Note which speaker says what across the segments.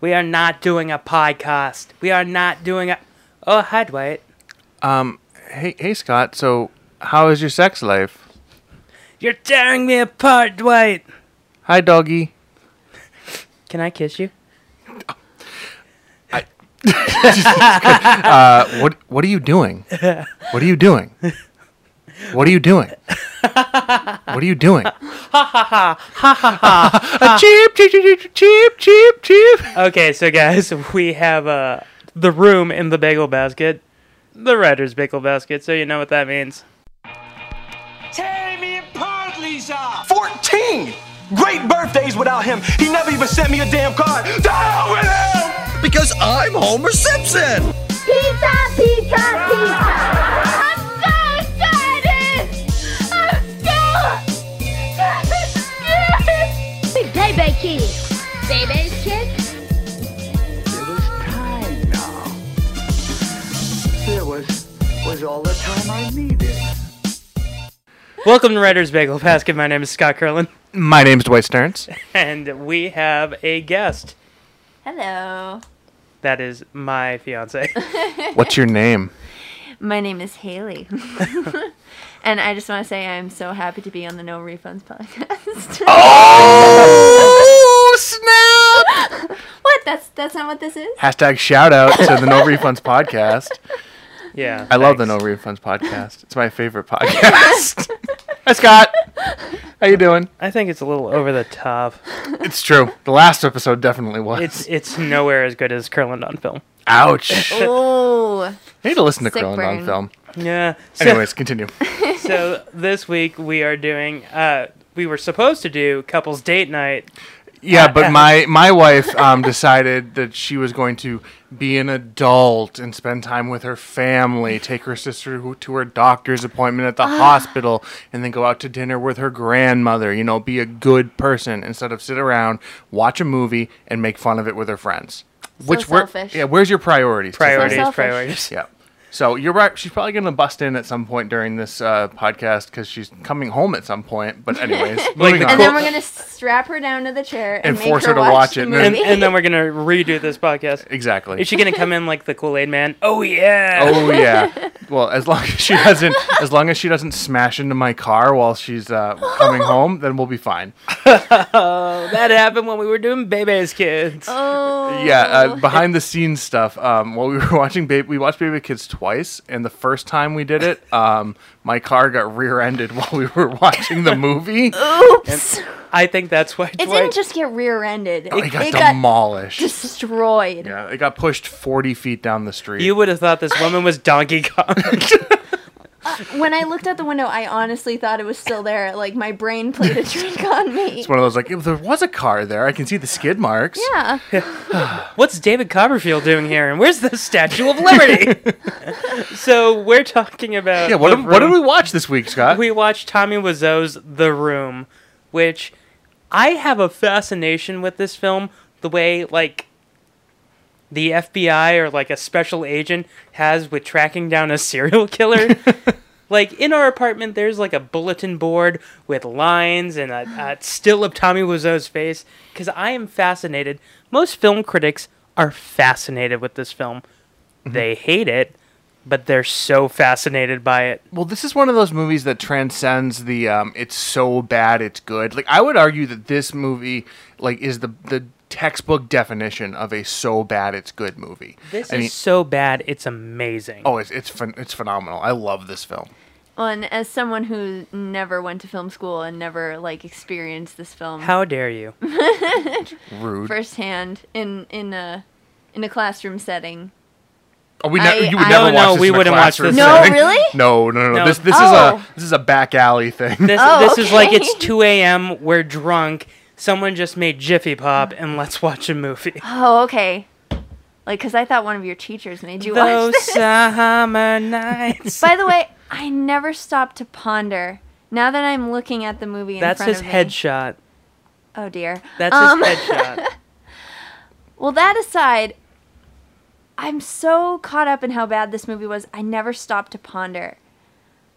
Speaker 1: We are not doing a podcast. We are not doing a. Oh, hi, Dwight.
Speaker 2: Um, hey, hey, Scott. So, how is your sex life?
Speaker 1: You're tearing me apart, Dwight.
Speaker 2: Hi, doggy.
Speaker 1: Can I kiss you?
Speaker 2: Uh, what What are you doing? What are you doing? What are you doing? What are you doing? A cheep, cheep, cheep, cheep, cheep, cheep, cheep.
Speaker 1: Okay, so guys, we have uh, the room in the bagel basket, the writer's bagel basket. So you know what that means.
Speaker 3: Tear me apart, Lisa! 14! Great birthdays without him. He never even sent me a damn card. To hell with him!
Speaker 4: Because I'm Homer Simpson!
Speaker 5: Pizza, pizza, pizza! I'm so excited! I'm so excited! Big day, Bay Kitty. Baby's kids?
Speaker 6: There was time now. There was was all the time I needed.
Speaker 1: Welcome to Writer's Bagel Basket. My name is Scott Curlin,
Speaker 2: My name's Dwight Stearns.
Speaker 1: and we have a guest.
Speaker 7: Hello.
Speaker 1: That is my fiance.
Speaker 2: What's your name?
Speaker 7: My name is Haley. and I just want to say I'm so happy to be on the No Refunds podcast.
Speaker 2: Oh snap!
Speaker 7: what? That's that's not what this is?
Speaker 2: Hashtag shout out to the No Refunds podcast.
Speaker 1: Yeah,
Speaker 2: I love the No Refunds podcast. It's my favorite podcast. Hi, Scott. How you doing?
Speaker 1: I think it's a little over the top.
Speaker 2: It's true. The last episode definitely was.
Speaker 1: It's it's nowhere as good as Curlin on film.
Speaker 2: Ouch. I
Speaker 7: Oh.
Speaker 2: need to listen to
Speaker 7: Sick
Speaker 2: Curling on
Speaker 7: brain.
Speaker 2: film.
Speaker 1: Yeah. So,
Speaker 2: Anyways, continue.
Speaker 1: so this week we are doing. Uh, we were supposed to do couples date night.
Speaker 2: Yeah, but my my wife um, decided that she was going to be an adult and spend time with her family, take her sister who- to her doctor's appointment at the
Speaker 7: Ah.
Speaker 2: hospital, and then go out to dinner with her grandmother. You know, be a good person instead of sit around, watch a movie, and make fun of it with her friends. were-
Speaker 7: selfish.
Speaker 2: yeah, where's your priorities? Tiffany?
Speaker 1: Priorities,
Speaker 7: selfish.
Speaker 1: priorities.
Speaker 2: Yeah. So you're right. She's probably going to bust in at some point during this uh, podcast because she's coming home at some point. But anyways, moving
Speaker 1: the
Speaker 2: on.
Speaker 7: And then we're going to strap her down to the chair and,
Speaker 2: And
Speaker 7: make
Speaker 2: force
Speaker 7: her,
Speaker 2: her to watch
Speaker 7: watch,
Speaker 2: it,
Speaker 7: the
Speaker 2: and then-
Speaker 1: And,
Speaker 7: movie.
Speaker 1: and then we're gonna redo this podcast.
Speaker 2: exactly.
Speaker 1: Is she gonna come in like the Kool Aid Man? Oh yeah.
Speaker 2: oh yeah. Well, as long as she doesn't, as long as she doesn't smash into my car while she's uh, coming home, then we'll be fine.
Speaker 1: that happened when we were doing Baby's Kids.
Speaker 7: oh.
Speaker 2: Yeah. Uh, behind the scenes stuff. Um, while we were watching Baby, we watched Baby Kids twice, and the first time we did it, um, my car got rear-ended while we were watching the movie.
Speaker 7: Oops.
Speaker 1: I think that's why.
Speaker 7: it didn't just get rear-ended. It,
Speaker 2: Oh, it got
Speaker 7: it
Speaker 2: demolished.
Speaker 7: destroyed.
Speaker 2: yeah, it got pushed forty feet down the street.
Speaker 1: you would have thought this woman was Donkey Kong.
Speaker 7: When I looked out the window, I honestly thought it was still there. Like my brain played a trick on me.
Speaker 2: It's one of those like if there was a car there, I can see the skid marks.
Speaker 7: Yeah.
Speaker 1: What's David Copperfield doing here? And where's the Statue of Liberty? so we're talking about.
Speaker 2: Yeah. What,
Speaker 1: The
Speaker 2: did, what did
Speaker 1: Room.
Speaker 2: we watch this week, Scott?
Speaker 1: We watched Tommy Wiseau's The Room, which I have a fascination with this film. The way like the FBI or like a special agent has with tracking down a serial killer. like in our apartment, there's like a bulletin board with lines and a, a still of Tommy Wiseau's face because I am fascinated. Most film critics are fascinated with this film. They hate it, but they're so fascinated by it.
Speaker 2: well, this is one of those movies that transcends the um, it's so bad it's good. Like I would argue that this movie like is the the textbook definition of a so bad it's good movie.
Speaker 1: This
Speaker 2: I
Speaker 1: is
Speaker 2: mean,
Speaker 1: so bad, it's amazing.
Speaker 2: oh, it's it's phen- it's phenomenal. I love this film.
Speaker 7: Well, and as someone who never went to film school and never like experienced this film
Speaker 1: How dare you?
Speaker 2: Rude.
Speaker 7: firsthand in in a in a classroom setting,
Speaker 2: oh, we
Speaker 7: I-
Speaker 2: ne- you would
Speaker 7: I-
Speaker 2: never
Speaker 1: No,
Speaker 2: watch
Speaker 1: no,
Speaker 2: this
Speaker 1: we
Speaker 2: in a
Speaker 1: wouldn't watch
Speaker 2: classroom
Speaker 1: this.
Speaker 7: No,
Speaker 2: setting.
Speaker 7: really?
Speaker 2: No, no, no, no.
Speaker 1: No.
Speaker 2: This this
Speaker 7: Oh.
Speaker 2: is a this is a back alley thing.
Speaker 1: This,
Speaker 7: Oh,
Speaker 1: this is like
Speaker 7: okay.
Speaker 1: it's 2 a.m., we're drunk, someone just made Jiffy Pop, and let's watch a movie.
Speaker 7: oh okay, like because I thought one of your teachers made you watch
Speaker 1: Those
Speaker 7: this.
Speaker 1: summer nights.
Speaker 7: By the way, I never stopped to ponder. Now that I'm looking at the movie in
Speaker 1: That's
Speaker 7: front
Speaker 1: his
Speaker 7: of me-
Speaker 1: headshot.
Speaker 7: Oh dear.
Speaker 1: That's
Speaker 7: Um,
Speaker 1: his headshot.
Speaker 7: Well, that aside, I'm so caught up in how bad this movie was. I never stopped to ponder.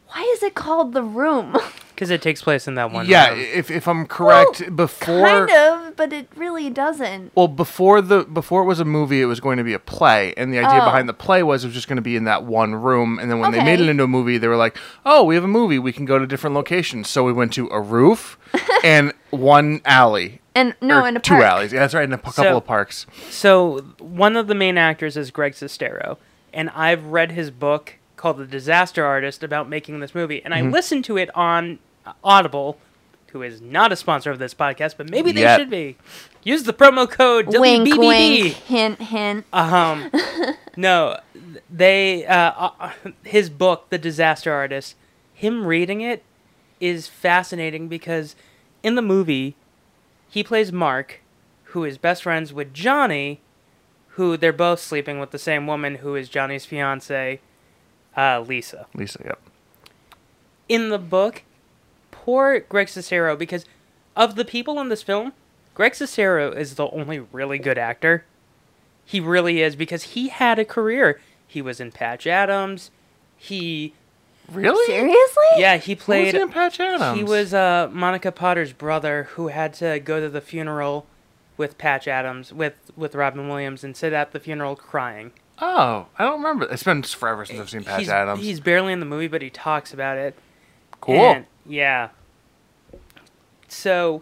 Speaker 7: Why is it called The Room?
Speaker 1: because it takes place in that one.
Speaker 2: yeah,
Speaker 1: room.
Speaker 2: if, if I'm correct,
Speaker 7: Well,
Speaker 2: before
Speaker 7: kind of, but it really doesn't.
Speaker 2: well before the before it was a movie, it was going to be a play, and the idea
Speaker 7: Oh.
Speaker 2: behind the play was it was just going to be in that one room. And then when they made
Speaker 7: Okay.
Speaker 2: it into a movie, they were like, "Oh, we have a movie. We can go to different locations." So we went to a roof and one alley.
Speaker 7: And no,
Speaker 2: or
Speaker 7: in a
Speaker 2: two
Speaker 7: park.
Speaker 2: alleys. Yeah, that's right, in a p- couple
Speaker 1: So-
Speaker 2: of parks.
Speaker 1: So one of the main actors is Greg Sestero, and I've read his book called The Disaster Artist about making this movie, and I listened to it on Audible, who is not a sponsor of this podcast, but maybe they
Speaker 2: Yet.
Speaker 1: should be. Use the promo code
Speaker 7: Wink,
Speaker 1: WBBB.
Speaker 7: wink, hint, hint.
Speaker 1: Um, no, th- they uh, uh, his book, The Disaster Artist. Him reading it is fascinating because in the movie, he plays Mark, who is best friends with Johnny, who they're both sleeping with the same woman who is Johnny's fiance, uh, Lisa.
Speaker 2: Lisa, yep.
Speaker 1: In the book, poor Greg Sestero because of the people in this film, Greg Sestero is the only really good actor. He really is because he had a career. He was in Patch Adams. He
Speaker 2: Really?
Speaker 7: Seriously?
Speaker 1: yeah, he
Speaker 2: Who was
Speaker 1: played
Speaker 2: he in Patch Adams?
Speaker 1: he was uh, Monica Potter's brother who had to go to the funeral with Patch Adams with with Robin Williams and sit at the funeral crying.
Speaker 2: Oh, I don't remember. It's been forever since I've seen Patch
Speaker 1: he's,
Speaker 2: Adams.
Speaker 1: he's barely in the movie, but he talks about it.
Speaker 2: cool.
Speaker 1: And- yeah. So,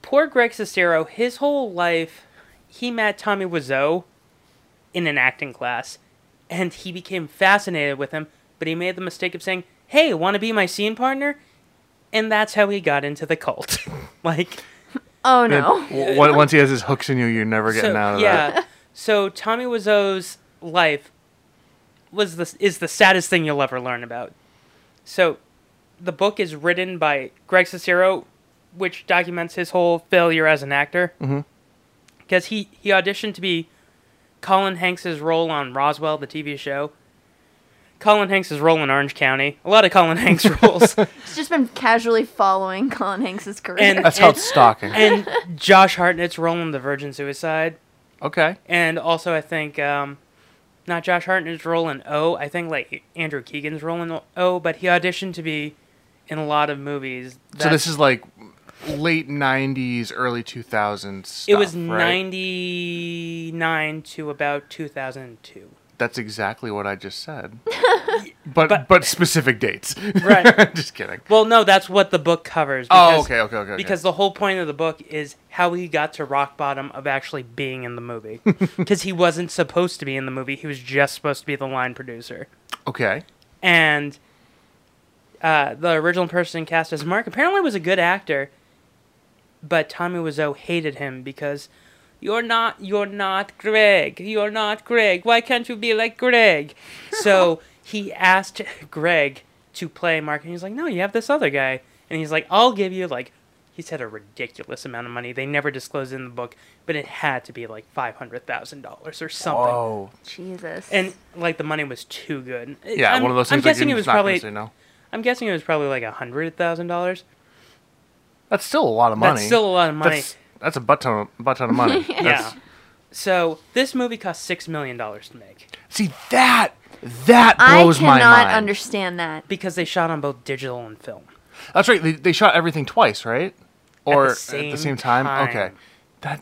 Speaker 1: poor Greg Sestero, his whole life, he met Tommy Wiseau in an acting class, and he became fascinated with him, but he made the mistake of saying, hey, want to be my scene partner? And that's how he got into the cult. like,
Speaker 7: Oh
Speaker 2: Then
Speaker 7: no.
Speaker 2: w- w- once he has his hooks in you, you're never getting
Speaker 1: so,
Speaker 2: out of
Speaker 1: yeah.
Speaker 2: that.
Speaker 1: so Tommy Wiseau's life was the is the saddest thing you'll ever learn about. So the book is written by Greg Sestero, which documents his whole failure as an actor.
Speaker 2: Mm-hmm.
Speaker 1: Because he he auditioned to be Colin Hanks' role on Roswell, the TV show. Colin Hanks' role in Orange County. A lot of Colin Hanks roles.
Speaker 7: It's just been casually following Colin Hanks's career.
Speaker 1: And- uh,
Speaker 2: That's called stalking.
Speaker 1: and Josh Hartnett's role in The Virgin Suicide.
Speaker 2: Okay.
Speaker 1: and also I think um, not Josh Hartnett's role in O. I think like Andrew Keegan's role in O. But he auditioned to be in a lot of movies.
Speaker 2: so
Speaker 1: That's-
Speaker 2: this is like late 90s, early 2000s.
Speaker 1: it was
Speaker 2: stuff, right?
Speaker 1: ninety nine to about two thousand two.
Speaker 2: That's exactly what I just said. but, but
Speaker 1: But-
Speaker 2: specific dates.
Speaker 1: Right.
Speaker 2: just kidding.
Speaker 1: well, no, that's what the book covers.
Speaker 2: Oh, okay, okay, okay. okay.
Speaker 1: Because the whole point of the book is how he got to rock bottom of actually being in the movie. Because he wasn't supposed to be in the movie. He was just supposed to be the line producer.
Speaker 2: okay.
Speaker 1: and uh, the original person cast as Mark apparently was a good actor, but Tommy Wiseau hated him because you're not you're not Greg, you're not Greg. Why can't you be like Greg? So he asked Greg to play Mark, and he's like, no, you have this other guy, and he's like, I'll give you like. He said a ridiculous amount of money. They never disclosed it in the book, but it had to be like five hundred thousand dollars or something
Speaker 2: Oh,
Speaker 7: Jesus.
Speaker 1: and like the money was too good. I-
Speaker 2: yeah.
Speaker 1: I'm,
Speaker 2: one of those things.
Speaker 1: I'm
Speaker 2: like,
Speaker 1: guessing
Speaker 2: you're
Speaker 1: it was
Speaker 2: just not gonna
Speaker 1: probably.
Speaker 2: say no.
Speaker 1: I'm guessing it was probably like a hundred thousand dollars.
Speaker 2: That's still a lot of money.
Speaker 1: That's still a lot of money.
Speaker 2: That's, that's a butt ton, butt ton of money.
Speaker 1: yeah.
Speaker 2: That's-
Speaker 1: So this movie cost six million dollars to make
Speaker 2: See that that
Speaker 7: I
Speaker 2: blows my
Speaker 7: cannot
Speaker 2: mind.
Speaker 7: understand that.
Speaker 1: because they shot on both digital and film.
Speaker 2: That's right. They, they shot everything twice, right? Or
Speaker 1: same
Speaker 2: time?
Speaker 1: time.
Speaker 2: Okay, that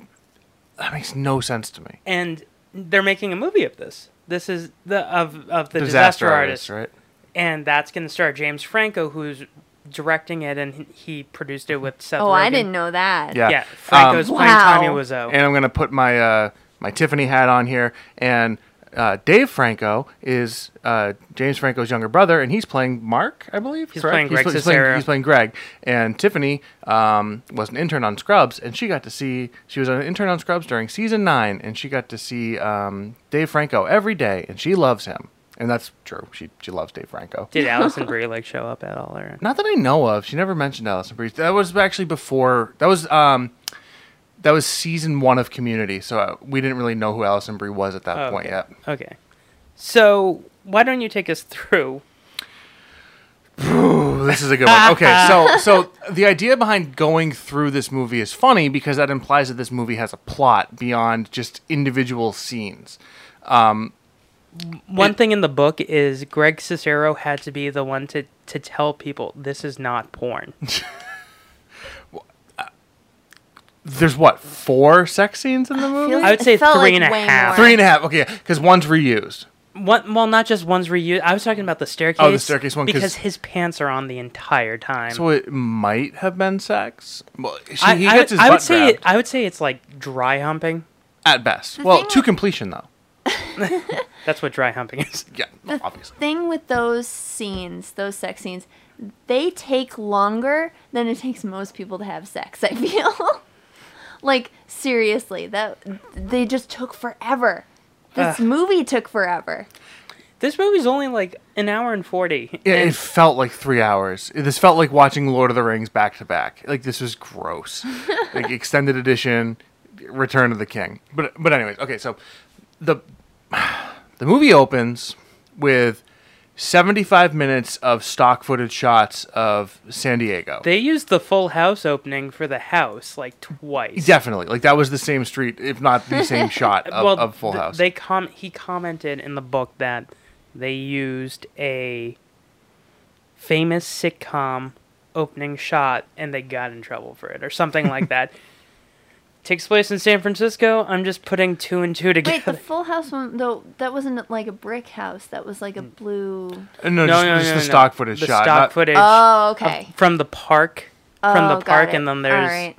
Speaker 2: that makes no sense to me.
Speaker 1: And they're making a movie of this. This is the of of the disaster, artist,
Speaker 2: right?
Speaker 1: and that's going to star James Franco, who's directing it, and he produced it with Seth.
Speaker 7: Oh, I
Speaker 1: Rogen.
Speaker 7: didn't know that.
Speaker 2: Yeah.
Speaker 1: Yeah, Franco's
Speaker 2: Um,
Speaker 1: playing Tommy
Speaker 7: Wow.
Speaker 1: Wiseau.
Speaker 2: And I'm gonna put my uh, my Tiffany hat on here, and uh, Dave Franco is uh, James Franco's younger brother, and he's playing Mark, I believe.
Speaker 1: He's
Speaker 2: correct?
Speaker 1: playing Greg
Speaker 2: pl- he's, playing,
Speaker 1: Cicero.
Speaker 2: he's playing Greg, and Tiffany um, was an intern on Scrubs, and she got to see she was an intern on Scrubs during season nine, and she got to see um, Dave Franco every day, and she loves him, and that's true. She she loves Dave Franco.
Speaker 1: Did Allison Brie like show up at all? Or
Speaker 2: Not that I know of. She never mentioned Allison Brie. That was actually before. That was um, that was season one of Community. So uh, we didn't really know who Allison Brie was at that
Speaker 1: Oh,
Speaker 2: point
Speaker 1: okay.
Speaker 2: yet.
Speaker 1: Okay. So why don't you take us through?
Speaker 2: Ooh, this is a good one. Okay, so so the idea behind going through this movie is funny because that implies that this movie has a plot beyond just individual scenes.
Speaker 1: One thing in the book is Greg Cicero had to be the one to to tell people this is not porn.
Speaker 2: There's what four sex scenes in the movie?
Speaker 1: I would say three and a half.
Speaker 2: Three and a half. Okay, because one's reused.
Speaker 1: One, well, not just one's reused. I was talking about the staircase.
Speaker 2: Oh, staircase one, 'cause-
Speaker 1: because his pants are on the entire time.
Speaker 2: So it might have been sex. Well, she,
Speaker 1: I,
Speaker 2: he
Speaker 1: I-
Speaker 2: gets his
Speaker 1: I
Speaker 2: butt
Speaker 1: would say it,
Speaker 2: grabbed
Speaker 1: I would say it's like dry humping.
Speaker 2: at best. Well,
Speaker 7: thing
Speaker 2: to
Speaker 7: with-
Speaker 2: completion though.
Speaker 1: That's what dry humping is.
Speaker 2: Yeah, obviously.
Speaker 7: thing with those scenes, those sex scenes, they take longer than it takes most people to have sex, I feel. like seriously, that they just took forever. This movie took forever.
Speaker 1: This movie's only like an hour and forty.
Speaker 2: Yeah, it felt like three hours. This felt like watching Lord of the Rings back to back. Like this was gross. like extended edition, Return of the King. But but anyways, okay. So the the movie opens with seventy five minutes of stock footage shots of San Diego.
Speaker 1: They used the full house opening for the house like twice.
Speaker 2: Definitely, like that was the same street, if not the same shot of, of Full
Speaker 1: th-
Speaker 2: House.
Speaker 1: They com- he commented in the book that they used a famous sitcom opening shot and they got in trouble for it or something like that. Takes place in San Francisco. I'm just putting two and two
Speaker 7: Wait, the
Speaker 1: together.
Speaker 7: Full House one though, that wasn't like a brick house. That was like a
Speaker 1: Mm.
Speaker 7: blue.
Speaker 2: Uh,
Speaker 1: no,
Speaker 2: no, just,
Speaker 1: no, no,
Speaker 2: just the
Speaker 1: no.
Speaker 2: stock footage
Speaker 1: The
Speaker 2: shot.
Speaker 1: stock
Speaker 2: not-
Speaker 1: footage
Speaker 7: Oh, okay.
Speaker 1: from the park. From
Speaker 7: Oh,
Speaker 1: the
Speaker 7: got
Speaker 1: park,
Speaker 7: it.
Speaker 1: and then there's
Speaker 7: All right.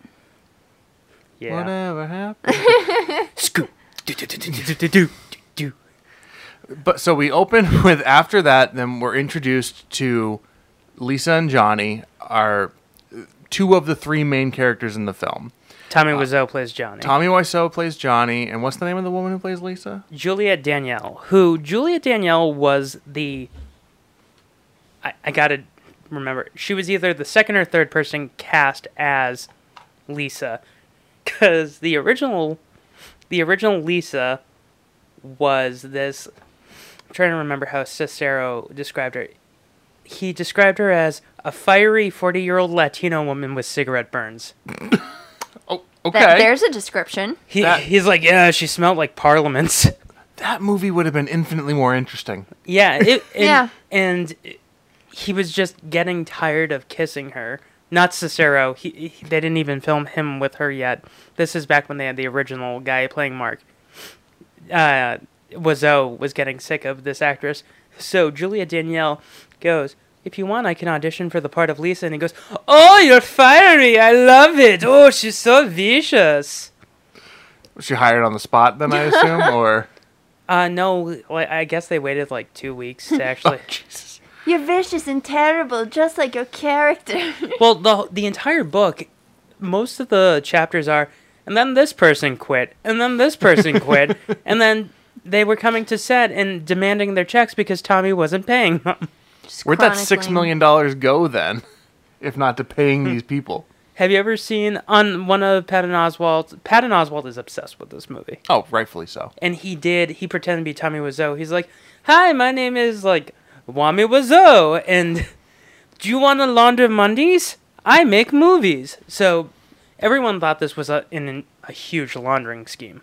Speaker 1: yeah.
Speaker 2: Whatever happened.
Speaker 1: Scoop. Do, do, do, do, do, do, do, do.
Speaker 2: But so we open with after that, then we're introduced to Lisa and Johnny, are two of the three main characters in the film. Uh,
Speaker 1: Tommy Wiseau plays Johnny.
Speaker 2: Tommy Wiseau plays Johnny, and what's the name of the woman who plays Lisa?
Speaker 1: Juliet Danielle, who Juliet Danielle was the. I, I gotta remember. She was either the second or third person cast as Lisa, because the original, the original Lisa, was this. I'm trying to remember how Cicero described her. He described her as a fiery forty-year-old Latino woman with cigarette burns.
Speaker 2: Oh,
Speaker 7: That,
Speaker 2: okay. That,
Speaker 7: there's a description.
Speaker 1: He,
Speaker 2: That-
Speaker 1: he's like, yeah, she smelled like parliaments.
Speaker 2: movie would have been infinitely more interesting.
Speaker 1: Yeah, it, and,
Speaker 7: Yeah.
Speaker 1: and he was just getting tired of kissing her. Not Cicero. He, he- they didn't even film him with her yet. This is back when they had the original guy playing Mark. Uh, Wazo was getting sick of this actress, so Julia Danielle goes. If you want, I can audition for the part of Lisa. And he goes, "Oh, you're fiery! I love it! Oh, she's so vicious."
Speaker 2: Was she hired on the spot then, I assume? or.
Speaker 1: Uh, no, like I guess they waited like two weeks to actually.
Speaker 2: Jesus.
Speaker 7: You're vicious and terrible, just like your character.
Speaker 1: Well, the the entire book, most of the chapters are, and then this person quit, and then this person quit, and then they were coming to set and demanding their checks because Tommy wasn't paying them.
Speaker 7: Just
Speaker 2: Where'd that six
Speaker 7: chronicling.
Speaker 2: million dollars go then, if not to paying these people?
Speaker 1: Have you ever seen on one of Patton Oswald's? Patton Oswald is obsessed with this movie,
Speaker 2: Oh, rightfully so.
Speaker 1: and he did. He pretended to be Tommy Wiseau. He's like, "Hi, my name is like Wami Wiseau, and do you want to launder Mondays? I make movies." So everyone thought this was a, in a huge laundering scheme.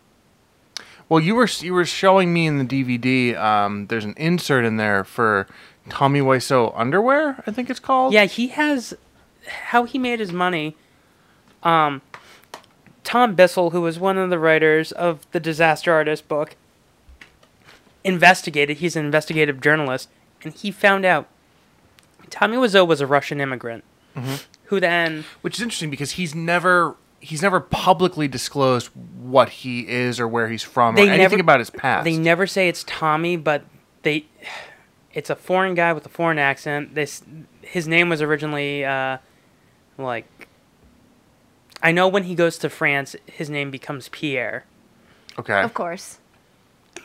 Speaker 2: Well, you were you were showing me in the DVD. Um, there's an insert in there for Tommy Wiseau underwear. I think it's called.
Speaker 1: Yeah, he has how he made his money. Um, Tom Bissell, who was one of the writers of the Disaster Artist book, investigated. He's an investigative journalist, and he found out Tommy Wiseau was a Russian immigrant who then
Speaker 2: which is interesting because he's never he's never publicly disclosed what he is or where he's from or
Speaker 1: They
Speaker 2: anything
Speaker 1: never-
Speaker 2: about his past.
Speaker 1: They never say it's Tommy, but they, it's a foreign guy with a foreign accent. This, his name was originally, uh, like, I know when he goes to France, his name becomes Pierre.
Speaker 2: okay,
Speaker 7: Of course.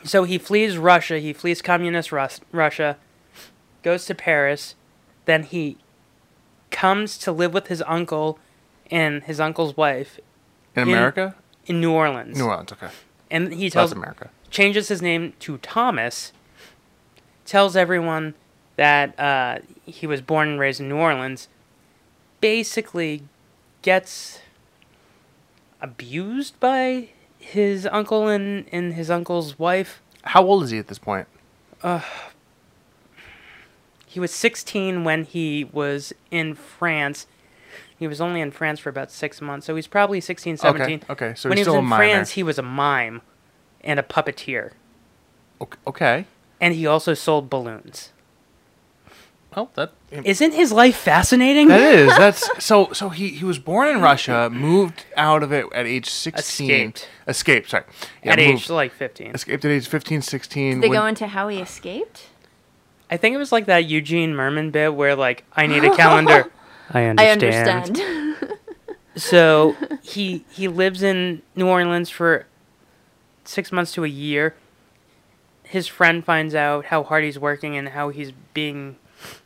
Speaker 1: So he flees Russia. He flees communist Rus- Russia, goes to Paris, then he comes to live with his uncle and his uncle's wife
Speaker 2: in America,
Speaker 1: in New Orleans.
Speaker 2: New Orleans. Okay,
Speaker 1: And he
Speaker 2: that's
Speaker 1: tells
Speaker 2: America.
Speaker 1: changes his name to Thomas, tells everyone that uh, he was born and raised in New Orleans, basically gets abused by his uncle and, and his uncle's wife.
Speaker 2: How old is he at this point?
Speaker 1: he was 16 when he was in France. He was only in France for about six months, so he's probably 16, 17.
Speaker 2: okay, so
Speaker 1: when
Speaker 2: he's
Speaker 1: he was
Speaker 2: still a
Speaker 1: in
Speaker 2: minor.
Speaker 1: France, he was a mime and a puppeteer,
Speaker 2: Ok- Okay.
Speaker 1: and he also sold balloons.
Speaker 2: Well, that
Speaker 1: Isn't his life fascinating?
Speaker 2: that is that's so so he he was born in Russia, moved out of it at age 16.
Speaker 1: Escaped.
Speaker 2: Escaped, sorry. Yeah,
Speaker 1: At age
Speaker 2: moved.
Speaker 1: like 15,
Speaker 2: escaped at age 15, 16.
Speaker 7: They
Speaker 2: went-
Speaker 7: go into how he escaped.
Speaker 1: I think it was like that Eugene Merman bit where like I need a calendar. I
Speaker 7: I
Speaker 1: understand.
Speaker 7: understand.
Speaker 1: so he he lives in New Orleans for six months to a year. His friend finds out how hard he's working and how he's being.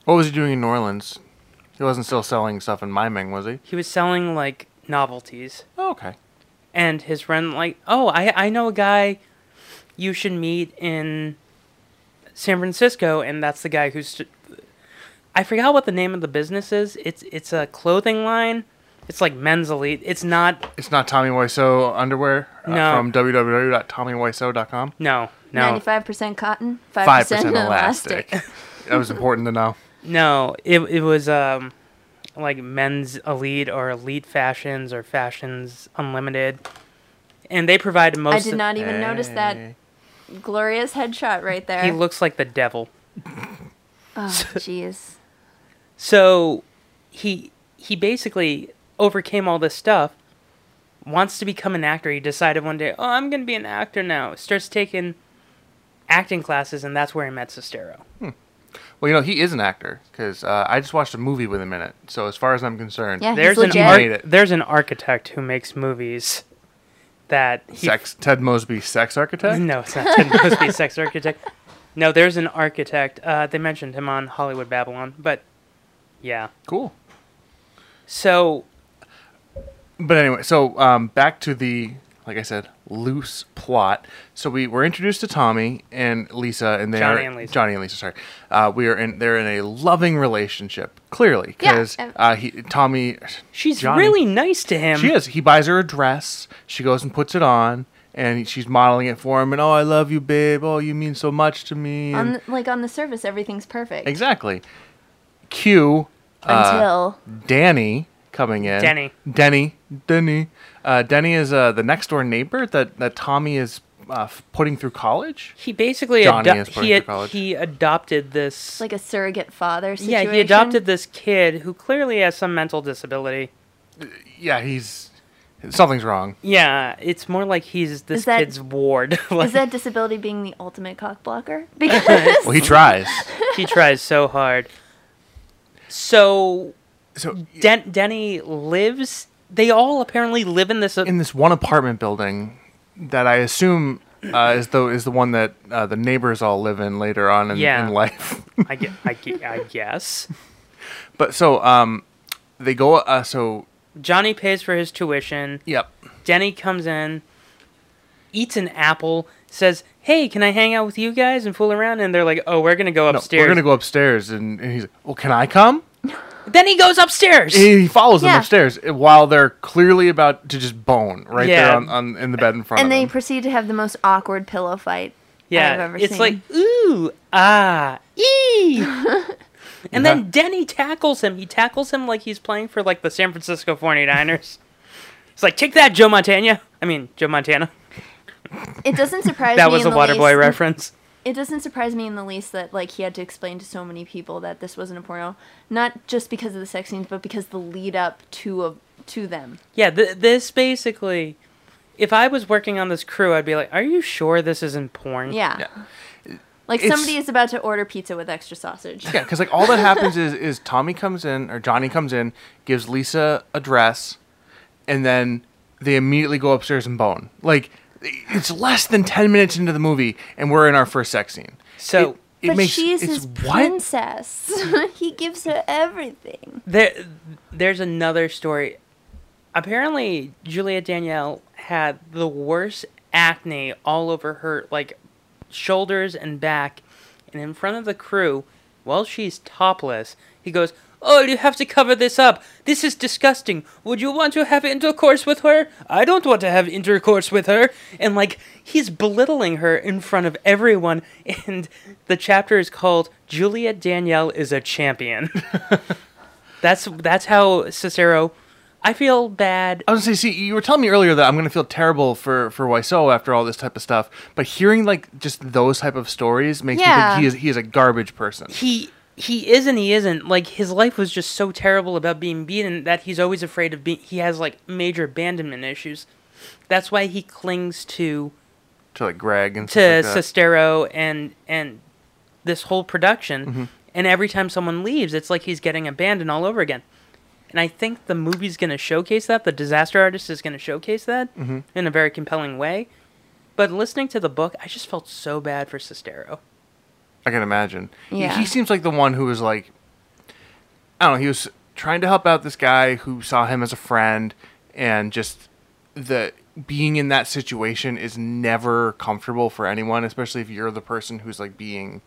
Speaker 2: what was he doing in New Orleans? He wasn't still selling stuff in miming, was he?
Speaker 1: He was selling like novelties,
Speaker 2: Oh, okay.
Speaker 1: and his friend like, oh, I I know a guy, you should meet in San Francisco, and that's the guy who's. St- I forgot what the name of the business is. It's it's a clothing line. It's like men's elite. It's not.
Speaker 2: It's not Tommy Wiseau underwear uh,
Speaker 1: No.
Speaker 2: from www.tommywiseau.com.
Speaker 1: No, no,
Speaker 7: Ninety-five percent cotton, five
Speaker 2: 5%
Speaker 7: percent elastic.
Speaker 2: elastic. that was important to know.
Speaker 1: No, it it was um like men's elite or elite fashions or fashions unlimited. And they provide most
Speaker 7: I did
Speaker 1: of-
Speaker 7: not even notice that glorious headshot right there.
Speaker 1: he looks like the devil.
Speaker 7: oh, jeez.
Speaker 1: So he he basically overcame all this stuff, wants to become an actor. He decided one day, "Oh, I'm going to be an actor now." Starts taking acting classes and that's where he met Sestero.
Speaker 2: Well, you know, he is an actor because uh, I just watched a movie with him in it. So, as far as I'm concerned,
Speaker 7: Yeah,
Speaker 1: There's
Speaker 7: he's
Speaker 1: an
Speaker 7: legit.
Speaker 2: Made
Speaker 1: ar-
Speaker 2: it.
Speaker 1: there's an architect who makes movies that he
Speaker 2: sex Ted Mosby, sex architect.
Speaker 1: No, it's not Ted Mosby, sex architect. No, there's an architect. Uh, they mentioned him on Hollywood Babylon, but yeah.
Speaker 2: Cool.
Speaker 1: So
Speaker 2: But anyway, so um, back to the like I said, loose plot. So we were introduced to Tommy and Lisa, and they
Speaker 1: Johnny
Speaker 2: are
Speaker 1: and Lisa.
Speaker 2: Johnny and Lisa. Sorry, uh, we are in. They're in a loving relationship, clearly,
Speaker 7: Yeah,
Speaker 2: because
Speaker 7: and-
Speaker 2: uh, he Tommy.
Speaker 1: she's
Speaker 2: Johnny.
Speaker 1: really nice to him.
Speaker 2: She is. He buys her a dress. She goes and puts it on, and she's modeling it for him. And oh, I love you, babe. Oh, you mean so much to me.
Speaker 7: On
Speaker 2: and-
Speaker 7: the, like on the surface, everything's perfect
Speaker 2: exactly. Q. uh,
Speaker 7: until
Speaker 2: Danny coming in.
Speaker 1: Denny.
Speaker 2: Denny. Denny. Uh, Denny is uh, the next door neighbor that, that Tommy is uh, f- putting through college.
Speaker 1: He basically
Speaker 2: Johnny
Speaker 1: ado-
Speaker 2: is putting
Speaker 1: he,
Speaker 2: her to college.
Speaker 1: he adopted this.
Speaker 7: like a surrogate father
Speaker 1: yeah,
Speaker 7: situation.
Speaker 1: he adopted this kid who clearly has some mental disability.
Speaker 2: Yeah, he's something's wrong.
Speaker 1: Yeah, it's more like he's this
Speaker 7: Is that-
Speaker 1: kid's ward. like,
Speaker 7: Is that disability being the ultimate cock blocker? Because
Speaker 2: Well, he tries.
Speaker 1: he tries so hard. So
Speaker 2: so
Speaker 1: Den- Denny lives. They all apparently live in this. uh,
Speaker 2: in this one apartment building that I assume uh, is the is the one that uh, the neighbors all live in later on in,
Speaker 1: Yeah.
Speaker 2: in life.
Speaker 1: I, gue- I, gue- I guess.
Speaker 2: but so um, they go. Uh, so
Speaker 1: Johnny pays for his tuition.
Speaker 2: yep.
Speaker 1: Denny comes in, eats an apple, says, "Hey, can I hang out with you guys and fool around?" And they're like, "Oh, we're gonna go
Speaker 2: No,
Speaker 1: upstairs."
Speaker 2: we're gonna go upstairs, and, and he's like, "Well, can I come?"
Speaker 1: Then he goes upstairs.
Speaker 2: he follows them
Speaker 7: Yeah.
Speaker 2: upstairs uh, while they're clearly about to just bone right
Speaker 1: Yeah.
Speaker 2: there on, on in the bed in front
Speaker 7: and
Speaker 2: of
Speaker 7: they
Speaker 2: them.
Speaker 7: proceed to have the most awkward pillow fight
Speaker 1: yeah,
Speaker 7: I've ever
Speaker 1: it's
Speaker 7: seen.
Speaker 1: like ooh ah ee. and then Denny tackles him. He tackles him like he's playing for like the San Francisco 49ers. It's like, take that, Joe Montana. I mean, Joe Montana.
Speaker 7: it doesn't surprise
Speaker 1: That
Speaker 7: me
Speaker 1: was
Speaker 7: in
Speaker 1: a
Speaker 7: the
Speaker 1: Waterboy
Speaker 7: least-
Speaker 1: reference.
Speaker 7: It doesn't surprise me in the least that like he had to explain to so many people that this wasn't a porno, not just because of the sex scenes, but because the lead up to a to them.
Speaker 1: Yeah, th- this basically, if I was working on this crew, I'd be like, "Are you sure this isn't porn?"
Speaker 7: Yeah. Like
Speaker 2: It's-
Speaker 7: somebody is about to order pizza with extra sausage.
Speaker 2: Yeah, because like all that happens is is Tommy comes in or Johnny comes in, gives Lisa a dress, and then they immediately go upstairs and bone. Like it's less than ten minutes into the movie, and we're in our first sex scene.
Speaker 1: So
Speaker 2: It
Speaker 7: but
Speaker 2: makes
Speaker 7: she's
Speaker 2: it's
Speaker 7: his
Speaker 2: what
Speaker 7: princess. he gives her everything.
Speaker 1: There, there's another story. Apparently, Juliet Danielle had the worst acne all over her, like shoulders and back, and in front of the crew, while she's topless, he goes, Oh, you have to cover this up. This is disgusting. Would you want to have intercourse with her? I don't want to have intercourse with her. And like he's belittling her in front of everyone and the chapter is called Juliet Danielle is a champion. that's that's how Cicero I feel bad. Oh,
Speaker 2: I was gonna say, see, you were telling me earlier that I'm gonna feel terrible for for Wiseau after all this type of stuff, but hearing like just those type of stories makes me
Speaker 7: Yeah.
Speaker 2: think he is he is a garbage person.
Speaker 1: he he is and he isn't like his life was just so terrible about being beaten that he's always afraid of being he has like major abandonment issues that's why he clings to
Speaker 2: To like Greg and
Speaker 1: to
Speaker 2: stuff like that.
Speaker 1: Sestero and and this whole production
Speaker 2: Mm-hmm.
Speaker 1: and every time someone leaves it's like he's getting abandoned all over again and I think the movie's going to showcase that the disaster artist is going to showcase that
Speaker 2: Mm-hmm.
Speaker 1: in a very compelling way but listening to the book I just felt so bad for Sestero
Speaker 2: I can imagine. He-
Speaker 7: Yeah.
Speaker 2: He, seems like the one who was like, I don't know, he was trying to help out this guy who saw him as a friend, and just the being in that situation is never comfortable for anyone, especially if you're the person who's like being,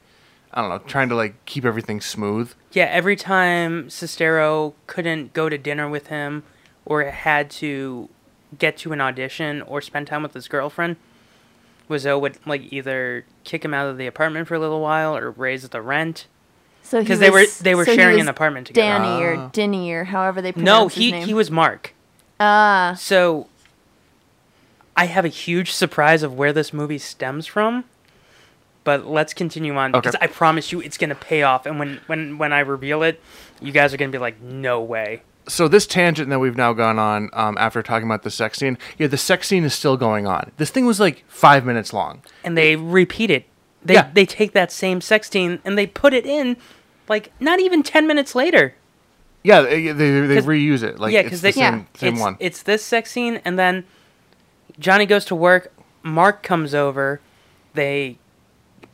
Speaker 2: I don't know, trying to like keep everything smooth.
Speaker 1: Yeah, every time Sestero couldn't go to dinner with him or had to get to an audition or spend time with his girlfriend, Wizzo would like either kick him out of the apartment for a little while or raise the rent.
Speaker 7: So he
Speaker 1: 'Cause they were-
Speaker 7: was-
Speaker 1: they were
Speaker 7: so he
Speaker 1: sharing
Speaker 7: was
Speaker 1: an apartment together.
Speaker 7: Danny or Dinny or however they
Speaker 1: No,
Speaker 7: pronounce his
Speaker 1: he
Speaker 7: name.
Speaker 1: he was Mark. Ah. So I have a huge surprise of where this movie stems from. But let's continue on
Speaker 2: Okay.
Speaker 1: because I promise you it's gonna pay off and when, when, when I reveal it, you guys are gonna be like, No way.
Speaker 2: so this tangent that we've now gone on um, after talking about the sex scene, yeah, the sex scene is still going on. This thing was like five minutes long.
Speaker 1: and they repeat it. They
Speaker 2: Yeah.
Speaker 1: they take that same sextine and they put it in, like not even ten minutes later.
Speaker 2: Yeah, they they, they
Speaker 1: 'Cause-
Speaker 2: reuse it. Like
Speaker 1: yeah,
Speaker 2: it's
Speaker 1: because
Speaker 2: the
Speaker 1: they
Speaker 2: same,
Speaker 1: yeah,
Speaker 2: same
Speaker 1: it's,
Speaker 2: one.
Speaker 1: It's this sex scene, and then Johnny goes to work. Mark comes over. They,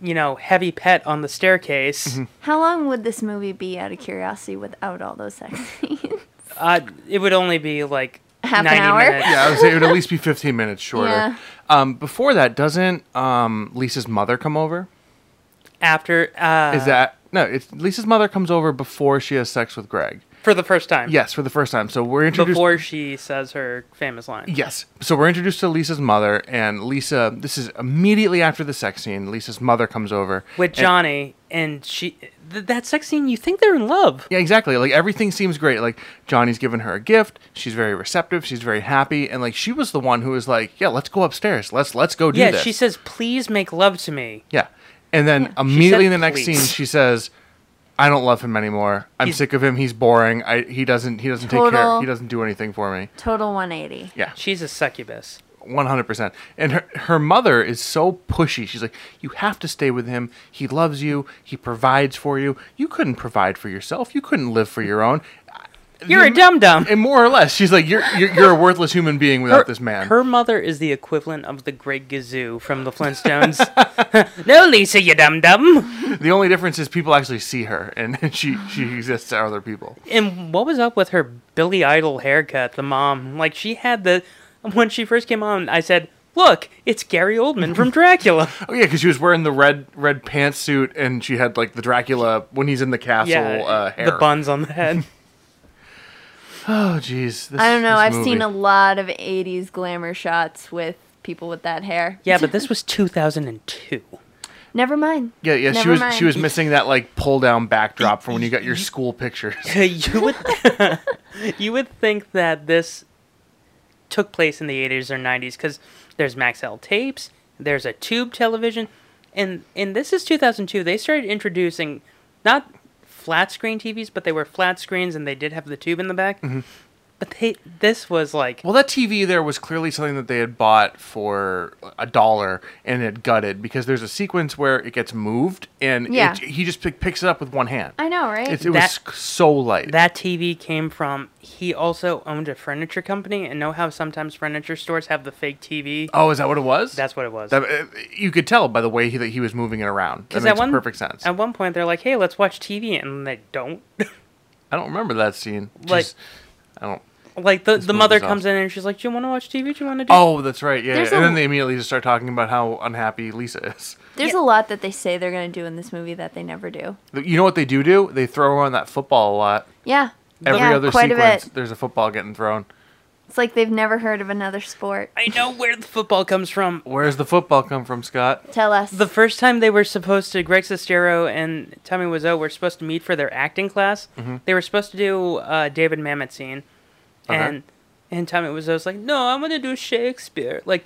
Speaker 1: you know, heavy pet on the staircase.
Speaker 2: Mm-hmm.
Speaker 7: How long would this movie be out of curiosity without all those sex scenes?
Speaker 1: Uh, it would only be like
Speaker 7: Half an
Speaker 1: 90
Speaker 7: hour?
Speaker 1: Minutes.
Speaker 2: yeah, I would say it would at least be fifteen minutes shorter.
Speaker 7: Yeah.
Speaker 2: Um, before that, doesn't um, Lisa's mother come over?
Speaker 1: After uh,
Speaker 2: Is that no? It's Lisa's mother comes over before she has sex with Greg.
Speaker 1: for the first time.
Speaker 2: Yes, for the first time. So we're introduced.
Speaker 1: Before she says her famous line.
Speaker 2: Yes. So we're introduced to Lisa's mother, and Lisa. This is immediately after the sex scene. Lisa's mother comes over
Speaker 1: With
Speaker 2: and-
Speaker 1: Johnny, and she th- that sex scene, you think they're in love.
Speaker 2: Yeah, exactly. Like everything seems great. Like Johnny's given her a gift. She's very receptive. She's very happy. And like she was the one who was like, "Yeah, let's go upstairs. Let's let's go do
Speaker 1: Yeah,
Speaker 2: this."
Speaker 1: she says, "Please make love to me."
Speaker 2: yeah. And then
Speaker 1: She
Speaker 2: immediately
Speaker 1: said,
Speaker 2: in the next
Speaker 1: "Please."
Speaker 2: scene, she says, "I don't love him anymore. I'm
Speaker 1: He's-
Speaker 2: sick of him. He's boring. I he doesn't he doesn't take care.
Speaker 7: Total-
Speaker 2: He doesn't do anything for me."
Speaker 7: Total 180.
Speaker 2: Yeah,
Speaker 1: She's a succubus.
Speaker 2: one hundred percent. And her her mother is so pushy. She's like, "You have to stay with him. He loves you. He provides for you. You couldn't provide for yourself. You couldn't live for your own."
Speaker 1: You're a dum dum.
Speaker 2: and more or less, she's like, "You're you're, you're a worthless human being without this man."
Speaker 1: Her mother is the equivalent of the Great Gazoo from the Flintstones. no, Lisa, you dum dum.
Speaker 2: the only difference is people actually see her, and, and she she exists to other people.
Speaker 1: And what was up with her Billy Idol haircut? The mom, like she had the when she first came on. I said, "Look, it's Gary Oldman from Dracula."
Speaker 2: Oh yeah, because she was wearing the red red pantsuit, and she had like the Dracula when he's in the castle
Speaker 1: yeah,
Speaker 2: uh, hair.
Speaker 1: the buns on the head.
Speaker 2: Oh jeez,
Speaker 7: I don't know. I've seen a lot of 80s glamour shots with people with that hair.
Speaker 1: Yeah, but this was 2002.
Speaker 7: Never mind.
Speaker 2: Yeah, yeah, she
Speaker 7: Never
Speaker 2: was she
Speaker 7: mind.
Speaker 2: was missing that like pull down backdrop from when you got your school pictures.
Speaker 1: you would you would think that this took place in the 80s or 90s because there's Maxell tapes, there's a tube television, and and this is 2002. They started introducing not flat screen TVs, but they were flat screens and they did have the tube in the back. But they this was like
Speaker 2: Mm-hmm. Well, that TV there was clearly something that they had bought for a dollar and it gutted because there's a sequence where it gets moved and
Speaker 7: Yeah.
Speaker 2: it, he just pick, picks it up with one hand.
Speaker 7: I know, right?
Speaker 2: It's, it
Speaker 1: That-
Speaker 2: was so light.
Speaker 1: that TV came from. He also owned a furniture company, and know how sometimes furniture stores have the fake TV.
Speaker 2: oh, is that what it was?
Speaker 1: That's what it was.
Speaker 2: That- uh, you could tell by the way he, that he was moving it around. That
Speaker 1: Because
Speaker 2: makes
Speaker 1: at one
Speaker 2: perfect sense.
Speaker 1: At one point, they're like, "Hey, let's watch TV," and they don't.
Speaker 2: I don't remember that scene.
Speaker 1: Like-
Speaker 2: Jeez. I don't.
Speaker 1: like the the
Speaker 2: movie's
Speaker 1: mother
Speaker 2: awesome.
Speaker 1: comes in and she's like, "Do you want to watch TV? Do you want to do?"
Speaker 2: Oh, that's right. Yeah, yeah.
Speaker 7: There's
Speaker 2: and
Speaker 7: a-
Speaker 2: then they immediately just start talking about how unhappy Lisa is.
Speaker 7: There's a lot that they say they're going to do in this movie that they never do.
Speaker 2: You know what they do do? They throw around that football a lot.
Speaker 7: Yeah.
Speaker 2: Every
Speaker 7: yeah,
Speaker 2: other
Speaker 7: quite
Speaker 2: sequence,
Speaker 7: a bit.
Speaker 2: there's a football getting thrown.
Speaker 7: It's like they've never heard of another sport.
Speaker 1: I know where the football comes from.
Speaker 2: Where's the football come from, Scott?
Speaker 7: Tell us.
Speaker 1: The first time they were supposed to, Greg Sestero and Tommy Wiseau were supposed to meet for their acting class.
Speaker 2: Mm-hmm.
Speaker 1: They were supposed to do a David Mamet scene,
Speaker 2: Okay.
Speaker 1: and and Tommy Wiseau was like, "No, I'm gonna do Shakespeare." Like,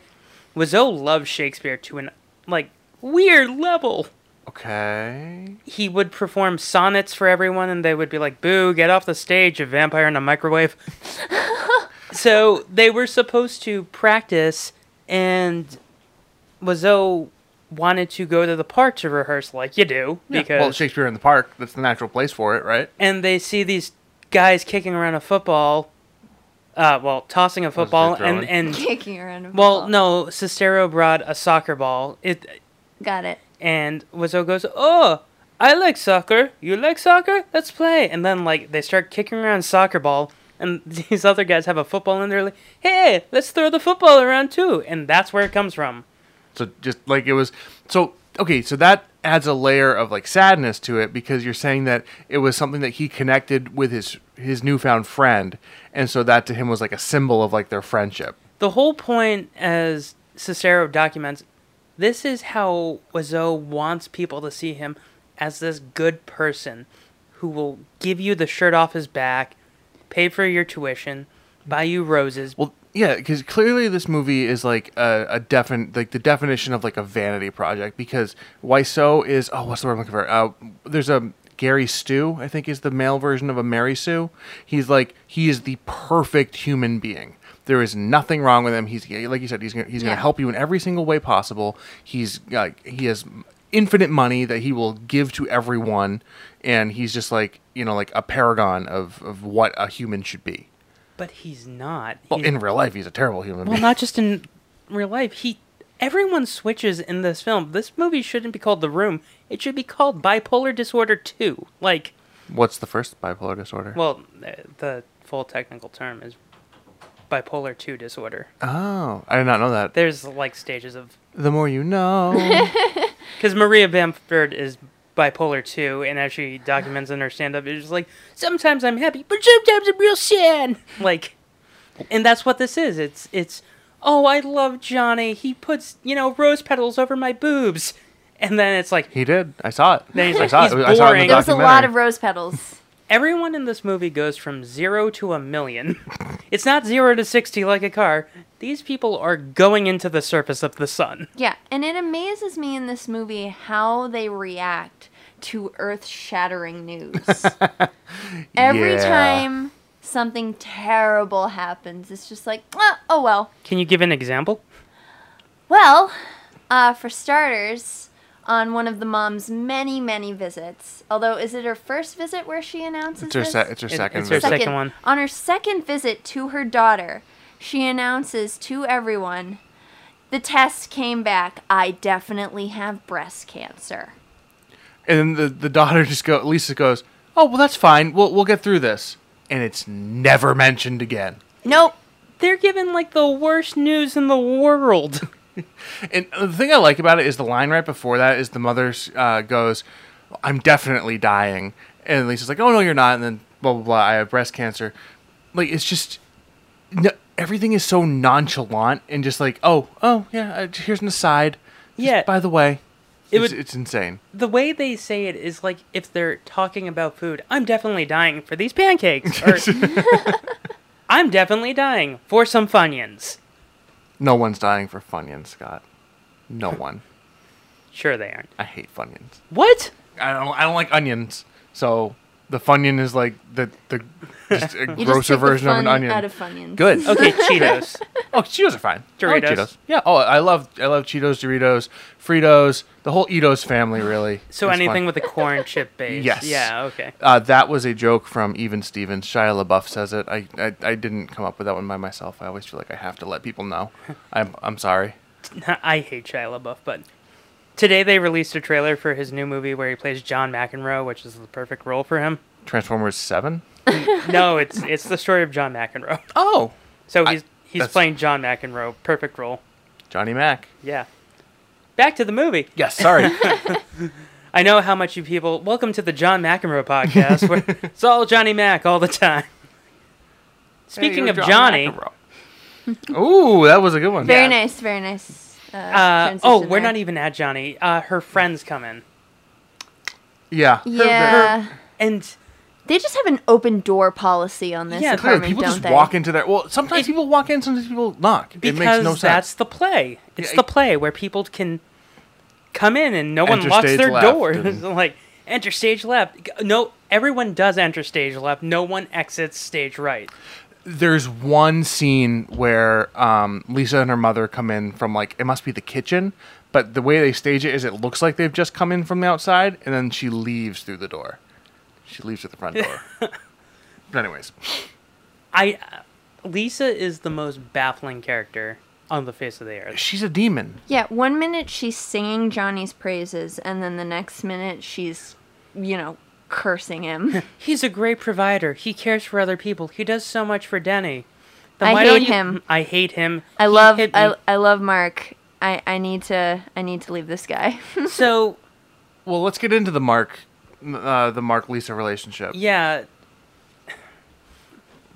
Speaker 1: Wiseau loves Shakespeare to an like weird level.
Speaker 2: Okay.
Speaker 1: He would perform sonnets for everyone, and they would be like, "Boo! Get off the stage! A vampire in a microwave." so they were supposed to practice, and Wiseau wanted to go to the park to rehearse, like you do, because
Speaker 2: well, Shakespeare in the Park, that's the natural place for it, right?
Speaker 1: and they see these guys kicking around a football, uh, well, tossing a football, and
Speaker 2: throwing?
Speaker 1: and
Speaker 7: kicking around. a
Speaker 1: well,
Speaker 7: ball.
Speaker 1: no, Sestero brought a soccer ball. It
Speaker 7: Got it.
Speaker 1: and Wizzo goes, "Oh, I like soccer. You like soccer? Let's play." And then like they start kicking around soccer ball, and these other guys have a football, and they're like, "Hey, let's throw the football around too." And that's where it comes from.
Speaker 2: So just like it was so okay, so that adds a layer of like sadness to it because you're saying that it was something that he connected with his his newfound friend and so that to him was like a symbol of like their friendship.
Speaker 1: The whole point, as Cicero documents, this is how Wizzo wants people to see him as this good person who will give you the shirt off his back, pay for your tuition, buy you roses.
Speaker 2: Well, yeah, because clearly this movie is like a, a defin like the definition of like a vanity project. Because Wiseau is oh, what's the word I'm looking for? Uh, there's a Gary Stu, I think, is the male version of a Mary Sue. He's like he is the perfect human being. There is nothing wrong with him. He's like you said, he's gonna, he's going
Speaker 7: Yeah.
Speaker 2: to help you in every single way possible. He's like he has infinite money that he will give to everyone, and he's just like you know like a paragon of of what a human should be.
Speaker 1: But he's not.
Speaker 2: Well,
Speaker 1: He's-
Speaker 2: in real life, he's a terrible human
Speaker 1: Well,
Speaker 2: being.
Speaker 1: not just in real life. He, everyone switches in this film. This movie shouldn't be called The Room. It should be called Bipolar Disorder Two. Like,
Speaker 2: What's the first bipolar disorder?
Speaker 1: well, uh, the full technical term is bipolar two disorder.
Speaker 2: oh, I did not know that.
Speaker 1: There's like stages of
Speaker 2: The more you know.
Speaker 1: because Maria Bamford is bipolar two, and as she documents in her stand-up, it's just like sometimes I'm happy, but sometimes I'm real sad. Like, and that's what this is. It's it's oh, I love Johnny. He puts you know rose petals over my boobs, and then it's like
Speaker 2: he did. I saw it.
Speaker 1: Then he's
Speaker 2: I
Speaker 1: like,
Speaker 2: saw
Speaker 1: he's
Speaker 2: it. I saw it
Speaker 1: boring. There
Speaker 2: in the
Speaker 7: There was a lot
Speaker 2: documentary.
Speaker 7: of rose petals.
Speaker 1: everyone in this movie goes from zero to a million. it's not zero to sixty like a car. These people are going into the surface of the sun.
Speaker 7: Yeah, and it amazes me in this movie how they react to earth shattering news. Every
Speaker 2: Yeah.
Speaker 7: time something terrible happens, it's just like, "Ah, oh well.
Speaker 1: Can you give an example?
Speaker 7: Well, uh, for starters, on one of the mom's many, many visits, although is it her first visit where she announces
Speaker 2: It's her,
Speaker 7: this?
Speaker 2: se- it's her
Speaker 1: It-
Speaker 2: second.
Speaker 1: it's her
Speaker 2: visit.
Speaker 1: second one.
Speaker 7: On her second visit to her daughter, she announces to everyone, "The test came back. I definitely have breast cancer."
Speaker 2: and then the, the daughter just go. Lisa goes, "Oh well, that's fine. We'll we'll get through this." And it's never mentioned again.
Speaker 7: Nope.
Speaker 1: They're given like the worst news in the world.
Speaker 2: And the thing I like about it is the line right before that is the mother uh, goes, "I'm definitely dying," and Lisa's like, "Oh no, you're not." And then blah blah blah. I have breast cancer. Like it's just no, everything is so nonchalant and just like, "Oh oh yeah, uh, here's an aside." Just
Speaker 1: Yeah.
Speaker 2: By the way,
Speaker 1: It
Speaker 2: it's,
Speaker 1: would-
Speaker 2: it's insane.
Speaker 1: the way they say it is like if they're talking about food. I'm definitely dying for these pancakes. Or, I'm definitely dying for some funyuns.
Speaker 2: No one's dying for Funyuns, Scott. No one.
Speaker 1: Sure, they aren't.
Speaker 2: I hate Funyuns.
Speaker 1: What?
Speaker 2: I don't. I don't like onions. So the Funyun is like the the just a
Speaker 7: You
Speaker 2: grosser
Speaker 7: just took the
Speaker 2: version of an
Speaker 7: fun
Speaker 2: onion.
Speaker 7: Out of Funyuns.
Speaker 2: Good.
Speaker 1: Okay, Cheetos.
Speaker 2: Oh, Cheetos are fine. I like
Speaker 1: Doritos.
Speaker 2: Cheetos. Yeah. Oh, I love I love Cheetos, Doritos, Fritos, the whole Edos family, really.
Speaker 1: So
Speaker 2: It's
Speaker 1: anything
Speaker 2: fun.
Speaker 1: with a corn chip base.
Speaker 2: Yes.
Speaker 1: Yeah. Okay.
Speaker 2: Uh, that was a joke from Even Stevens. Shia LaBeouf says it. I, I I didn't come up with that one by myself. I always feel like I have to let people know. I'm I'm sorry.
Speaker 1: I hate Shia LaBeouf, but today they released a trailer for his new movie where he plays John McEnroe, which is the perfect role for him.
Speaker 2: Transformers Seven.
Speaker 1: No, it's it's the story of John McEnroe.
Speaker 2: Oh,
Speaker 1: So he's he's
Speaker 2: that's-
Speaker 1: playing John McEnroe, perfect role.
Speaker 2: Johnny Mac.
Speaker 1: Yeah. Back to the movie.
Speaker 2: Yes. Sorry.
Speaker 1: I know how much you people. Welcome to the John McEnroe podcast, where it's all Johnny Mac all the time. Speaking of Johnny,
Speaker 2: Ooh, that was a good one.
Speaker 7: Very nice, very nice. Uh,
Speaker 1: uh, oh,
Speaker 7: transition
Speaker 1: we're
Speaker 7: there. Mm.
Speaker 1: not even at Johnny. Uh, her friends come in,
Speaker 2: Yeah.
Speaker 7: Yeah,
Speaker 1: and
Speaker 7: they just have an open door policy on this
Speaker 1: Yeah,
Speaker 2: Clearly,
Speaker 7: apartment,
Speaker 2: people
Speaker 7: don't
Speaker 2: just
Speaker 7: they?
Speaker 2: walk into there. Well, sometimes people walk in, sometimes people knock. it
Speaker 1: because
Speaker 2: makes no
Speaker 1: that's
Speaker 2: sense.
Speaker 1: the play. It's
Speaker 2: Yeah,
Speaker 1: the
Speaker 2: it-
Speaker 1: play where people can come in and no one
Speaker 2: Enter
Speaker 1: locks
Speaker 2: stage
Speaker 1: their
Speaker 2: left
Speaker 1: door.
Speaker 2: and-
Speaker 1: like enter stage left. No, everyone does enter stage left. No one exits stage right.
Speaker 2: There's one scene where um, Lisa and her mother come in from like it must be the kitchen, but the way they stage it is it looks like they've just come in from the outside, and then she leaves through the door. She leaves at the front door. but anyways,
Speaker 1: I uh, Lisa is the most baffling character on the face of the earth.
Speaker 2: she's a demon.
Speaker 7: Yeah, one minute she's singing Johnny's praises, and then the next minute she's, you know, cursing him.
Speaker 1: He's a great provider. He cares for other people. He does so much for Denny. Then
Speaker 7: I
Speaker 1: why don't
Speaker 7: hate
Speaker 1: you-
Speaker 7: him.
Speaker 1: I hate him.
Speaker 7: I
Speaker 1: He
Speaker 7: love,
Speaker 1: hit
Speaker 7: I,
Speaker 1: me.
Speaker 7: I love Mark. I, I need to, I need to leave this guy.
Speaker 1: so
Speaker 2: Well, let's get into the Mark, uh, the Mark Lisa relationship.
Speaker 1: yeah.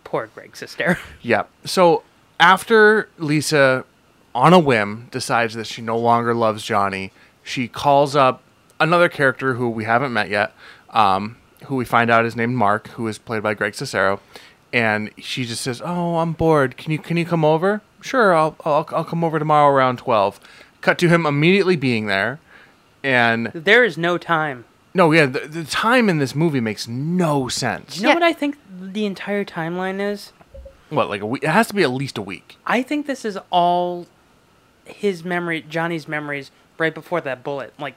Speaker 1: Poor Greg sister.
Speaker 2: Yeah. So after Lisa, on a whim, decides that she no longer loves Johnny, she calls up another character who we haven't met yet, um, who we find out is named Mark, who is played by Greg Cicero, and she just says, "Oh, I'm bored. Can you can you come over? Sure, I'll I'll, I'll come over tomorrow around twelve. Cut to him immediately being there, and
Speaker 1: There is no time.
Speaker 2: no, yeah, the, the time in this movie makes no sense.
Speaker 1: You know
Speaker 7: Yeah.
Speaker 1: what I think the entire timeline is?
Speaker 2: What, like a week? It has to be at least a week.
Speaker 1: I think this is all his memory, Johnny's memories right before that bullet. Like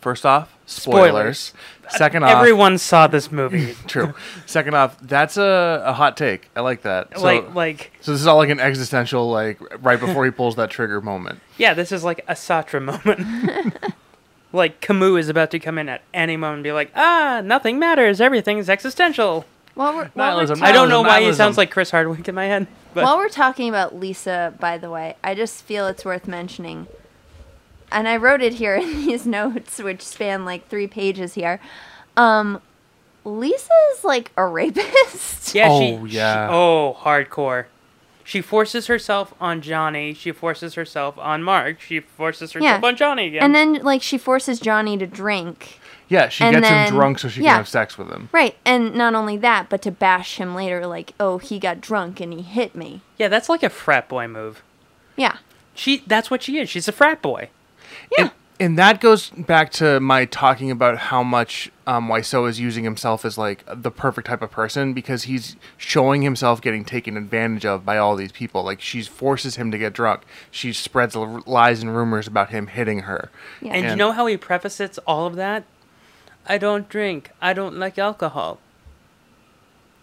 Speaker 2: First off,
Speaker 1: Spoilers.
Speaker 2: spoilers. Second off,
Speaker 1: everyone saw this movie.
Speaker 2: True. Second off, that's a, a hot take. I like that. So,
Speaker 1: like like
Speaker 2: so this is all like an existential, like right before he pulls that trigger moment.
Speaker 1: Yeah, this is like a Satra moment. like Camus is about to come in at any moment and be like, ah, nothing matters, everything's existential.
Speaker 7: While we're, while we're
Speaker 2: Nihilism.
Speaker 1: I don't know why he
Speaker 2: nihilism.
Speaker 1: sounds like Chris Hardwick in my head, but
Speaker 7: While we're talking about Lisa, by the way, I just feel it's worth mentioning. And I wrote it here in these notes, which span like three pages here. Um, Lisa is like a rapist.
Speaker 1: yeah, she,
Speaker 2: Oh,
Speaker 1: she-
Speaker 2: yeah.
Speaker 1: oh, hardcore. She forces herself on Johnny. She forces herself on Mark. She forces herself
Speaker 7: Yeah.
Speaker 1: on Johnny again.
Speaker 7: And then like she forces Johnny to drink.
Speaker 2: Yeah, she
Speaker 7: And
Speaker 2: gets
Speaker 7: then-
Speaker 2: him drunk so she
Speaker 7: yeah.
Speaker 2: can have sex with him.
Speaker 7: Right. And not only that, but to bash him later, like, oh, he got drunk and he hit me.
Speaker 1: yeah, that's like a frat boy move.
Speaker 7: Yeah.
Speaker 1: She, that's what she is. She's a frat boy.
Speaker 7: Yeah.
Speaker 2: And, and that goes back to my talking about how much um, Wiseau is using himself as like the perfect type of person because he's showing himself getting taken advantage of by all these people. Like she forces him to get drunk. She spreads l- lies and rumors about him hitting her.
Speaker 7: Yeah.
Speaker 1: And, you
Speaker 2: And-
Speaker 1: know how he prefaces all of that? I don't drink. I don't like alcohol.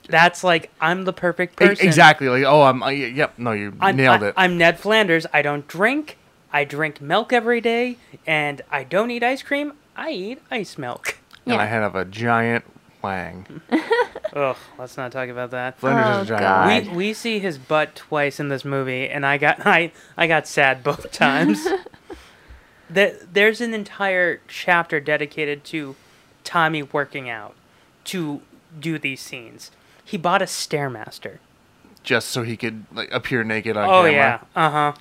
Speaker 1: That's like I'm the perfect
Speaker 2: E-
Speaker 1: person.
Speaker 2: exactly. Like oh, I'm. I, yep. No, you
Speaker 1: I'm,
Speaker 2: nailed
Speaker 1: I-
Speaker 2: it.
Speaker 1: I'm Ned Flanders. I don't drink. I drink milk every day, and I don't eat ice cream. I eat ice milk.
Speaker 7: Yeah.
Speaker 2: and I have a giant wang.
Speaker 1: Ugh, let's not talk about that.
Speaker 2: Flanders
Speaker 7: Oh,
Speaker 2: is a giant
Speaker 7: God.
Speaker 2: wang.
Speaker 1: We, we see his butt twice in this movie, and I got I, I got sad both times. There- there's an entire chapter dedicated to Tommy working out to do these scenes. He bought a stairmaster.
Speaker 2: Just so he could like appear naked on
Speaker 1: Oh
Speaker 2: camera.
Speaker 1: yeah, uh huh.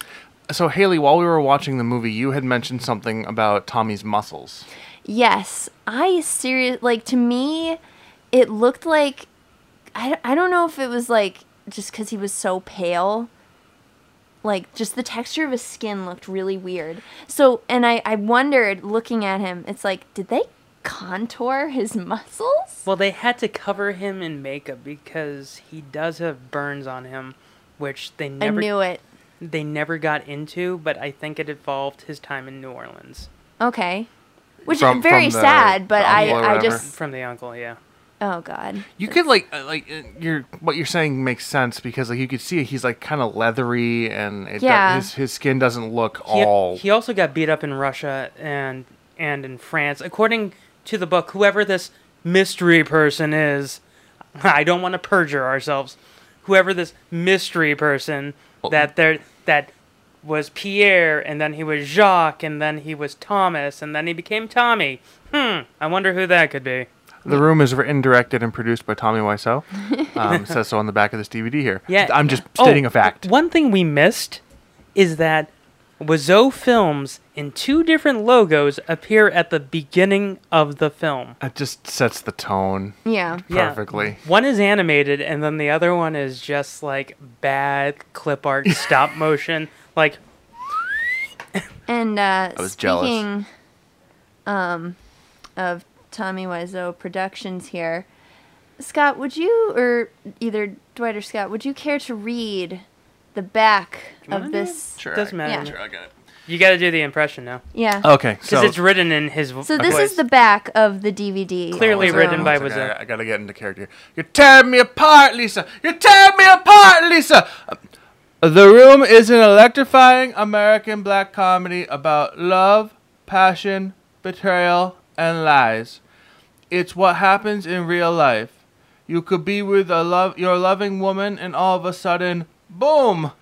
Speaker 2: So Haley, while we were watching the movie, you had mentioned something about Tommy's muscles.
Speaker 7: Yes, I serious like to me, it looked like I, I don't know if it was like just because he was so pale, like just the texture of his skin looked really weird. So and I I wondered looking at him, it's like did they contour his muscles?
Speaker 1: Well, they had to cover him in makeup because he does have burns on him, which they
Speaker 7: I
Speaker 1: never
Speaker 7: knew it.
Speaker 1: they never got into. But I think it involved his time in New Orleans
Speaker 7: Okay, which
Speaker 2: From-
Speaker 7: is very
Speaker 2: from the-
Speaker 7: sad, but
Speaker 2: the uncle or
Speaker 7: I I
Speaker 2: whatever.
Speaker 7: just
Speaker 1: from the uncle. Yeah.
Speaker 7: oh god.
Speaker 2: You could like uh, like uh, your what you're saying makes sense because like you could see he's like kind of leathery and it,
Speaker 7: Yeah.
Speaker 2: his his skin doesn't look
Speaker 1: He-
Speaker 2: all.
Speaker 1: He also got beat up in Russia and and in France. According to the book, whoever this mystery person is, I don't want to perjure ourselves. Whoever this mystery person that they're that was Pierre, and then he was Jacques, and then he was Thomas, and then he became Tommy. Hmm, I wonder who that could be.
Speaker 2: The Room is written, directed, and produced by Tommy Wiseau. Um, it says so on the back of this DVD here.
Speaker 1: Yeah.
Speaker 2: I'm just
Speaker 1: Oh,
Speaker 2: stating a fact.
Speaker 1: One thing we missed is that Wazo Films in two different logos appear at the beginning of the film.
Speaker 2: That just sets the tone
Speaker 7: Yeah.
Speaker 1: Yeah.
Speaker 2: perfectly.
Speaker 1: One is animated, and then the other one is just like bad clip art, stop motion. Like,
Speaker 7: And uh,
Speaker 2: I was jealous.
Speaker 7: speaking um, of Tommy Wiseau Productions here, Scott, would you, or either Dwight or Scott, would you care to read the back of this?
Speaker 2: Sure.
Speaker 1: doesn't matter.
Speaker 7: Sure,
Speaker 2: I got it.
Speaker 1: You got to do the impression now,
Speaker 7: Yeah.
Speaker 2: Okay,
Speaker 1: because
Speaker 2: so
Speaker 1: it's written in his. vo-
Speaker 7: so this
Speaker 1: voice.
Speaker 7: is the back of the DVD.
Speaker 1: Clearly
Speaker 7: So-
Speaker 1: written by-
Speaker 2: It's like,
Speaker 1: Wiseau.
Speaker 2: I, I gotta get into character. You tear me apart, Lisa. You tear me apart, Lisa. Uh, The Room is an electrifying American black comedy about love, passion, betrayal, and lies. It's what happens in real life. You could be with a love your loving woman, and all of a sudden, boom,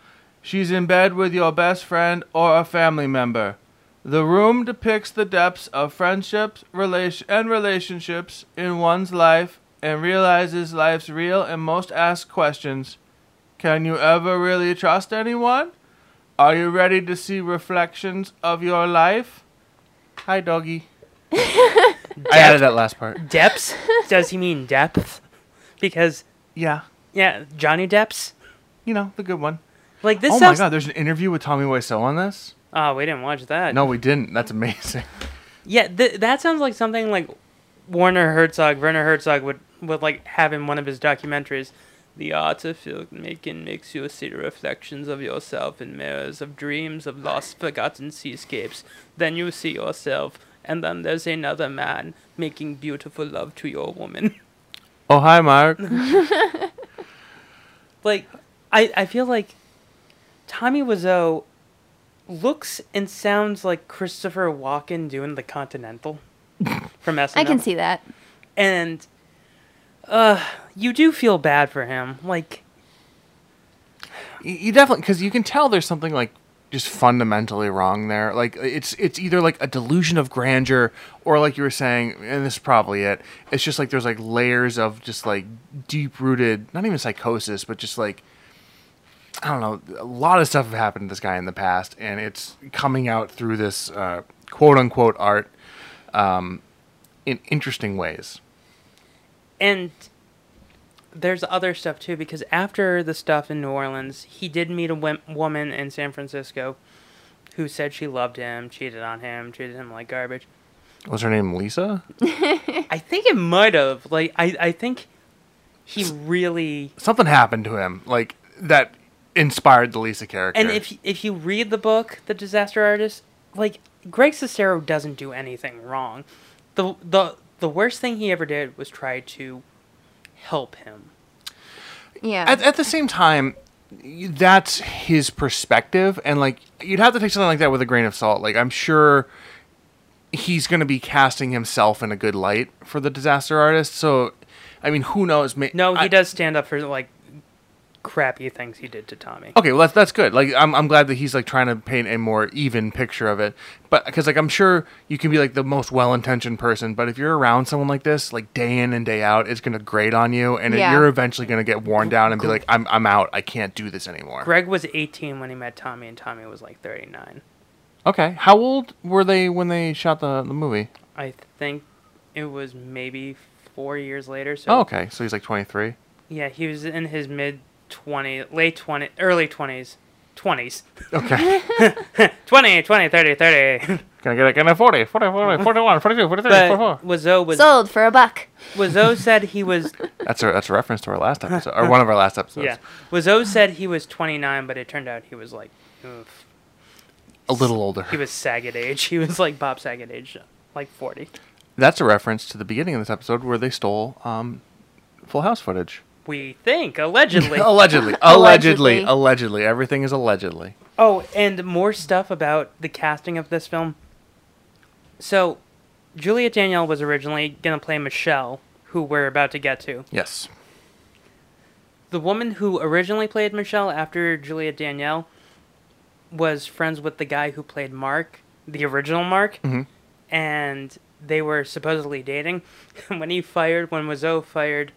Speaker 2: she's in bed with your best friend or a family member. The room depicts the depths of friendships relation, and relationships in one's life and realizes life's real and most asked questions. Can you ever really trust anyone? Are you ready to see reflections of your life? Hi, doggy. I added that last part.
Speaker 1: depths. Does he mean depth? Because
Speaker 2: Yeah,
Speaker 1: yeah, Johnny Depps.
Speaker 2: you know, the good one.
Speaker 1: Like this
Speaker 2: oh
Speaker 1: sounds.
Speaker 2: my god, there's an interview with Tommy Wiseau on this?
Speaker 1: Oh, we didn't watch that.
Speaker 2: No, we didn't. That's amazing.
Speaker 1: Yeah, th- that sounds like something like Warner Herzog, Werner Herzog would would like have in one of his documentaries. The art of filmmaking makes you see reflections of yourself in mirrors of dreams of lost, forgotten seascapes. Then you see yourself, and then there's another man making beautiful love to your woman.
Speaker 2: Oh, hi, Mark.
Speaker 1: like I, I feel like Tommy Wiseau looks and sounds like Christopher Walken doing the Continental from SNL.
Speaker 7: I can see that.
Speaker 1: and uh, you do feel bad for him. Like
Speaker 2: Y- you definitely because you can tell there's something like just fundamentally wrong there like it's it's either like a delusion of grandeur or like you were saying and this is probably it it's just like there's like layers of just like deep rooted not even psychosis but just like i don't know a lot of stuff have happened to this guy in the past and it's coming out through this uh, quote unquote art um, in interesting ways
Speaker 1: and there's other stuff too because after the stuff in New Orleans, he did meet a wom- woman in San Francisco who said she loved him, cheated on him, treated him like garbage.
Speaker 2: was her name lisa
Speaker 1: I think it might have. Like I, I think he really
Speaker 2: something happened to him like that inspired the lisa character
Speaker 1: And if if you read the book, The Disaster Artist, like Greg Sestero doesn't do anything wrong. the the The worst thing he ever did was try to help him.
Speaker 7: Yeah.
Speaker 2: at, at the same time y- that's his perspective and like you'd have to take something like that with a grain of salt like i'm sure he's going to be casting himself in a good light for the disaster artist so i mean who knows may-
Speaker 1: No, he
Speaker 2: I-
Speaker 1: does stand up for like crappy things he did to Tommy.
Speaker 2: okay well that's, that's good like I'm, I'm glad that he's like trying to paint a more even picture of it but because like i'm sure you can be like the most well-intentioned person but if you're around someone like this like day in and day out it's going to grate on you and
Speaker 7: Yeah.
Speaker 2: you're eventually going to get worn down and be like I'm, I'm out i can't do this anymore
Speaker 1: Greg was 18 when he met Tommy, and Tommy was like 39.
Speaker 2: Okay. How old were they when they shot the, the movie?
Speaker 1: I think it was maybe four years later. So
Speaker 2: Oh, okay. So he's like 23.
Speaker 1: yeah, he was in his mid 20, late 20, early 20s, 20s,
Speaker 2: Okay.
Speaker 1: 20, 20, 30, 30.
Speaker 2: Can I get it? Can I 40? 40, 40, 41, 42, 43,
Speaker 1: But Wazo was
Speaker 7: Sold for a buck.
Speaker 1: Wazo said he was
Speaker 2: That's a, that's a reference to our last episode, or one of our last episodes.
Speaker 1: yeah. Wazo said he was 29, but it turned out he was like, oof.
Speaker 2: A little older.
Speaker 1: he was Saget age. He was like Bob Saget age, like 40.
Speaker 2: That's a reference to the beginning of this episode where they stole um, Full House footage.
Speaker 1: We think allegedly.
Speaker 2: Allegedly. Allegedly.
Speaker 7: Allegedly.
Speaker 2: Allegedly. Everything is allegedly.
Speaker 1: oh, and more stuff about the casting of this film. So, Juliet Danielle was originally gonna play Michelle, who we're about to get to.
Speaker 2: Yes.
Speaker 1: the woman who originally played Michelle after Juliet Danielle was friends with the guy who played Mark, the original Mark, and they were supposedly dating. And when he fired, when Wazoo fired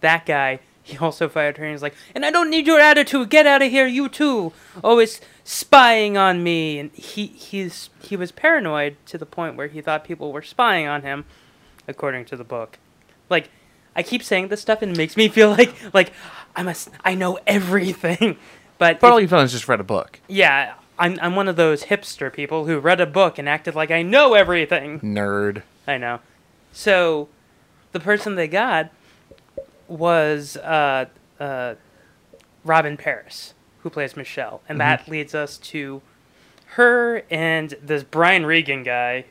Speaker 1: that guy, he also fired her. And he's like, "And I don't need your attitude. Get out of here, you too. Always spying on me." And he he's he was paranoid to the point where he thought people were spying on him, according to the book. Like, I keep saying this stuff and it makes me feel like like I must I know everything. But if-
Speaker 2: But all you've done is just read a book.
Speaker 1: yeah, I'm I'm one of those hipster people who read a book and acted like I know everything.
Speaker 2: Nerd.
Speaker 1: I know. So, the person they got was uh, uh, Robin Paris, who plays Michelle, and that
Speaker 2: Mm-hmm.
Speaker 1: leads us to her and this Brian Regan guy.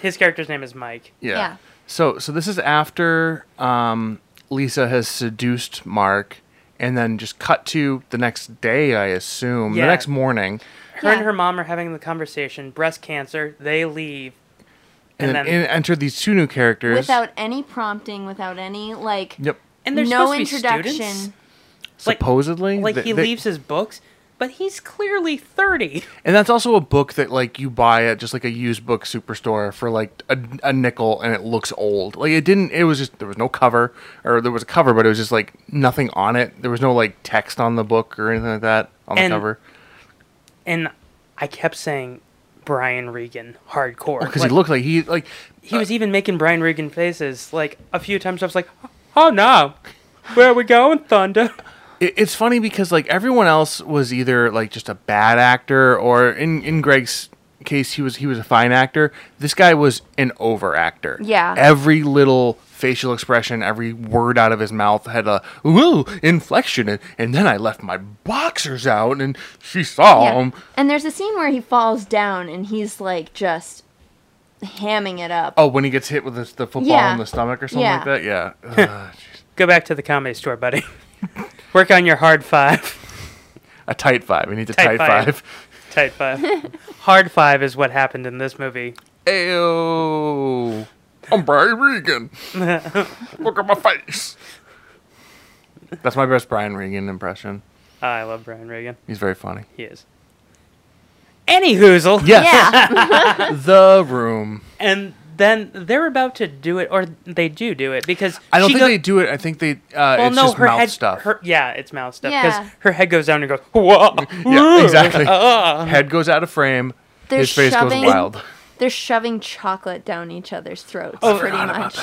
Speaker 1: His character's name is Mike.
Speaker 2: Yeah.
Speaker 7: Yeah.
Speaker 2: So so this is after um, Lisa has seduced Mark, and then just cut to the next day, I assume,
Speaker 1: Yeah.
Speaker 2: the next morning,
Speaker 1: Her and
Speaker 7: Yeah.
Speaker 1: her mom are having the conversation. Breast cancer. They leave.
Speaker 2: and,
Speaker 1: And
Speaker 2: then,
Speaker 1: then-
Speaker 2: in, enter these two new characters.
Speaker 7: Without any prompting, without any like
Speaker 2: yep.
Speaker 1: And there's
Speaker 7: no
Speaker 1: supposed to be
Speaker 7: introduction.
Speaker 1: students. Like-
Speaker 2: Supposedly,
Speaker 1: Like
Speaker 2: They-
Speaker 1: he
Speaker 2: they-
Speaker 1: leaves his books, but he's clearly thirty.
Speaker 2: and that's also a book that like you buy at just like a used book superstore for like a, a nickel, and it looks old. Like it didn't. It was just there was no cover, or there was a cover, but it was just like nothing on it. There was no like text on the book or anything like that on
Speaker 1: And-
Speaker 2: the cover
Speaker 1: and I kept saying Brian Regan hardcore
Speaker 2: because
Speaker 1: Like,
Speaker 2: Oh, he looked like he like
Speaker 1: he was even making Brian Regan faces like a few times. I was like, oh no, where are we going, Thunder?
Speaker 2: It, it's funny because like everyone else was either like just a bad actor or in in Greg's case he was he was a fine actor. This guy was an over actor.
Speaker 7: Yeah.
Speaker 2: Every little facial expression, every word out of his mouth had a woo inflection and, and then I left my boxers out and she saw
Speaker 7: Yeah.
Speaker 2: 'em.
Speaker 7: and there's a scene where he falls down and he's like just hamming it up.
Speaker 2: Oh, when he gets hit with the, the football
Speaker 7: Yeah.
Speaker 2: in the stomach or something like
Speaker 7: Yeah.
Speaker 2: that? Yeah. Ugh, jeez.
Speaker 1: Go back to the comedy store, buddy. Work on your hard five.
Speaker 2: a tight five. He needs a
Speaker 1: Tight
Speaker 2: tight,
Speaker 1: five.
Speaker 2: five.
Speaker 1: Tight five. hard five is what happened in this movie.
Speaker 2: Ayo. I'm Brian Regan. Look at my face. That's my best Brian Regan impression.
Speaker 1: Ah, I love Brian Regan.
Speaker 2: He's very funny.
Speaker 1: He is. Any hoozle.
Speaker 7: Yeah.
Speaker 2: The room.
Speaker 1: And then they're about to do it, or they do do it because
Speaker 2: I don't
Speaker 1: she
Speaker 2: think
Speaker 1: go-
Speaker 2: they do it. I think they. Uh,
Speaker 1: Well,
Speaker 2: it's
Speaker 1: no,
Speaker 2: just
Speaker 1: her
Speaker 2: mouth
Speaker 1: head.
Speaker 2: stuff.
Speaker 1: Her, yeah, it's mouth stuff because
Speaker 7: Yeah.
Speaker 1: her head goes down and goes. Whoa.
Speaker 2: yeah, exactly.
Speaker 1: Uh-huh.
Speaker 2: head goes out of frame.
Speaker 7: They're
Speaker 2: his face goes
Speaker 7: shoving-
Speaker 2: wild.
Speaker 7: They're shoving chocolate down each other's throats
Speaker 1: Oh,
Speaker 7: pretty much.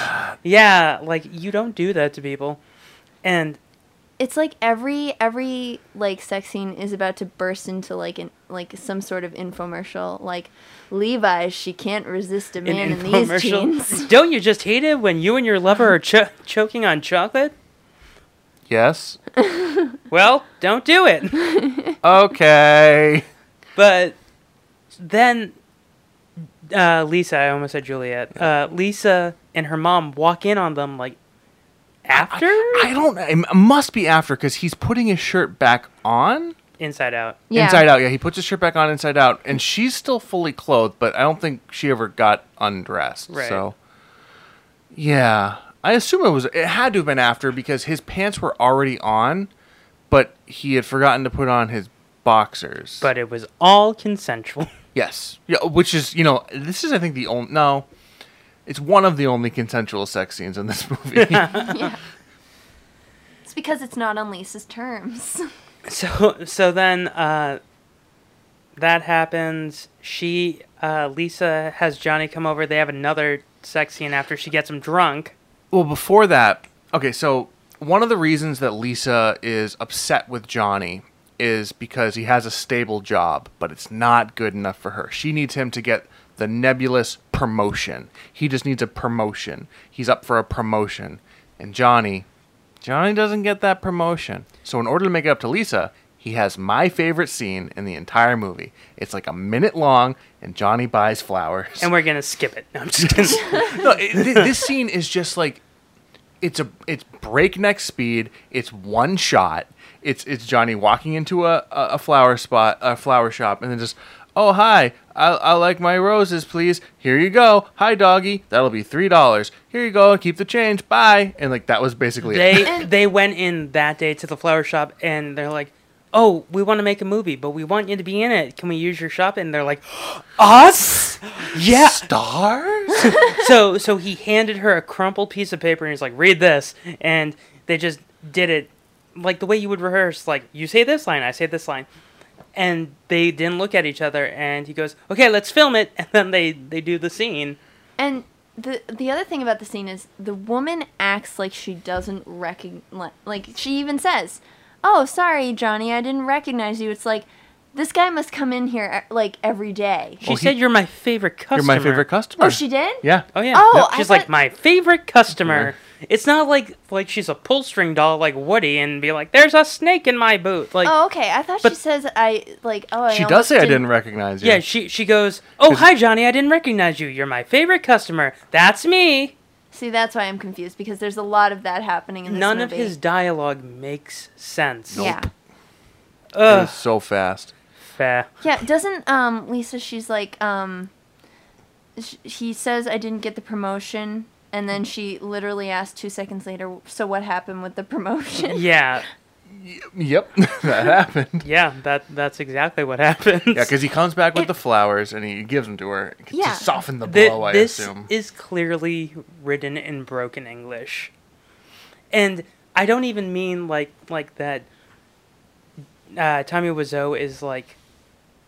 Speaker 1: Yeah, like you don't do that to people. And
Speaker 7: It's like every every like sex scene is about to burst into like an like some sort of infomercial like Levi's she can't resist a
Speaker 1: an
Speaker 7: man in these jeans.
Speaker 1: infomercial, don't you just hate it when you and your lover are cho- choking on chocolate?
Speaker 2: Yes.
Speaker 1: Well, don't do it.
Speaker 2: Okay.
Speaker 1: But then uh, Lisa, I almost said Juliet. Uh, Lisa and her mom walk in on them like after
Speaker 2: I don't. It must be after because he's putting his shirt back on.
Speaker 1: Inside Out.
Speaker 7: Yeah.
Speaker 2: Inside out, yeah. He puts his shirt back on inside out, and she's still fully clothed, but I don't think she ever got undressed.
Speaker 1: Right.
Speaker 2: So, yeah, I assume it was. It had to have been after because his pants were already on, but he had forgotten to put on his boxers.
Speaker 1: But it was all consensual.
Speaker 2: yes, yeah, which is you know this is I think the only no, it's one of the only consensual sex scenes in this movie.
Speaker 7: yeah. It's because it's not on Lisa's terms.
Speaker 1: So so then uh, that happens. She uh, Lisa has Johnny come over. They have another sex scene after she gets him drunk.
Speaker 2: Well, before that, okay, so one of the reasons that Lisa is upset with Johnny is because he has a stable job, but it's not good enough for her. She needs him to get the nebulous promotion. He just needs a promotion. He's up for a promotion. And Johnny, Johnny doesn't get that promotion. So in order to make it up to Lisa, he has my favorite scene in the entire movie. It's like a minute long, and Johnny buys flowers.
Speaker 1: And we're gonna skip it. No, I'm just kidding.
Speaker 2: No, it, thi- this scene is just like it's a it's breakneck speed. It's one shot. It's it's Johnny walking into a, a a flower spot, a flower shop, and then just oh hi, I I like my roses, please. Here you go. Hi doggy, that'll be three dollars. Here you go. Keep the change. Bye. And like that was basically it.
Speaker 1: they they went in that day to the flower shop and they're like, oh, we want to make a movie, but we want you to be in it. Can we use your shop? And they're like, us? Yeah.
Speaker 2: Stars?
Speaker 1: so so he handed her a crumpled piece of paper and he's like, read this. And they just did it like the way you would rehearse, like, you say this line, I say this line. And they didn't look at each other and he goes, Okay, let's film it and then they, they do the scene.
Speaker 7: And the the other thing about the scene is the woman acts like she doesn't recognize. Like she even says, "Oh, sorry, Johnny, I didn't recognize you." It's like this guy must come in here e- like every day.
Speaker 1: She
Speaker 2: Well, Oh, he-
Speaker 1: said, You're my favorite customer.
Speaker 2: You're my favorite customer.
Speaker 7: Oh, she did.
Speaker 2: Yeah.
Speaker 1: Oh yeah.
Speaker 7: Oh, I
Speaker 1: She's
Speaker 7: thought-
Speaker 1: like my favorite customer. It's not like like she's a pull string doll like Woody and be like, There's a snake in my boot. Like
Speaker 7: Oh, okay. I thought
Speaker 1: But-
Speaker 7: she says I like. Oh, I
Speaker 2: She does
Speaker 7: almost
Speaker 2: say I didn't recognize you.
Speaker 1: Yeah, she she goes, "Oh, hi Johnny, I didn't recognize you. You're my favorite customer. That's me."
Speaker 7: See, that's why I'm confused because there's a lot of that happening in this
Speaker 1: None of
Speaker 7: movie.
Speaker 1: his dialogue makes sense.
Speaker 7: Yeah.
Speaker 2: It
Speaker 1: Ugh.
Speaker 2: was so fast.
Speaker 1: Fair.
Speaker 7: Yeah, doesn't um Lisa? She's like um. Sh- he says I didn't get the promotion, and then she literally asked two seconds later. So what happened with the promotion?
Speaker 1: Yeah,
Speaker 2: Yep, that happened.
Speaker 1: yeah. That that's exactly what happens.
Speaker 2: Yeah, because he comes back with
Speaker 7: It-
Speaker 2: the flowers and he gives them to her
Speaker 7: Yeah.
Speaker 2: to soften the
Speaker 1: Th-
Speaker 2: blow. I
Speaker 1: this
Speaker 2: assume.
Speaker 1: is clearly written in broken English, and I don't even mean like like that. Uh, Tommy Wiseau is like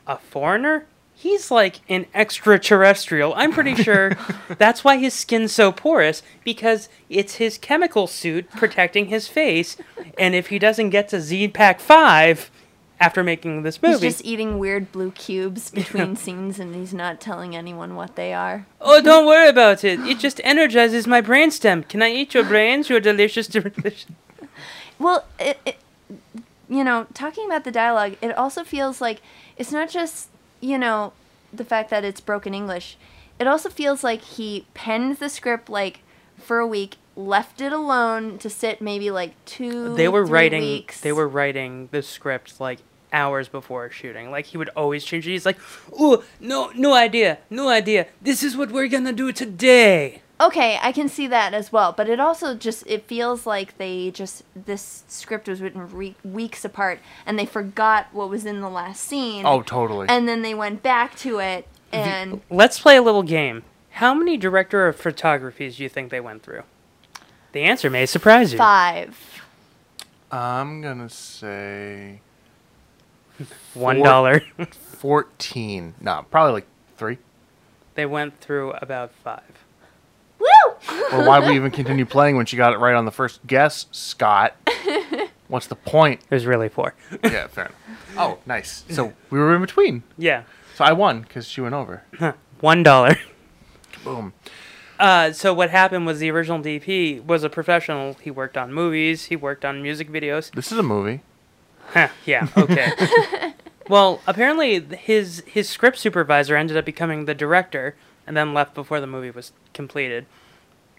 Speaker 1: a foreigner. He's like an extraterrestrial. I'm pretty sure that's why his skin's so porous because it's his chemical suit protecting his face. And if he doesn't get to Z Pack Five after making this
Speaker 7: He's
Speaker 1: movie,
Speaker 7: just eating weird blue cubes between scenes, and he's not telling anyone what they are.
Speaker 1: Oh, don't worry about it. It just energizes my brainstem. Can I eat your brains? Your delicious, delicious.
Speaker 7: Well, it, it, you know, talking about the dialogue, it also feels like it's not just, you know, the fact that it's broken English. It also feels like he penned the script like for a week, left it alone to sit maybe like two.
Speaker 1: They were
Speaker 7: three
Speaker 1: writing.
Speaker 7: Weeks.
Speaker 1: They were writing the script like hours before shooting. Like he would always change it. He's like, "Ooh, no, no idea, no idea. This is what we're gonna do today."
Speaker 7: okay. I can see that as well, but it also just it feels like they just this script was written re- weeks apart, and they forgot what was in the last scene.
Speaker 2: oh, totally.
Speaker 7: and then they went back to it and
Speaker 1: Let's play a little game. How many director of photographies do you think they went through? The answer may surprise you.
Speaker 7: five.
Speaker 2: I'm gonna say
Speaker 1: One dollar.
Speaker 2: fourteen. No, probably like three.
Speaker 1: they went through about five.
Speaker 7: Woo!
Speaker 2: Or why we even continue playing when she got it right on the first guess, Scott? What's the point?
Speaker 1: It was really four.
Speaker 2: Yeah, fair enough. Oh, nice. So we were in between.
Speaker 1: yeah,
Speaker 2: So I won because she went over.
Speaker 1: one dollar.
Speaker 2: Boom.
Speaker 1: Uh, so what happened was the original DP was a professional. He worked on movies. He worked on music videos.
Speaker 2: This is a movie.
Speaker 1: Huh, yeah. Okay. well, apparently th- his his script supervisor ended up becoming the director, and then left before the movie was completed.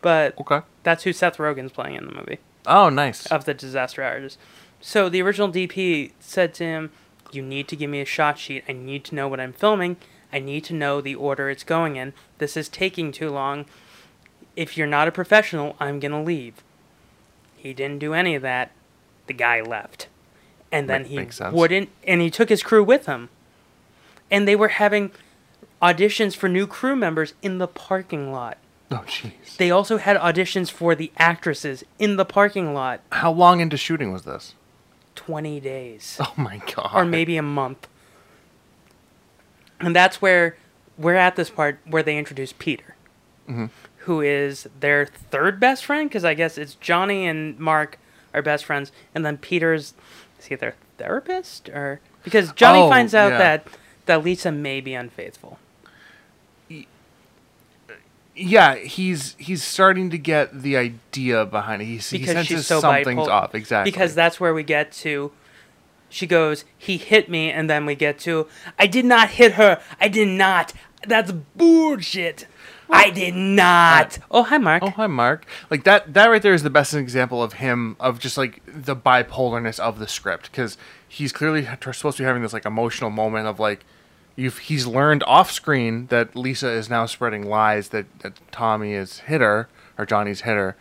Speaker 1: But
Speaker 2: Okay.
Speaker 1: that's who Seth Rogen's playing in the movie
Speaker 2: Oh, nice.
Speaker 1: of the disaster artist. So the original DP said to him, "You need to give me a shot sheet. I need to know what I'm filming. I need to know the order it's going in. This is taking too long. If you're not a professional, I'm going to leave." He didn't do any of that. The guy left. And then
Speaker 2: Ma-
Speaker 1: he
Speaker 2: makes sense.
Speaker 1: wouldn't and he took his crew with him. And they were having auditions for new crew members in the parking lot.
Speaker 2: oh, jeez.
Speaker 1: They also had auditions for the actresses in the parking lot.
Speaker 2: How long into shooting was this?
Speaker 1: 20 days
Speaker 2: Oh my god.
Speaker 1: or maybe a month. And that's where we're at this part where they introduce Peter,
Speaker 2: Mm-hmm.
Speaker 1: who is their third best friend because I guess it's Johnny and Mark are best friends, and then Peter's is he their therapist or because Johnny
Speaker 2: Oh,
Speaker 1: finds out
Speaker 2: yeah.
Speaker 1: that that Lisa may be unfaithful.
Speaker 2: Yeah, he's he's starting to get the idea behind it. He, he
Speaker 1: because
Speaker 2: senses
Speaker 1: she's so
Speaker 2: something's
Speaker 1: bipolar.
Speaker 2: off. Exactly.
Speaker 1: Because that's where we get to. She goes, he hit me, and then we get to, I did not hit her. I did not. That's bullshit. I did not. Oh, hi, Mark.
Speaker 2: Oh hi, Mark. Like that. That right there is the best example of him of just like the bipolarness of the script because he's clearly t- supposed to be having this like emotional moment of like, you've he's learned off screen that Lisa is now spreading lies that, that Tommy is hit her or Johnny's hit her,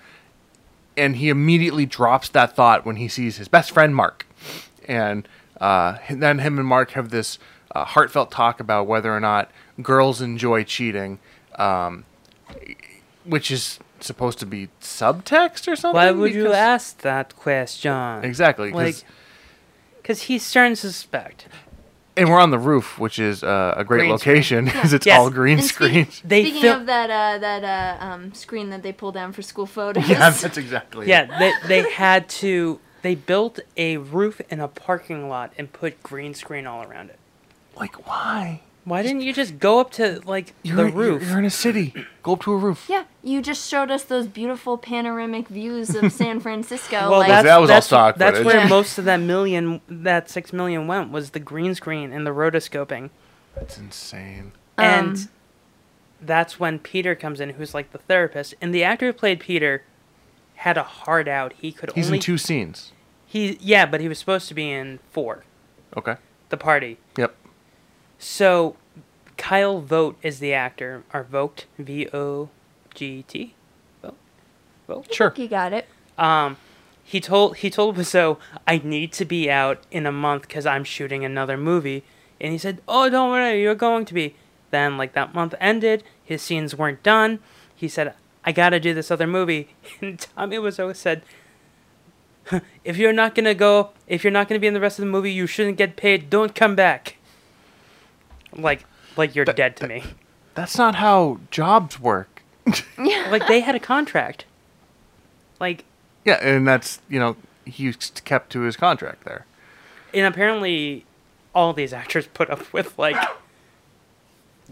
Speaker 2: and he immediately drops that thought when he sees his best friend Mark, and Uh, h- then him and Mark have this uh, heartfelt talk about whether or not girls enjoy cheating, um, which is supposed to be subtext or something.
Speaker 1: Why would you
Speaker 2: because-
Speaker 1: ask that question?
Speaker 2: Exactly. 'cause-
Speaker 1: Like, because he's starting to suspect.
Speaker 2: and we're on the roof, which is uh, a great
Speaker 1: Green screen.
Speaker 2: location because it's
Speaker 1: Yes.
Speaker 2: all green
Speaker 7: And speak-
Speaker 2: screens.
Speaker 1: They
Speaker 7: Speaking
Speaker 1: fil-
Speaker 7: of that, uh, that uh, um, screen that they pull down for school photos.
Speaker 2: yeah, that's exactly. it.
Speaker 1: Yeah, they, they had to. They built a roof in a parking lot and put green screen all around it.
Speaker 2: Like why?
Speaker 1: Why didn't you just go up to like
Speaker 2: You're
Speaker 1: the
Speaker 2: in- you're-
Speaker 1: roof?
Speaker 2: You're, in a city. Go up to a roof.
Speaker 7: Yeah, you just showed us those beautiful panoramic views of San Francisco.
Speaker 1: well,
Speaker 7: like,
Speaker 1: that's,
Speaker 2: that was all
Speaker 1: that's,
Speaker 2: stock
Speaker 1: That's
Speaker 2: footage.
Speaker 1: where
Speaker 7: Yeah.
Speaker 1: most of that million, that six million went was the green screen and the rotoscoping,
Speaker 2: That's insane. Um.
Speaker 1: and that's when Peter comes in, who's like the therapist, and the actor who played Peter had a hard out. He could
Speaker 2: He's
Speaker 1: only
Speaker 2: in two scenes.
Speaker 1: he yeah, but he was supposed to be in four,
Speaker 2: Okay.
Speaker 1: the party.
Speaker 2: Yep.
Speaker 1: So Kyle Vogt is the actor, or Vogt, V O G T.
Speaker 2: Sure.
Speaker 7: you got it.
Speaker 1: He told he told Wiseau, "I need to be out in a month because I'm shooting another movie." And he said, "Oh, don't worry, you're going to be." Then, like that month ended, his scenes weren't done. He said, "I gotta do this other movie." And Tommy Wiseau said, "If you're not gonna go, if you're not gonna be in the rest of the movie, you shouldn't get paid. Don't come back." Like, like you're dead to me.
Speaker 2: That's not how jobs work.
Speaker 1: like they had a contract. Like
Speaker 2: Yeah, and that's you know he kept to his contract there.
Speaker 1: and apparently all these actors put up with like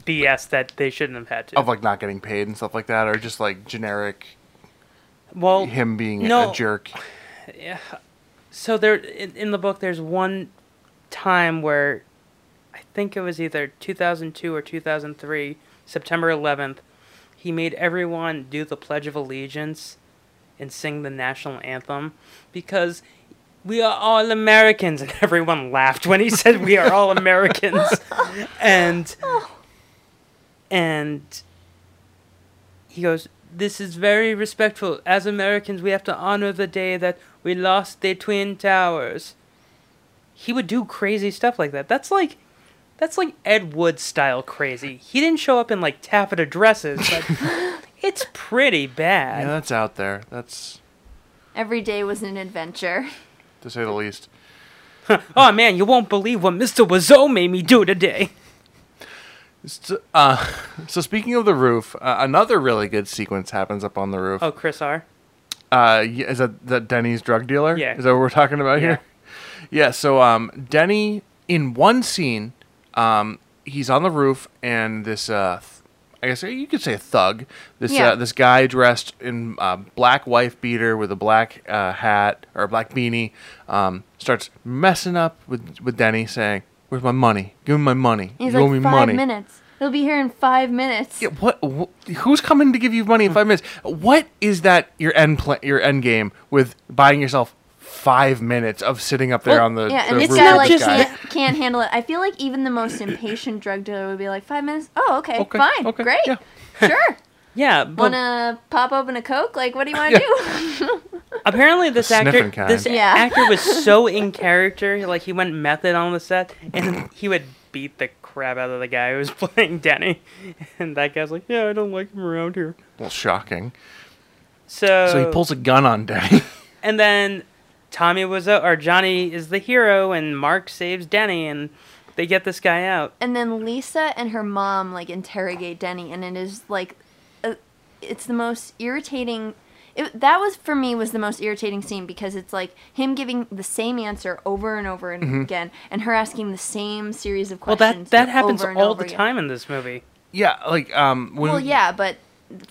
Speaker 1: BS that they shouldn't have had to.
Speaker 2: of like not getting paid and stuff like that, or just like generic
Speaker 1: well,
Speaker 2: him being
Speaker 1: No.
Speaker 2: a jerk.
Speaker 1: so there in, in the book there's one time where I think it was either 2002 or 2003, September 11th, he made everyone do the Pledge of Allegiance and sing the national anthem because we are all Americans and everyone laughed when he said we are all Americans and and he goes, This is very respectful. As Americans, we have to honor the day that we lost the Twin Towers. He would do crazy stuff like that. That's like. That's like Ed Wood style crazy. He didn't show up in like taffeta dresses, but it's pretty
Speaker 2: Yeah,
Speaker 1: bad.
Speaker 2: that's out there. That's
Speaker 7: Every day was an adventure.
Speaker 2: to say the least.
Speaker 1: Oh man, you won't believe what Mr. Wazo made me do today.
Speaker 2: So, uh, so speaking of the roof, uh, another really good sequence happens up on the roof.
Speaker 1: Oh, Chris R.
Speaker 2: Uh, y- is that the Denny's drug dealer?
Speaker 1: Yeah.
Speaker 2: Is that what we're talking about here? Yeah. So um, Denny in one scene, um, he's on the roof and this uh, th- I guess you could say a thug. This
Speaker 7: Yeah.
Speaker 2: uh, this guy dressed in uh, black wife beater with a black uh, hat or a black beanie um, starts messing up with with Denny, saying, "Where's my money? Give me my money.
Speaker 7: He's
Speaker 2: you owe me
Speaker 7: like, five
Speaker 2: money."
Speaker 7: minutes. He'll be here in five minutes.
Speaker 2: Yeah, what, wh- Who's coming to give you money in five minutes? What is that your end pla your end game with buying yourself five minutes of sitting up there
Speaker 1: Well,
Speaker 2: on the,
Speaker 7: Yeah,
Speaker 2: the
Speaker 7: and this
Speaker 2: roof
Speaker 7: guy
Speaker 2: with
Speaker 7: like
Speaker 2: this guy?
Speaker 7: can't, can't handle it. I feel like even the most impatient drug dealer would be like, five minutes. Oh, okay,
Speaker 2: Okay,
Speaker 7: fine,
Speaker 2: okay,
Speaker 7: great,
Speaker 2: yeah.
Speaker 7: sure.
Speaker 1: Yeah, but
Speaker 7: Wanna pop open a coke? Like, what do you want to
Speaker 1: apparently this actor
Speaker 2: sniffing kind.
Speaker 1: this
Speaker 7: Yeah.
Speaker 1: actor was so in character, like he went method on the set, and he would beat the crap out of the guy who was playing Denny, and that guy's like, "Yeah, I don't like him around here."
Speaker 2: Well, shocking.
Speaker 1: So,
Speaker 2: So he pulls a gun on Denny.
Speaker 1: and then Tommy was a, or Johnny is the hero, and Mark saves Denny, and they get this guy out.
Speaker 7: and then Lisa and her mom like interrogate Denny, and it is like, uh, it's the most irritating. It, that was for me was the most irritating scene because it's like him giving the same answer over and over and again, and her asking the same series of
Speaker 1: Mm-hmm. Well,
Speaker 7: questions.
Speaker 1: that that happens
Speaker 7: over and
Speaker 1: all
Speaker 7: over
Speaker 1: the
Speaker 7: again.
Speaker 1: time Mm. in this movie.
Speaker 2: yeah, like um, when
Speaker 7: Well, yeah, but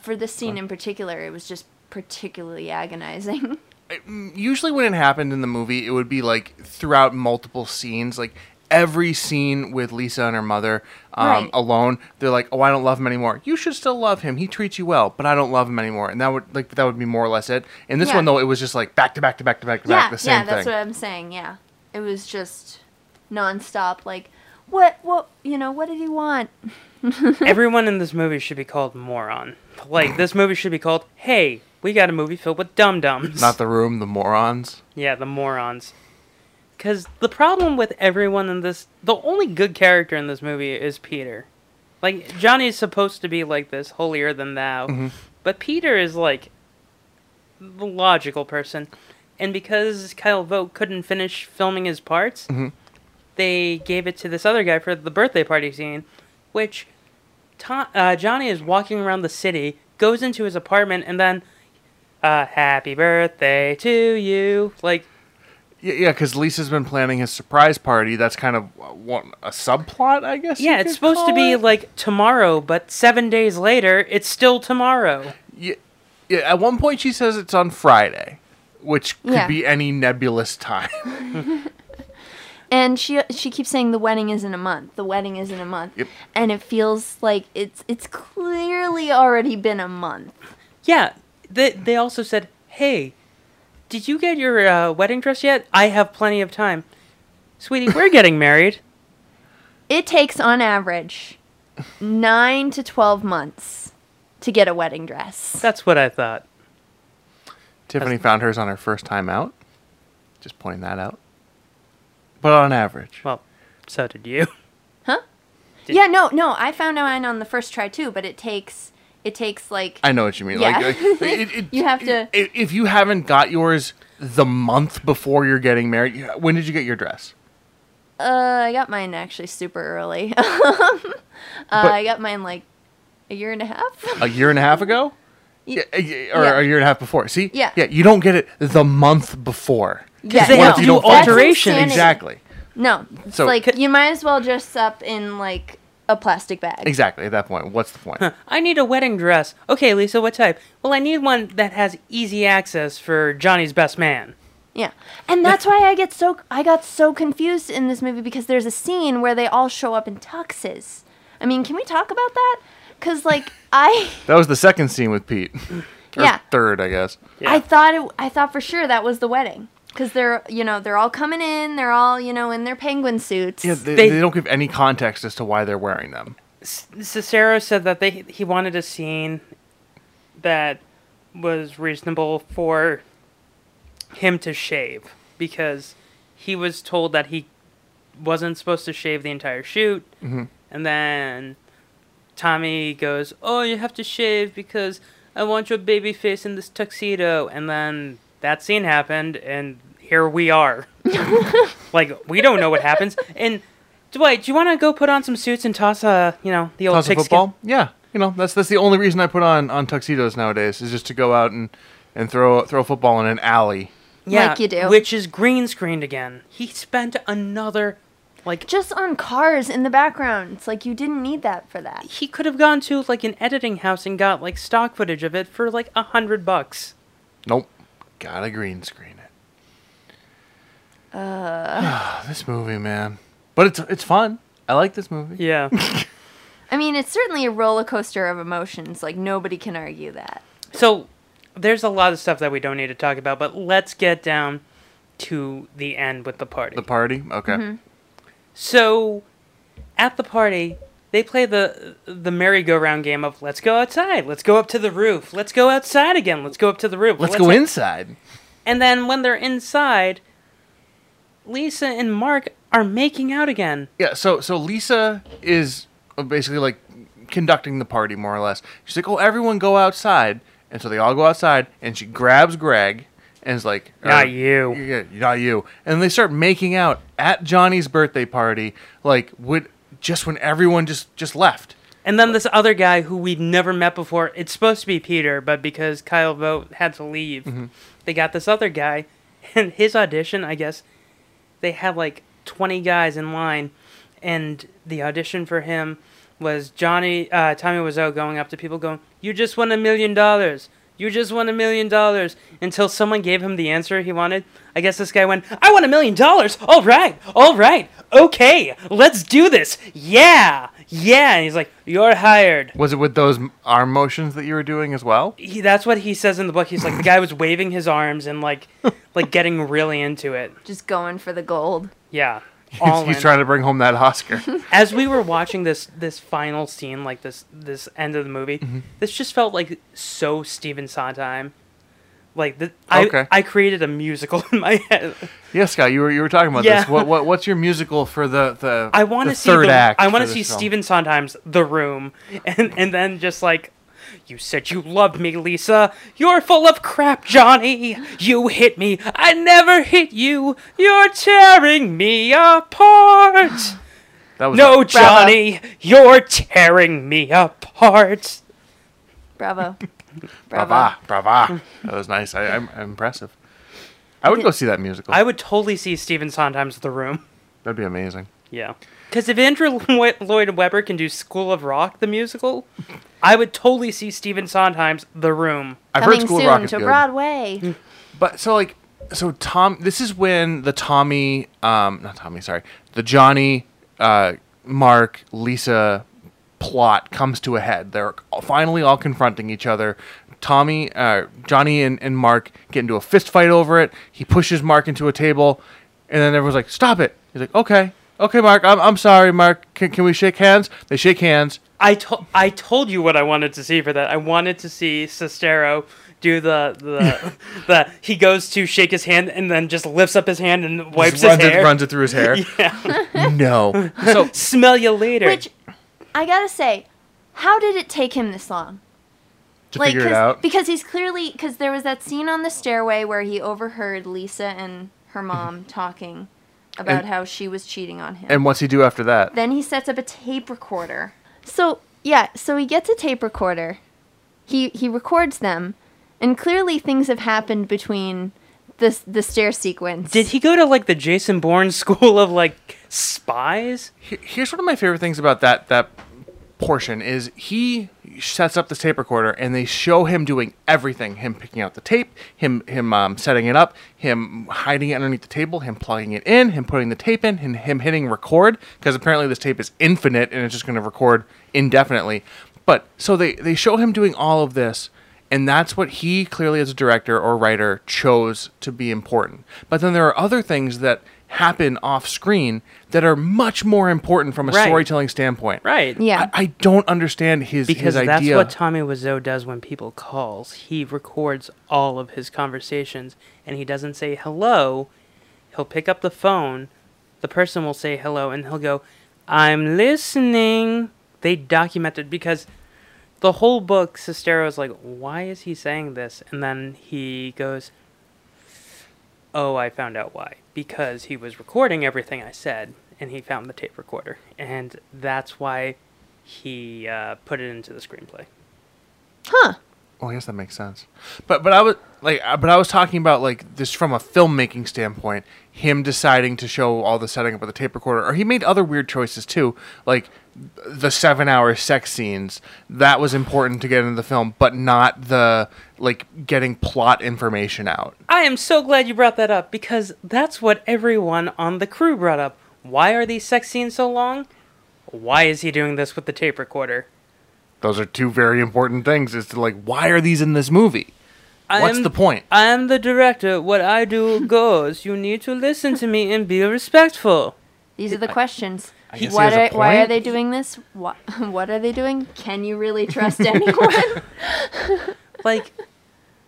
Speaker 7: for this scene in particular, it was just particularly agonizing.
Speaker 2: usually when it happened in the movie, it would be like throughout multiple scenes, like every scene with Lisa and her mother um,
Speaker 7: Right.
Speaker 2: alone. They're like, "Oh, I don't love him anymore." You should still love him. He treats you well, but I don't love him anymore. And that would like that would be more or less it. In this
Speaker 7: Yeah.
Speaker 2: one though, it was just like back to back to back to back to
Speaker 7: yeah,
Speaker 2: back the same
Speaker 7: yeah, that's
Speaker 2: thing.
Speaker 7: what I'm saying. Yeah, it was just nonstop. Like, what, what, you know, what did he want?
Speaker 1: Everyone in this movie should be called moron. Like this movie should be called, "Hey, we got a movie filled with dum dums."
Speaker 2: Not the room, the morons.
Speaker 1: Yeah, the morons. Because the problem with everyone in this, the only good character in this movie is Peter. Like, Johnny's supposed to be like this, holier than thou. But Peter is like the logical person. And because Kyle Vogt couldn't finish filming his parts, they gave it to this other guy for the birthday party scene, which Tom, uh, Johnny is walking around the city, goes into his apartment, and then, uh, happy birthday to you. Like,
Speaker 2: Yeah, yeah, because Lisa's been planning his surprise party. That's kind of uh, one, a subplot, I guess. you
Speaker 1: yeah, it's
Speaker 2: could
Speaker 1: supposed to
Speaker 2: call
Speaker 1: be
Speaker 2: it.
Speaker 1: like tomorrow, but seven days later, it's still tomorrow.
Speaker 2: Yeah, at one point she says it's on Friday, which could
Speaker 7: Yeah.
Speaker 2: be any nebulous time.
Speaker 7: And she she keeps saying the wedding is in a month. The wedding is in a month.
Speaker 2: Yep.
Speaker 7: And it feels like it's it's clearly already been a month.
Speaker 1: Yeah, they, they also said, hey, did you get your uh, wedding dress yet? I have plenty of time. Sweetie, we're getting married.
Speaker 7: It takes on average 9 to 12 months to get a wedding dress.
Speaker 1: That's what I thought.
Speaker 2: Tiffany found hers on her first time out. Just pointing that out. But on average,
Speaker 1: Well, so did you.
Speaker 7: Yeah, no, no, I found mine on the first try too, but it takes it takes like
Speaker 2: I know what you mean.
Speaker 7: Yeah.
Speaker 2: Like, uh, it, it,
Speaker 7: You have to-
Speaker 2: i- if you haven't got yours the month before you're getting married, you- when did you get your dress?
Speaker 7: uh I got mine actually super early. uh, I got mine like a year and a half.
Speaker 2: A year and a half ago? Yeah, a y- or
Speaker 7: yeah.
Speaker 2: a year and a half before. See?
Speaker 7: Yeah.
Speaker 2: Yeah, you don't get it the month before.
Speaker 7: Yeah,
Speaker 1: they
Speaker 2: What
Speaker 1: have
Speaker 2: if
Speaker 1: to
Speaker 2: you
Speaker 1: do
Speaker 2: don't find it?
Speaker 1: alterations.
Speaker 7: That's insanity.
Speaker 2: Exactly.
Speaker 7: No, it's
Speaker 2: So-
Speaker 7: like you might as well dress up in like a plastic bag.
Speaker 2: Exactly. At that point, what's the point?
Speaker 1: I need a wedding dress. Okay, Lisa, what type? Well, I need one that has easy access for Johnny's best man.
Speaker 7: Yeah, and that's why I get so I got so confused in this movie because there's a scene where they all show up in tuxes. I mean, can we talk about that? Because like I
Speaker 2: that was the second scene with Pete. or
Speaker 7: Yeah.
Speaker 2: third, I guess.
Speaker 7: I thought it, I thought for sure that was the wedding because they're you know they're all coming in they're all you know in their penguin suits.
Speaker 2: Yeah, they,
Speaker 1: They-
Speaker 2: they don't give any context as to why they're wearing them.
Speaker 1: Cicero said that they he wanted a scene that was reasonable for him to shave because he was told that he wasn't supposed to shave the entire shoot,
Speaker 2: Mm-hmm.
Speaker 1: and then Tommy goes, "Oh, you have to shave because I want your baby face in this tuxedo," and then that scene happened, and here we are. like we don't know what happens, and. Dwight, do you want to go put on some suits and toss uh, you know, the old
Speaker 2: Toss of
Speaker 1: pigskin-
Speaker 2: football? Yeah. You know, that's that's the only reason I put on, on tuxedos nowadays is just to go out and, and throw throw football in an alley.
Speaker 1: Yeah,
Speaker 7: Like you do.
Speaker 1: Which is green screened again. He spent another, like,
Speaker 7: Just on cars in the background. It's like you didn't need that for that.
Speaker 1: he could have gone to like an editing house and got like stock footage of it for like a hundred bucks.
Speaker 2: Nope. Gotta green screen it. Uh this movie, man. But it's it's fun. I like this movie.
Speaker 1: Yeah.
Speaker 7: I mean, it's certainly a roller coaster of emotions. Like nobody can argue that.
Speaker 1: so there's a lot of stuff that we don't need to talk about, but let's get down to the end with the party.
Speaker 2: The party? Okay.
Speaker 1: so at the party, they play the the merry-go-round game of let's go outside, let's go up to the roof, let's go outside again, let's go up to the roof.
Speaker 2: Let's go
Speaker 1: in.
Speaker 2: inside.
Speaker 1: And then when they're inside, Lisa and Mark are making out again.
Speaker 2: Yeah, so so Lisa is uh, basically like conducting the party more or less. She's like, "Oh, everyone go outside." And so they all go outside and she grabs Greg and is like,
Speaker 1: Not
Speaker 2: "Er,
Speaker 1: you."
Speaker 2: Yeah, not you." And they start making out at Johnny's birthday party like would just when everyone just just left.
Speaker 1: And then this other guy who we've never met before, it's supposed to be Peter, but because Kyle Vogt had to leave, they got this other guy. And his audition, I guess, they had like 20 guys in line. And the audition for him was Johnny, uh, Tommy Wiseau going up to people going, You just won a million dollars. You just won a million dollars. Until someone gave him the answer he wanted. I guess this guy went, I won a million dollars. All right. All right. Okay. Let's do this. Yeah. Yeah. And he's like, You're hired.
Speaker 2: Was it with those m- arm motions that you were doing as well?
Speaker 1: He, that's what he says in the book. He's like, The guy was waving his arms and like, like getting really into it.
Speaker 7: Just going for the gold.
Speaker 1: Yeah.
Speaker 2: He's,
Speaker 1: All
Speaker 2: he's
Speaker 1: in.
Speaker 2: trying to bring home that Oscar.
Speaker 1: as we were watching this this final scene, like
Speaker 2: Mm-hmm.
Speaker 1: this this end of the movie, this just felt like so Stephen Sondheim. Like th- I,
Speaker 2: Okay.
Speaker 1: I created a musical in my head.
Speaker 2: Yeah, Scott, you were you were talking about
Speaker 1: Yeah.
Speaker 2: this. What what what's your musical for the the
Speaker 1: I want
Speaker 2: the
Speaker 1: to see
Speaker 2: third
Speaker 1: the,
Speaker 2: act?
Speaker 1: I want
Speaker 2: for
Speaker 1: to see
Speaker 2: this film?
Speaker 1: Stephen Sondheim's The Room, and and then just like, you said you loved me, Lisa. You're full of crap, Johnny. You hit me. I never hit you. You're tearing me apart.
Speaker 2: That was
Speaker 1: No, Johnny, you're tearing me apart.
Speaker 7: Bravo. Bravo.
Speaker 2: brava brava. That was nice. I, I'm, I'm impressive. I would go see that musical.
Speaker 1: I would totally see Stephen Sondheim's The Room.
Speaker 2: That'd be amazing.
Speaker 1: Yeah. Because if Andrew Lloyd- Lloyd Webber can do School of Rock, the musical, I would totally see Stephen Sondheim's The Room.
Speaker 2: I've
Speaker 7: Coming
Speaker 2: heard School of
Speaker 7: soon
Speaker 2: Rock is
Speaker 7: to
Speaker 2: good. Mm.
Speaker 7: Broadway.
Speaker 2: But so like so Tom this is when the Tommy um not Tommy, sorry. The Johnny uh Mark Lisa plot comes to a head. They're finally all confronting each other. Tommy uh Johnny and, and Mark get into a fist fight over it. He pushes Mark into a table and then everyone's like, Stop it. He's like, Okay. Okay, Mark, I'm, I'm sorry, Mark. Can, can we shake hands? They shake hands.
Speaker 1: I, to- I told you what I wanted to see for that. I wanted to see Sestero do the, the, the, he goes to shake his hand and then just lifts up his hand and wipes
Speaker 2: Just runs,
Speaker 1: his hair.
Speaker 2: It, runs it through his hair. no. So
Speaker 1: Smell you later.
Speaker 7: Which I gotta say, how did it take him this long?
Speaker 2: to figure it
Speaker 7: 'cause-
Speaker 2: out.
Speaker 7: because he's clearly because there was that scene on the stairway where he overheard Lisa and her mom talking about
Speaker 2: And-
Speaker 7: how she was cheating on him.
Speaker 2: And what's he do after that?
Speaker 7: then he sets up a tape recorder. So yeah, so he gets a tape recorder. He he records them, and clearly things have happened between this the stair sequence.
Speaker 1: Did he go to like the Jason Bourne school of like spies?
Speaker 2: Here- Here's one of my favorite things about that that portion is he sets up this tape recorder and they show him doing everything: him picking out the tape, him him um, setting it up, him hiding it underneath the table, him plugging it in, him putting the tape in, and him hitting record because apparently this tape is infinite and it's just going to record indefinitely. But so they they show him doing all of this. And that's what he clearly, as a director or writer, chose to be important. But then there are other things that happen off screen that are much more important from a
Speaker 1: Right.
Speaker 2: storytelling standpoint.
Speaker 1: Right.
Speaker 7: Yeah.
Speaker 2: I, I don't understand his
Speaker 1: Because
Speaker 2: his
Speaker 1: that's
Speaker 2: idea.
Speaker 1: what Tommy Wiseau does when people calls. He records all of his conversations, and he doesn't say hello. He'll pick up the phone. The person will say hello, and he'll go, "I'm listening." They documented because the whole book. Sestero is like, "Why is he saying this?" And then he goes, "Oh, I found out why. Because he was recording everything I said, and he found the tape recorder, and that's why." he uh, put it into the screenplay.
Speaker 2: oh, I guess that makes sense. But but I was like, uh, but I was talking about like this from a filmmaking standpoint. Him deciding to show all the setting up with the tape recorder, or he made other weird choices too, like the seven-hour sex scenes. That was important to get into the film, but not the like getting plot information out.
Speaker 1: I am so glad you brought that up because that's what everyone on the crew brought up. Why are these sex scenes so long? Why is he doing this with the tape recorder?
Speaker 2: Those are two very important things. Is to like, why are these in this movie?
Speaker 1: I
Speaker 2: What's
Speaker 1: am-
Speaker 2: the point?
Speaker 1: I am the director. What I do goes. You need to listen to me and be respectful.
Speaker 7: These are the questions.
Speaker 2: guess
Speaker 7: What
Speaker 2: he has
Speaker 7: are,
Speaker 2: a
Speaker 7: why are
Speaker 2: point.
Speaker 7: they doing this? What, what are they doing? Can you really trust anyone?
Speaker 1: Like,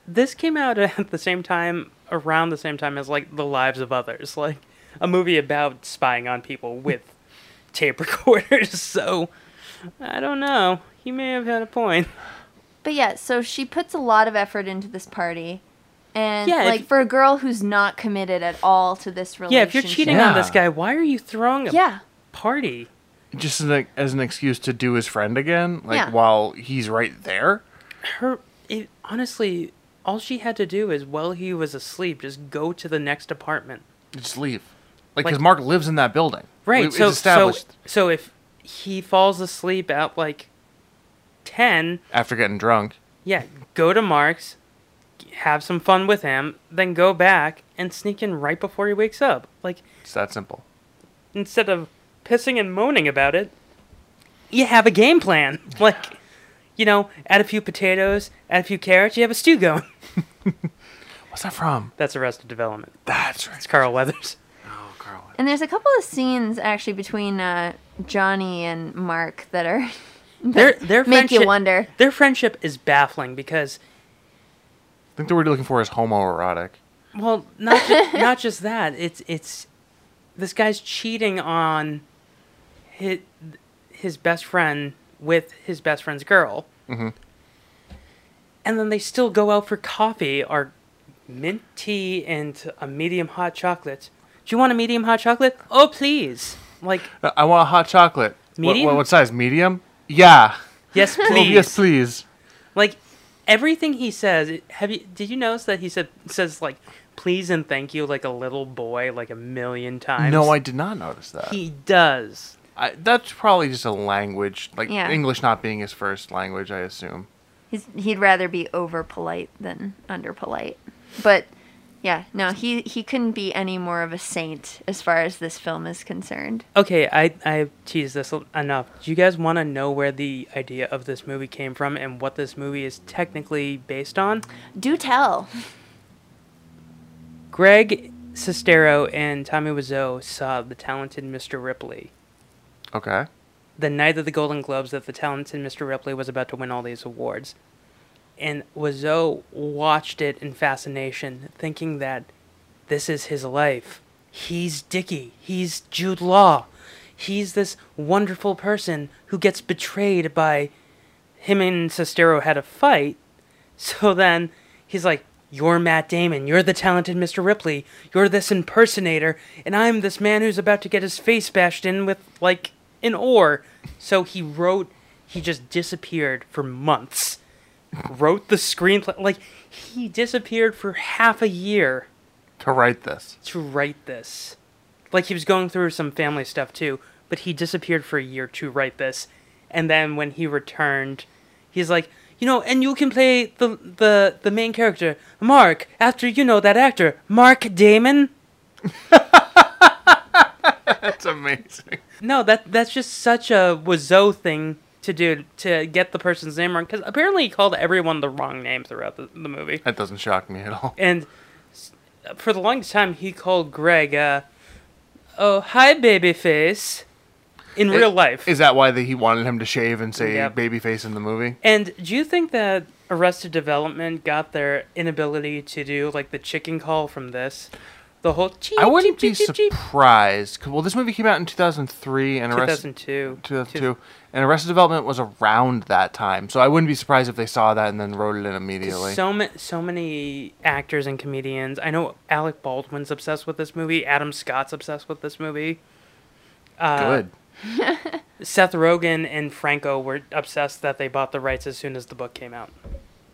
Speaker 1: this came out at the same time, around the same time as, like, The Lives of Others. Like, a movie about spying on people with tape recorders. So, I don't know. He may have had a point.
Speaker 7: but yeah, so she puts a lot of effort into this party. And
Speaker 1: Yeah, if-
Speaker 7: like for a girl who's not committed at all to this
Speaker 1: Yeah,
Speaker 7: relationship.
Speaker 1: if you're cheating on this
Speaker 2: Yeah.
Speaker 1: guy, why are you throwing a
Speaker 7: Yeah.
Speaker 1: party?
Speaker 2: just as, a, as an excuse to do his friend again, like
Speaker 7: Yeah.
Speaker 2: while he's right there.
Speaker 1: Her, it, honestly, all she had to do is while he was asleep, just go to the next apartment.
Speaker 2: Just leave, like
Speaker 1: Like-
Speaker 2: because Mark lives in that building.
Speaker 1: Right.
Speaker 2: It- it's
Speaker 1: so, so,
Speaker 2: established
Speaker 1: so if he falls asleep at like ten,
Speaker 2: after getting drunk.
Speaker 1: yeah, go to Mark's, have some fun with him, then go back and sneak in right before he wakes up. Like
Speaker 2: It's that simple.
Speaker 1: instead of pissing and moaning about it, you have a game plan. Like, you know, add a few potatoes, add a few carrots, you have a stew going.
Speaker 2: What's that from?
Speaker 1: That's Arrested Development.
Speaker 2: That's right. Oh,
Speaker 1: It's Carl Weathers.
Speaker 7: And there's a couple of scenes actually between uh, Johnny and Mark that are
Speaker 1: Their their
Speaker 7: make
Speaker 1: friendship,
Speaker 7: you wonder.
Speaker 1: Their friendship is baffling because
Speaker 2: think the word you're looking for is homoerotic.
Speaker 1: Well, not ju- not just that. It's it's this guy's cheating on his his best friend with his best friend's girl,
Speaker 2: Mm-hmm.
Speaker 1: and then they still go out for coffee or mint tea and a medium hot chocolate. Do you want a medium hot chocolate? Oh, please! Like
Speaker 2: Uh, I want hot chocolate. What-
Speaker 1: Medium?
Speaker 2: What, what size? Medium? Yeah.
Speaker 1: yes,
Speaker 2: Oh,
Speaker 1: please.
Speaker 2: yes, please.
Speaker 1: Like everything he says. it- Have you? Did you notice that he said says like please and thank you like a little boy like a million times?
Speaker 2: No, I did not notice that.
Speaker 1: He does.
Speaker 2: I, that's probably just a language, like
Speaker 7: Yeah.
Speaker 2: English not being his first language, I assume.
Speaker 7: He's, he'd rather be over polite than under polite. But yeah, no, he, he couldn't be any more of a saint as far as this film is concerned.
Speaker 1: Okay, I I teased this l- enough. Do you guys want to know where the idea of this movie came from and what this movie is technically based on?
Speaker 7: Do tell.
Speaker 1: Greg Sestero and Tommy Wiseau saw The Talented Mr. Ripley
Speaker 2: Okay.
Speaker 1: the night of the Golden Globes that The Talented Mr. Ripley was about to win all these awards, and Wiseau watched it in fascination, thinking that this is his life. He's Dickie. He's Jude Law. He's this wonderful person who gets betrayed by him and Sestero had a fight. So then he's like, You're Matt Damon. You're the talented Mr. Ripley. You're this impersonator. And I'm this man who's about to get his face bashed in with, like, an oar. So he wrote, he just disappeared for months. wrote the screenplay. Like, he disappeared for half a year
Speaker 2: To write this.
Speaker 1: to write this. Like he was going through some family stuff too, but he disappeared for a year to write this. And then when he returned, he's like, you know, and you can play the the the main character, Mark, after you know that actor, Mark Damon.
Speaker 2: That's amazing.
Speaker 1: No, that that's just such a Wazo thing to do to get the person's name wrong because apparently he called everyone the wrong name throughout the, the movie.
Speaker 2: That doesn't shock me at all.
Speaker 1: And s- for the longest time, he called Greg, uh, "Oh, hi, babyface," in real life.
Speaker 2: Is that why that he wanted him to shave and say
Speaker 1: Yep.
Speaker 2: babyface in the movie?
Speaker 1: and do you think that Arrested Development got their inability to do like the chicken call from this? The whole cheep,
Speaker 2: I wouldn't be
Speaker 1: cheep, cheep, cheep, cheep.
Speaker 2: surprised. 'cause- well, this movie came out in 2003 and Arrested
Speaker 1: 2002.
Speaker 2: 2002 and Arrested Development was around that time. So I wouldn't be surprised if they saw that and then wrote it in immediately.
Speaker 1: So, ma- so many actors and comedians. I know Alec Baldwin's obsessed with this movie. Adam Scott's obsessed with this movie. uh,
Speaker 2: Good.
Speaker 1: Seth Rogen and Franco were obsessed that they bought the rights as soon as the book came out,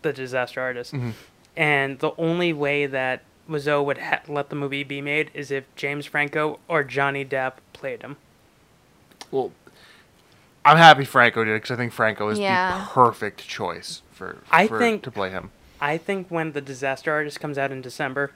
Speaker 1: The Disaster Artist.
Speaker 2: Mm-hmm.
Speaker 1: And the only way that Wazo would ha- let the movie be made is if James Franco or Johnny Depp played him.
Speaker 2: Well, I'm happy Franco did because I think Franco is
Speaker 7: Yeah.
Speaker 2: the perfect choice for,
Speaker 1: I
Speaker 2: for-
Speaker 1: think-
Speaker 2: to play him.
Speaker 1: I think when The Disaster Artist comes out in December,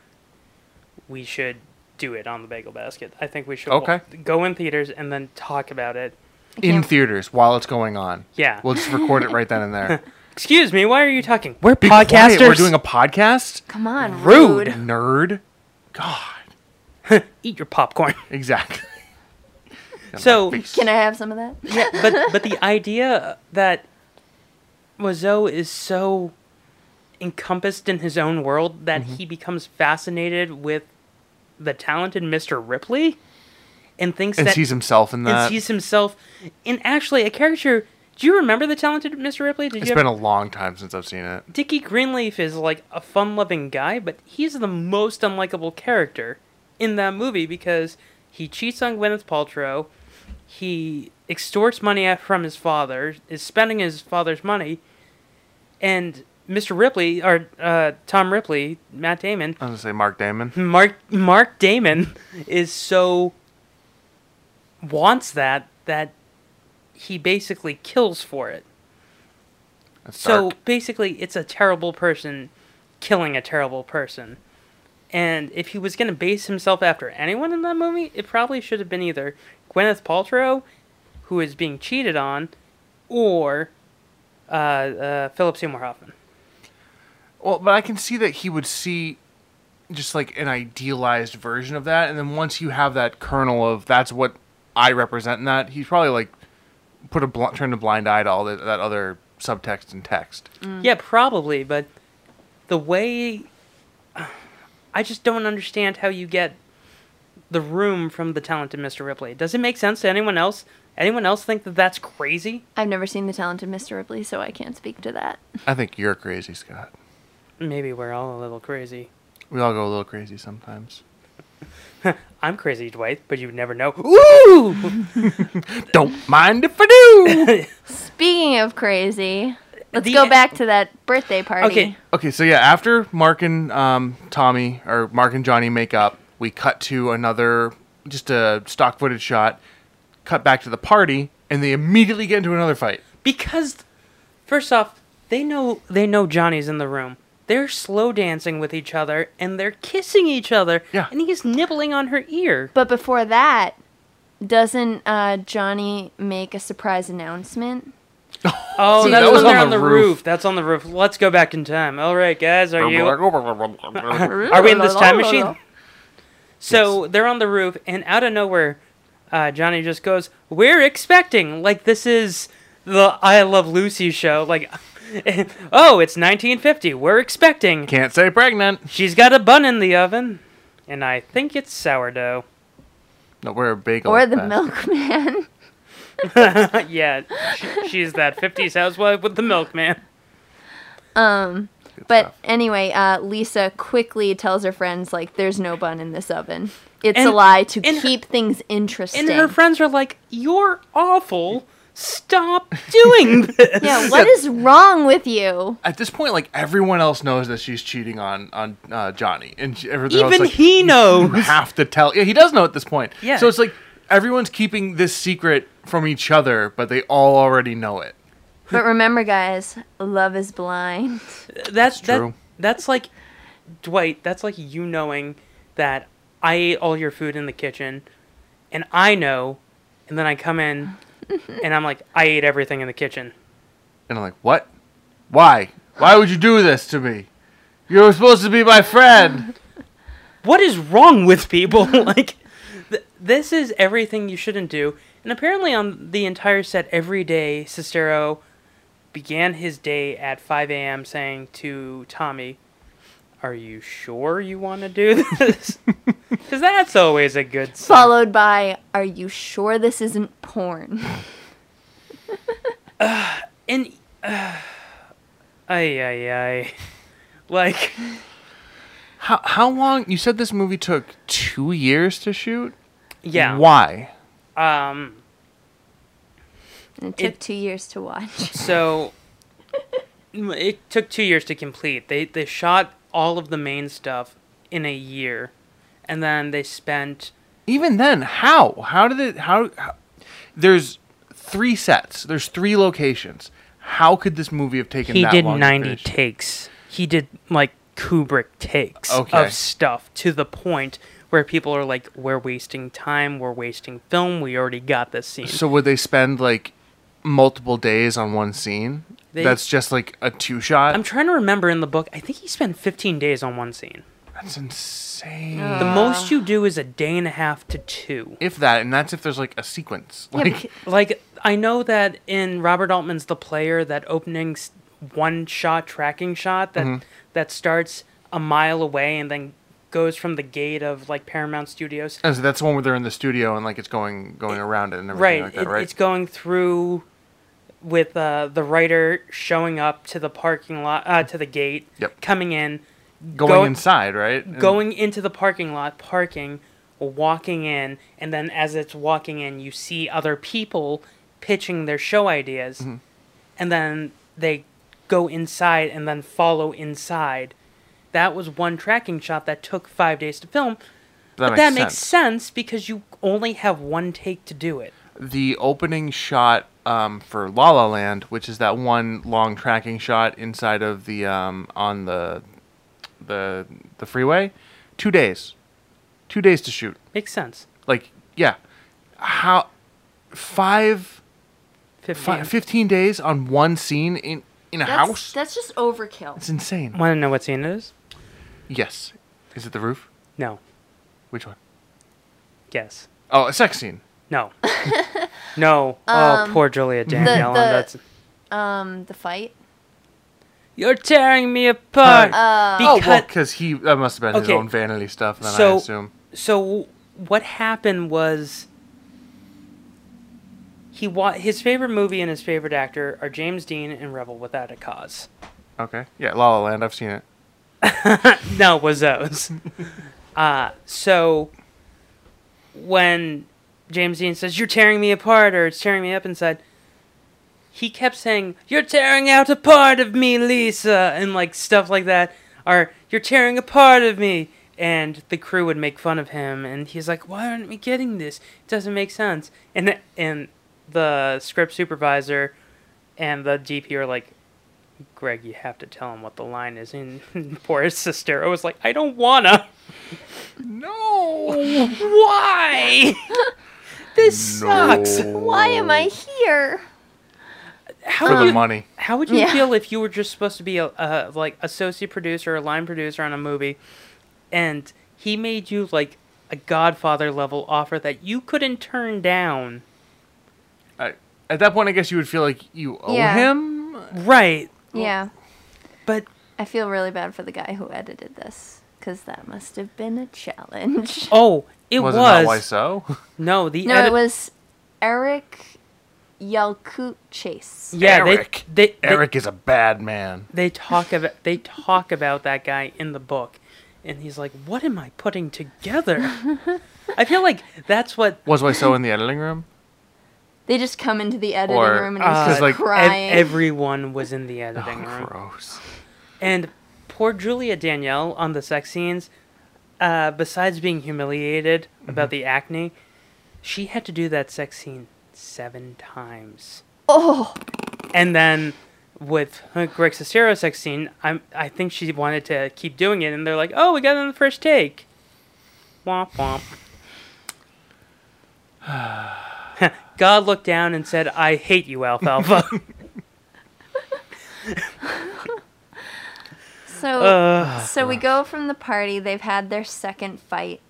Speaker 1: we should do it on the Bagel Basket. I think we should wa-
Speaker 2: Okay.
Speaker 1: go in theaters and then talk about it.
Speaker 2: In theaters while it's going on.
Speaker 1: Yeah.
Speaker 2: We'll just record it right then and there.
Speaker 1: Excuse me, why are you talking? We're
Speaker 2: Be quiet,
Speaker 1: podcasters.
Speaker 2: We're doing a podcast?
Speaker 7: Come on,
Speaker 1: Rude.
Speaker 7: rude.
Speaker 2: Nerd. God.
Speaker 1: Eat your popcorn.
Speaker 2: Exactly.
Speaker 1: so,
Speaker 7: Can I have some of that?
Speaker 1: yeah, but but the idea that Wazo is so encompassed in his own world that
Speaker 2: Mm-hmm.
Speaker 1: he becomes fascinated with the talented Mr. Ripley and thinks
Speaker 2: And
Speaker 1: that
Speaker 2: sees himself in
Speaker 1: and
Speaker 2: that.
Speaker 1: sees himself in actually a character. Do you remember the talented Mr. Ripley? Did
Speaker 2: It's
Speaker 1: you
Speaker 2: been a long time since I've seen it.
Speaker 1: Dickie Greenleaf is like a fun-loving guy, but he's the most unlikable character in that movie because he cheats on Gwyneth Paltrow, he extorts money af- from his father, is spending his father's money, and Mr. Ripley or uh, Tom Ripley, Matt Damon,
Speaker 2: I was gonna say Mark Damon.
Speaker 1: Mark Mark Damon is so wants that that he basically kills for it.
Speaker 2: That's
Speaker 1: So
Speaker 2: dark.
Speaker 1: basically, it's a terrible person killing a terrible person. And if he was going to base himself after anyone in that movie, it probably should have been either Gwyneth Paltrow, who is being cheated on, or uh, uh, Philip Seymour Hoffman.
Speaker 2: well, but I can see that he would see just like an idealized version of that, and then once you have that kernel of that's what I represent in that, he's probably like put a bl-
Speaker 1: Mm.
Speaker 2: turned a blind eye to all that, that other subtext and text.
Speaker 1: Yeah, probably, but the way I just don't understand how you get the room from the talented Mr. Ripley. Does it make sense to anyone else? Anyone else think that that's crazy?
Speaker 7: I've never seen The Talented Mr. Ripley, so I can't speak to that.
Speaker 2: I think you're crazy, Scott.
Speaker 1: Maybe we're all a little crazy.
Speaker 2: We all go a little crazy sometimes.
Speaker 1: I'm crazy, Dwight, but you never know. Ooh!
Speaker 2: Don't mind if I do.
Speaker 7: Speaking of crazy, let's
Speaker 1: The- e-
Speaker 7: go back to that birthday party.
Speaker 1: Okay.
Speaker 2: okay, so yeah, after Mark and um, Tommy or Mark and Johnny make up, we cut to another just a stock footage shot. Cut back to the party, and they immediately get into another fight.
Speaker 1: Because first off, they know they know Johnny's in the room. They're slow dancing with each other and they're kissing each other.
Speaker 2: Yeah.
Speaker 1: And he's nibbling on her ear.
Speaker 7: But before that, doesn't uh, Johnny make a surprise announcement?
Speaker 1: Oh,
Speaker 7: See,
Speaker 1: that's
Speaker 7: that was
Speaker 1: when they're
Speaker 2: on
Speaker 1: on the
Speaker 2: the
Speaker 1: roof.
Speaker 2: roof.
Speaker 1: That's on the roof. Let's go back in time. All right, guys,
Speaker 3: Oh,
Speaker 1: are you
Speaker 7: Are
Speaker 1: Are we in this time machine? So they're on the roof, and out of nowhere, uh, Johnny just goes, "We're expecting." Like this is the I Love Lucy show. Like, oh, it's 1950. We're expecting.
Speaker 2: Can't say pregnant.
Speaker 1: She's got a bun in the oven, and I think it's sourdough.
Speaker 2: No, we're a bagel.
Speaker 7: Or the
Speaker 2: fest.
Speaker 7: milkman.
Speaker 1: yeah, she, she's that 50s housewife with the milkman.
Speaker 2: Good
Speaker 7: But
Speaker 2: stuff.
Speaker 7: anyway, uh, Lisa quickly tells her friends, like, there's no bun in this oven. It's a
Speaker 1: And-
Speaker 7: lie to
Speaker 1: and her-
Speaker 7: keep things interesting.
Speaker 1: And her friends are like, "You're awful. Stop doing this."
Speaker 7: yeah, what is wrong with you?
Speaker 2: at this point, like everyone else knows that she's cheating on on uh, Johnny, and she, everyone else,
Speaker 1: Even
Speaker 2: like,
Speaker 1: he knows.
Speaker 2: you have to tell. Yeah, he does know at this point.
Speaker 1: Yeah.
Speaker 2: So it's like everyone's keeping this secret from each other, but they all already know it.
Speaker 7: But remember, guys, love is blind.
Speaker 1: that's that,
Speaker 2: true.
Speaker 1: That's like Dwight. That's like you knowing that I ate all your food in the kitchen, and I know, and then I come in, and I'm like, I ate everything in the kitchen.
Speaker 2: And I'm like, what? Why? Why would you do this to me? You were supposed to be my friend.
Speaker 1: What is wrong with people? like, th- this is everything you shouldn't do. And apparently, on the entire set every day, Sestero began his day at 5 a.m. saying to Tommy. Are you sure you want to do this? Because that's always a good sign.
Speaker 7: Followed by, are you sure this isn't porn?
Speaker 1: And uh, ay ay ay, like
Speaker 2: How how long? You said this movie took two years to shoot.
Speaker 1: yeah.
Speaker 2: Why?
Speaker 1: Um.
Speaker 7: And it took
Speaker 1: It-
Speaker 7: two years to watch.
Speaker 1: So it took two years to complete. They they shot all of the main stuff in a year, and then they spent
Speaker 2: Even then, how? How did it? How? how there's three sets. There's three locations. How could this movie have taken?
Speaker 1: he
Speaker 2: that
Speaker 1: did
Speaker 2: long to
Speaker 1: 90
Speaker 2: finish?
Speaker 1: takes he did like kubrick takes
Speaker 2: Okay.
Speaker 1: of stuff to the point where people are like we're wasting time we're wasting film we already got this scene
Speaker 2: So would they spend like multiple days on one scene?
Speaker 1: They-
Speaker 2: That's just like a two shot.
Speaker 1: i'm trying to remember in the book i think he spent 15 days on one scene
Speaker 2: That's insane.
Speaker 1: The most you do is a day and a half to two.
Speaker 2: If that, and that's if there's like a sequence. Like
Speaker 1: Like I know that in Robert Altman's The Player, that opening one shot tracking shot that
Speaker 2: Mm-hmm.
Speaker 1: that starts a mile away and then goes from the gate of like Paramount Studios.
Speaker 2: Oh, so that's the one where they're in the studio and like it's going going around it and everything
Speaker 1: Right,
Speaker 2: like that,
Speaker 1: it-
Speaker 2: right?
Speaker 1: it's going through with uh, the writer showing up to the parking lot uh, to the gate,
Speaker 2: Yep.
Speaker 1: coming in,
Speaker 2: going
Speaker 1: go-
Speaker 2: inside, right? And-
Speaker 1: going into the parking lot, parking, walking in, and then as it's walking in, you see other people pitching their show ideas,
Speaker 2: Mm-hmm.
Speaker 1: and then they go inside and then follow inside. That was one tracking shot that took five days to film. but
Speaker 2: that makes
Speaker 1: that
Speaker 2: sense.
Speaker 1: makes sense because you only have one take to do it.
Speaker 2: The opening shot um, for La La Land, which is that one long tracking shot inside of the um, on the the the freeway, two days, two days to shoot.
Speaker 1: Makes sense.
Speaker 2: Like yeah, how five, fi-
Speaker 1: 15.
Speaker 2: 15 days on one scene in in a
Speaker 7: That's,
Speaker 2: house?
Speaker 7: that's just overkill.
Speaker 2: It's insane.
Speaker 1: Want to know what scene it is?
Speaker 2: Yes, is it the roof?
Speaker 1: No.
Speaker 2: Which one?
Speaker 1: Yes.
Speaker 2: Oh, a sex scene.
Speaker 1: No. no. oh, poor Julia Danielle.
Speaker 7: Um, Mm, the-
Speaker 1: that's
Speaker 7: Um, the fight.
Speaker 1: You're tearing me apart.
Speaker 2: oh, well,
Speaker 1: because
Speaker 2: because he that must have been his
Speaker 1: Okay.
Speaker 2: own vanity stuff. Then I
Speaker 1: So-
Speaker 2: assume.
Speaker 1: so what happened was he wa- his favorite movie and his favorite actor are James Dean and Rebel Without a Cause.
Speaker 2: Okay. Yeah, La La Land. I've seen it.
Speaker 1: No, it was those. uh, so when James Dean says, You're tearing me apart, or it's tearing me up inside, he kept saying, You're tearing out a part of me, Lisa, and like stuff like that, or You're tearing a part of me. And the crew would make fun of him, and he's like, Why aren't we getting this? It doesn't make sense. And, and the script supervisor and the DP are like, Greg, you have to tell him what the line is. And poor sister, I was like, I don't wanna.
Speaker 2: No.
Speaker 1: Why? this sucks.
Speaker 7: Why am I here?
Speaker 1: How
Speaker 2: For
Speaker 1: would
Speaker 2: the
Speaker 1: you,
Speaker 2: money.
Speaker 1: how would you
Speaker 7: Yeah.
Speaker 1: feel if you were just supposed to be a, a like associate producer or line producer on a movie, and he made you like a Godfather level offer that you couldn't turn down?
Speaker 2: I, at that point, I guess you would feel like you owe
Speaker 7: Yeah.
Speaker 2: him.
Speaker 1: Right,
Speaker 7: yeah.
Speaker 1: but
Speaker 7: I feel really bad for the guy who edited this because that must have been a challenge.
Speaker 1: oh, it
Speaker 2: Was
Speaker 1: was,
Speaker 2: it not why so?
Speaker 1: no the
Speaker 7: No,
Speaker 1: edit-
Speaker 7: it was Eric Yelkut Chase.
Speaker 1: yeah
Speaker 2: Eric.
Speaker 1: they they, they
Speaker 2: Eric is a bad man.
Speaker 1: they talk about they talk about that guy in the book and he's like what am i putting together i feel like that's what
Speaker 2: Was why so in the editing room?
Speaker 7: They just come into the editing
Speaker 2: Or-
Speaker 7: room and
Speaker 1: uh,
Speaker 7: he's just
Speaker 2: like, ev-
Speaker 7: crying.
Speaker 1: ev- everyone was in the editing room
Speaker 2: Gross.
Speaker 1: and poor julia danielle on the sex scenes uh, besides being humiliated about the acne she had to do that sex scene seven times
Speaker 7: oh,
Speaker 1: and then with greg sestero sex scene I'm, i think she wanted to keep doing it and they're like oh we got it on the first take womp womp god looked down and said i hate you alfalfa
Speaker 7: so
Speaker 1: Uh,
Speaker 7: so we go from the party. They've had their second fight.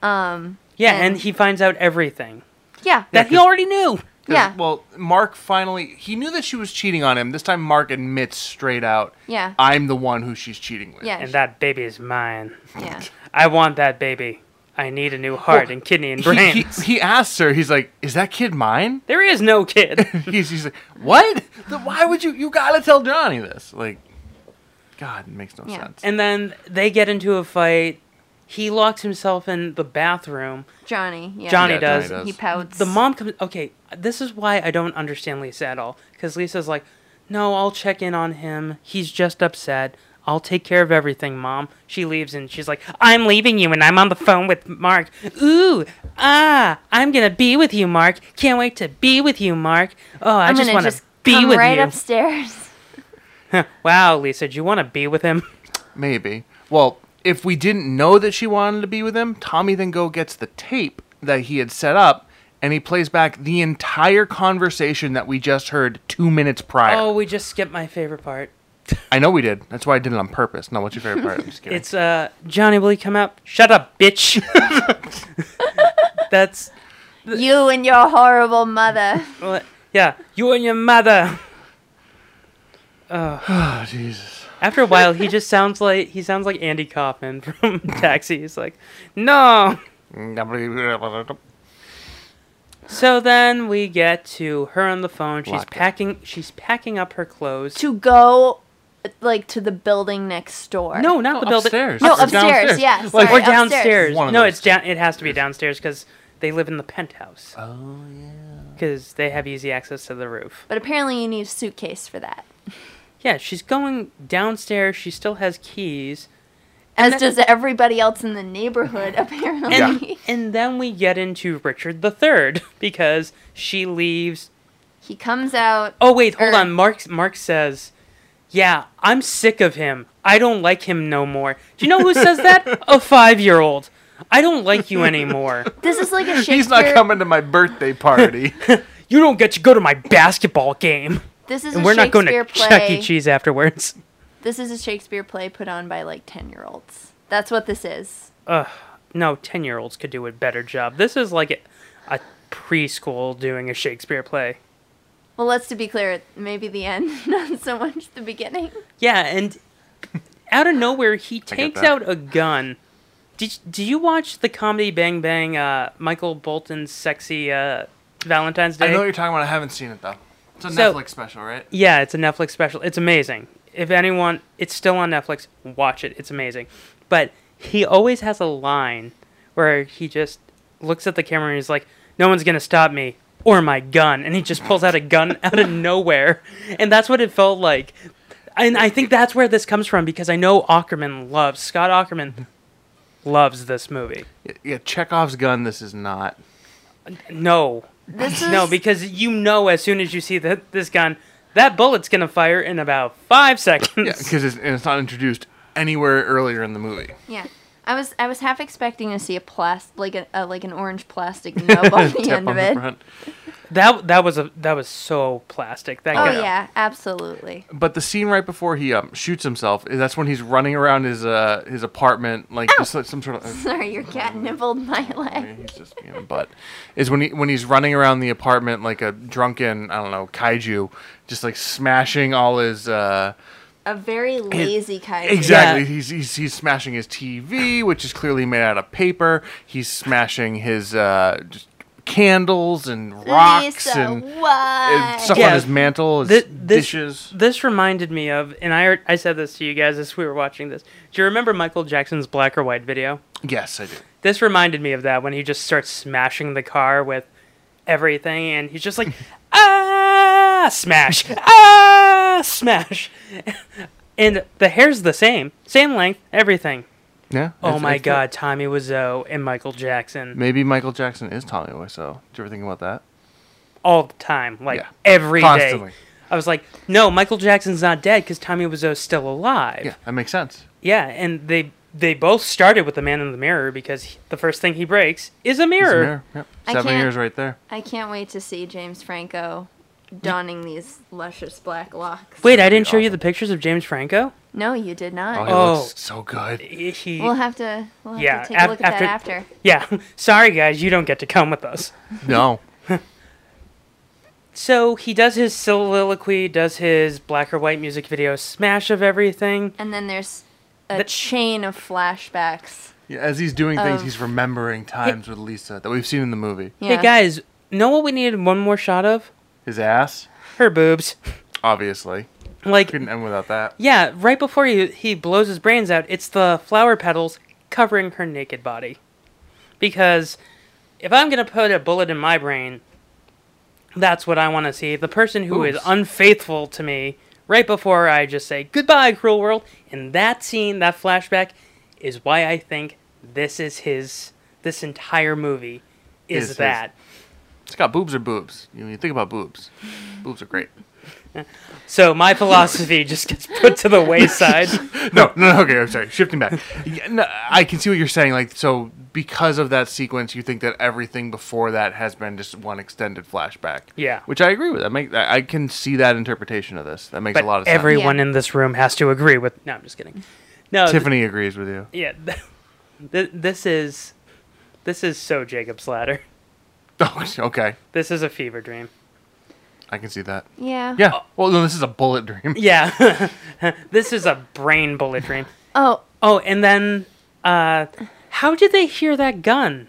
Speaker 7: Um,
Speaker 1: yeah and he finds out everything
Speaker 7: Yeah,
Speaker 1: that he already knew
Speaker 2: 'Cause,
Speaker 7: yeah,
Speaker 2: Well, Mark finally he knew that she was cheating on him. This time Mark admits straight out,
Speaker 7: yeah,
Speaker 2: I'm the one who she's cheating with.
Speaker 7: yeah,
Speaker 1: and that baby is mine
Speaker 7: yeah.
Speaker 1: i want that baby i need a new heart and kidney and
Speaker 2: He, he,
Speaker 1: brains
Speaker 2: he asks her, he's like, Is that kid mine?
Speaker 1: there is no kid
Speaker 2: He's, he's like, What? Then why would you you gotta tell Johnny this? Like God, it makes no
Speaker 7: Yeah.
Speaker 2: sense.
Speaker 1: and then they get into a fight he locks himself in the bathroom
Speaker 7: Johnny. Yeah.
Speaker 1: Johnny
Speaker 2: Yeah,
Speaker 1: does.
Speaker 2: Johnny
Speaker 7: He
Speaker 2: does.
Speaker 7: pouts.
Speaker 1: The mom comes. Okay, this is why I don't understand Lisa at all. Because Lisa's like, no, I'll check in on him. He's just upset. I'll take care of everything, mom. She leaves and she's like, I'm leaving you and I'm on the phone with Mark. Ooh, ah, I'm gonna be with you, Mark. Can't wait to be with you, Mark. Oh, I
Speaker 7: I'm
Speaker 1: just
Speaker 7: gonna
Speaker 1: want
Speaker 7: just
Speaker 1: to be
Speaker 7: come
Speaker 1: with
Speaker 7: right
Speaker 1: you.
Speaker 7: upstairs.
Speaker 1: Wow, Lisa, do you want to be with him?
Speaker 2: Maybe. Well, if we didn't know that she wanted to be with him, Tommy then go gets the tape that he had set up and he plays back the entire conversation that we just heard two minutes prior.
Speaker 1: Oh, we just skipped my favorite part.
Speaker 2: I know we did. That's why I did it on purpose. No, what's your favorite part? I'm just kidding.
Speaker 1: It's uh, Johnny, will you come out? Shut up, bitch. That's
Speaker 7: You and your horrible mother.
Speaker 1: Well, yeah, you and your mother.
Speaker 2: oh, Jesus.
Speaker 1: After a while, he just sounds like he sounds like Andy Kaufman from Taxi. He's like, no. Oh, So then we get to her on the phone. She's
Speaker 2: Locked it.
Speaker 1: packing. She's packing up her clothes.
Speaker 7: to go like to the building next door.
Speaker 1: no, not the building.
Speaker 2: upstairs.
Speaker 7: No,
Speaker 2: Or
Speaker 7: upstairs.
Speaker 2: downstairs.
Speaker 7: Yeah,
Speaker 2: Like,
Speaker 7: sorry,
Speaker 1: Or downstairs.
Speaker 2: One of
Speaker 1: No,
Speaker 2: those
Speaker 1: it's down. It has to be downstairs because they live in the penthouse.
Speaker 2: Uh.
Speaker 1: Oh yeah. Because they have easy access to the roof.
Speaker 7: But apparently, you need a suitcase for that.
Speaker 1: Yeah, she's going downstairs. She still has keys.
Speaker 7: As does everybody else in the neighborhood, apparently.
Speaker 1: And then we get into Richard the Third because she leaves.
Speaker 7: he comes out.
Speaker 1: Oh wait, hold
Speaker 7: Er.
Speaker 1: on. Mark Mark says, "Yeah, I'm sick of him. I don't like him no more." Do you know who says that? A five year old. I don't like you anymore.
Speaker 7: This is like a Shakespeare.
Speaker 2: He's not coming to my birthday party.
Speaker 1: You don't get to go to my basketball game.
Speaker 7: This is
Speaker 1: And
Speaker 7: a
Speaker 1: we're not
Speaker 7: Shakespeare
Speaker 1: going to
Speaker 7: play.
Speaker 1: Chuck E. Cheese afterwards.
Speaker 7: This is a Shakespeare play put on by like ten year olds. That's what this is.
Speaker 1: No, ten year olds could do a better job. This is like a, a preschool doing a Shakespeare play.
Speaker 7: Well, let's to be clear, maybe the end, not so much the beginning.
Speaker 1: Yeah, and out of nowhere, he takes
Speaker 2: that.
Speaker 1: out a gun. Did do you watch the comedy Bang Bang? Uh, Michael Bolton's sexy uh, Valentine's Day.
Speaker 2: I know what you're talking about. I haven't seen it though. It's a
Speaker 1: So-
Speaker 2: Netflix special, right?
Speaker 1: Yeah, it's a Netflix special. It's amazing. If anyone, it's still on Netflix. Watch it. It's amazing. But he always has a line where he just looks at the camera and he's like, "No one's gonna stop me." Or my gun, and he just pulls out a gun out of nowhere, and that's what it felt like. And I think that's where this comes from because I know Ackerman loves Scott Ackerman loves this movie.
Speaker 2: Yeah, yeah, Chekhov's gun. This is not.
Speaker 1: No,
Speaker 7: This is
Speaker 1: no, because you know as soon as you see that this gun, that bullet's gonna fire in about five seconds.
Speaker 2: Yeah, because it's, and it's not introduced anywhere earlier in the movie.
Speaker 7: yeah. I was I was half expecting to see a plastic like a, a like an orange plastic nub on the
Speaker 2: Tip
Speaker 7: end
Speaker 2: on
Speaker 7: of
Speaker 2: the
Speaker 7: it.
Speaker 2: front.
Speaker 1: That that was a that was so plastic. That
Speaker 7: Oh
Speaker 1: guy.
Speaker 7: yeah, absolutely.
Speaker 2: But the scene right before he um, shoots himself, that's when he's running around his uh, his apartment, like just like some sort of. uh,
Speaker 7: Sorry, your cat nibbled my leg.
Speaker 2: He's just being a butt. Is when he when he's running around the apartment like a drunken, I don't know, kaiju, just like smashing all his. Uh,
Speaker 7: A very lazy kaiju.
Speaker 2: exactly.
Speaker 1: Yeah.
Speaker 2: He's, he's he's smashing his TV, which is clearly made out of paper. He's smashing his uh, just candles and rocks
Speaker 7: Lisa,
Speaker 2: and,
Speaker 7: why?
Speaker 2: and stuff
Speaker 1: Yeah.
Speaker 2: on his mantle, his
Speaker 1: Thi- this,
Speaker 2: dishes.
Speaker 1: This reminded me of, and I heard- I said this to you guys as we were watching this. Do you remember Michael Jackson's black or white video?
Speaker 2: Yes, I do.
Speaker 1: This reminded me of that when he just starts smashing the car with everything, and he's just like, ah, smash, ah, smash, and the hair's the same, same length, everything.
Speaker 2: Yeah.
Speaker 1: Oh
Speaker 2: it's-
Speaker 1: my
Speaker 2: it's-
Speaker 1: God, Tommy Wiseau and Michael Jackson
Speaker 2: Maybe Michael Jackson is Tommy Wiseau. Did you ever think about that?
Speaker 1: all the time, like
Speaker 2: Yeah.
Speaker 1: every day.
Speaker 2: Constantly.
Speaker 1: I was like, no, Michael Jackson's not dead because Tommy Wiseau's still alive.
Speaker 2: Yeah, that makes sense.
Speaker 1: Yeah, and they they both started with the Man in the Mirror because he- the first thing he breaks is a
Speaker 2: He's a
Speaker 1: mirror.
Speaker 2: mayor. Yep.
Speaker 7: I
Speaker 2: Seven
Speaker 7: can't-
Speaker 2: years right there.
Speaker 7: I can't wait to see James Franco donning these luscious black locks.
Speaker 1: Wait, I didn't show you the pictures of James Franco.
Speaker 7: No, you did
Speaker 2: Oh,
Speaker 7: not.
Speaker 2: he
Speaker 1: Oh.
Speaker 2: looks so good.
Speaker 1: He- he-
Speaker 7: We'll have to we'll have
Speaker 1: Yeah,
Speaker 7: to take a
Speaker 1: af-
Speaker 7: look at that
Speaker 1: after-
Speaker 7: after.
Speaker 1: yeah, sorry guys, you don't get to come with us.
Speaker 2: No.
Speaker 1: So he does his soliloquy, does his black or white music video smash of everything.
Speaker 7: And then there's a
Speaker 1: The-
Speaker 7: chain of flashbacks.
Speaker 2: Yeah, as he's doing things,
Speaker 7: Um,
Speaker 2: he's remembering times with Lisa that we've seen in the movie.
Speaker 7: Yeah.
Speaker 1: Hey guys, know what we needed one more shot of?
Speaker 2: His ass,
Speaker 1: Her boobs.
Speaker 2: obviously.
Speaker 1: Like
Speaker 2: Couldn't end without that.
Speaker 1: Yeah, right before he, he blows his brains out, it's the flower petals covering her naked body. Because if I'm going to put a bullet in my brain, that's what I want to see. The person who is
Speaker 2: Oops.
Speaker 1: unfaithful to me right before I just say, goodbye, cruel world. And that scene, that flashback, is why I think this is his, this entire movie
Speaker 2: Is
Speaker 1: is
Speaker 2: his.
Speaker 1: that.
Speaker 2: It's got boobs or boobs. You, know, you think about boobs. boobs are great.
Speaker 1: So my philosophy just gets put to the wayside.
Speaker 2: No, no, no, okay, I'm sorry. Shifting back. Yeah, no, I can see what you're saying. Like, so because of that sequence, you think that everything before that has been just one extended flashback.
Speaker 1: Yeah.
Speaker 2: Which I agree with. I make I I can see that interpretation of this. That makes
Speaker 1: but
Speaker 2: a lot of sense.
Speaker 1: everyone
Speaker 7: Yeah.
Speaker 1: in this room has to agree with. No, I'm just kidding. No, th-
Speaker 2: Tiffany agrees with you.
Speaker 1: yeah, th- th- this is this is so Jacob's ladder.
Speaker 2: Oh, okay.
Speaker 1: This is a fever dream.
Speaker 2: I can see that.
Speaker 7: Yeah.
Speaker 1: Uh,
Speaker 2: Yeah. Well, no, this is a bullet dream.
Speaker 1: Yeah, this is a brain bullet dream.
Speaker 7: Oh,
Speaker 1: Oh, and then uh, how did they hear that gun?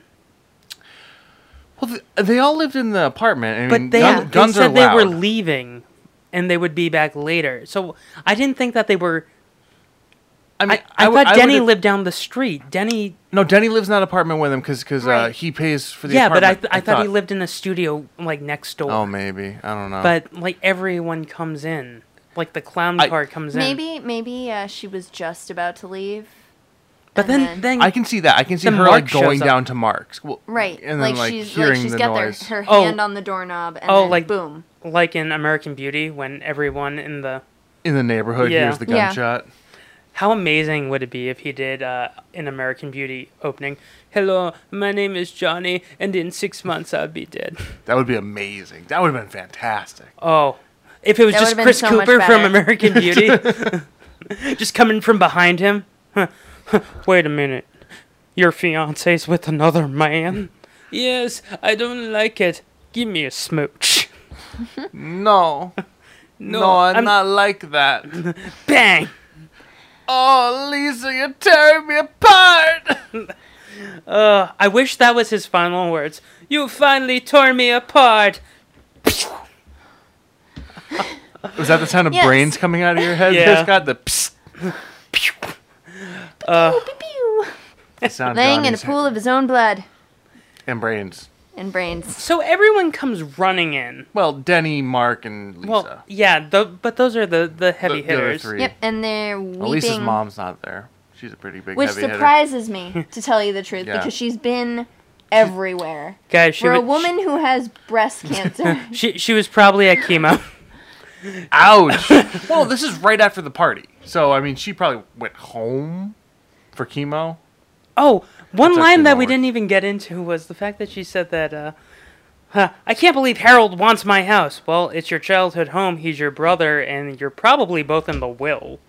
Speaker 2: Well, th- they all lived in the apartment. I mean,
Speaker 1: But they,
Speaker 2: Mm, gun-
Speaker 1: they
Speaker 2: guns
Speaker 1: said
Speaker 2: are loud.
Speaker 1: they were leaving, and they would be back later. So I didn't think that they were.
Speaker 2: I mean,
Speaker 1: I, I,
Speaker 2: would-
Speaker 1: thought
Speaker 2: I
Speaker 1: Denny
Speaker 2: would've-
Speaker 1: lived down the street. Denny,
Speaker 2: No, Denny lives in that apartment with him because uh,
Speaker 7: Right.
Speaker 2: he pays for the
Speaker 1: yeah, but I,
Speaker 2: apartment.
Speaker 1: th- I, thought, he lived in a studio like next door.
Speaker 2: Oh, maybe I don't know.
Speaker 1: but like everyone comes in like the clown
Speaker 2: I-
Speaker 1: car comes in
Speaker 7: maybe maybe uh, she was just about to leave.
Speaker 1: but
Speaker 7: and
Speaker 1: then then
Speaker 2: I can see that. I can see
Speaker 1: Then
Speaker 2: her like
Speaker 1: Mark shows
Speaker 2: going
Speaker 1: up.
Speaker 2: down to Mark's. Well,
Speaker 7: right.
Speaker 2: And then
Speaker 7: like,
Speaker 2: like,
Speaker 7: she's
Speaker 2: hearing
Speaker 7: like she's
Speaker 2: the
Speaker 7: got their,
Speaker 2: noise.
Speaker 7: her
Speaker 1: Oh.
Speaker 7: hand on the doorknob and
Speaker 1: Oh,
Speaker 7: then
Speaker 1: like-
Speaker 7: boom.
Speaker 1: like in american beauty when everyone in the
Speaker 2: in the neighborhood
Speaker 1: Yeah.
Speaker 2: hears the
Speaker 7: Yeah.
Speaker 2: gunshot.
Speaker 1: how amazing would it be if he did uh, an american beauty opening hello my name is johnny and in six months i'll be dead
Speaker 2: That would be amazing. That would have been fantastic.
Speaker 1: oh if it was
Speaker 7: That
Speaker 1: just
Speaker 7: would've been
Speaker 1: chris
Speaker 7: so much
Speaker 1: cooper from
Speaker 7: better.
Speaker 1: american beauty just coming from behind him Huh, huh, wait a minute your fiance's with another man yes i don't like it give me a smooch
Speaker 2: No. No, I'm, not like that.
Speaker 1: Bang!
Speaker 2: Oh, Lisa, you're tearing me apart.
Speaker 1: Uh, I wish that was his final words. You finally tore me apart.
Speaker 2: Was that the sound of
Speaker 7: Yes.
Speaker 2: brains coming out of your head?
Speaker 1: Yeah.
Speaker 2: Just got the psst uh,
Speaker 7: Pew, pew.
Speaker 2: sound.
Speaker 7: Laying in a
Speaker 2: Johnny's
Speaker 7: pool of his own blood
Speaker 2: and brains.
Speaker 7: and brains.
Speaker 1: So everyone comes running in.
Speaker 2: Well, Denny, Mark, and Lisa.
Speaker 1: Well, yeah, tho- but those are the, the
Speaker 2: The-
Speaker 1: heavy
Speaker 2: the other
Speaker 1: hitters.
Speaker 2: three.
Speaker 7: Yep, and they're weeping.
Speaker 2: Well, Lisa's mom's not there. She's a pretty big
Speaker 7: which
Speaker 2: heavy
Speaker 7: surprises me, to tell you the truth,
Speaker 2: Yeah.
Speaker 7: because she's been everywhere.
Speaker 1: Guys, she
Speaker 7: For a
Speaker 1: was-
Speaker 7: woman who has breast cancer,
Speaker 1: She she was probably at chemo.
Speaker 2: hitter. Ouch. well, this is right after the party, so I mean, she probably went home for chemo.
Speaker 1: Oh, one
Speaker 2: That's
Speaker 1: line
Speaker 2: actually
Speaker 1: that
Speaker 2: not
Speaker 1: we
Speaker 2: work.
Speaker 1: didn't even get into was the fact that she said that, uh, huh, I can't believe Harold wants my house. Well, it's your childhood home, he's your brother, and you're probably both in the will.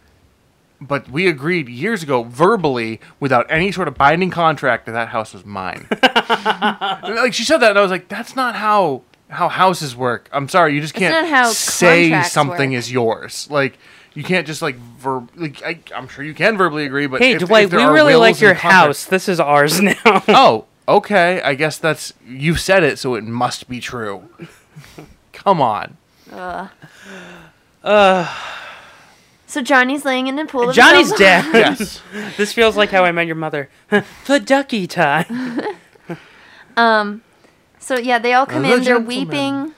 Speaker 2: But we agreed years ago, verbally, without any sort of binding contract, that that house was mine. And, like she said that, and I was like, "That's not how how houses work." I'm sorry, you just can't
Speaker 7: not how
Speaker 2: say
Speaker 7: contracts
Speaker 2: something
Speaker 7: work.
Speaker 2: is yours. Like you can't just like verb. Like I, I'm sure you can verbally agree, but
Speaker 1: Hey,
Speaker 2: if- if
Speaker 1: Dwight,
Speaker 2: there
Speaker 1: we
Speaker 2: are
Speaker 1: really
Speaker 2: wills
Speaker 1: like
Speaker 2: and
Speaker 1: your
Speaker 2: contracts-
Speaker 1: house. This is ours now.
Speaker 2: oh, okay. I guess that's you said it, so it must be true. Come on.
Speaker 7: so Johnny's laying in a pool of his own
Speaker 1: Johnny's
Speaker 7: blood.
Speaker 1: dead.
Speaker 2: Yes.
Speaker 1: this feels like how I met your mother. the ducky time.
Speaker 7: So yeah, they all come
Speaker 2: Another
Speaker 7: in. They're
Speaker 2: gentleman.
Speaker 7: weeping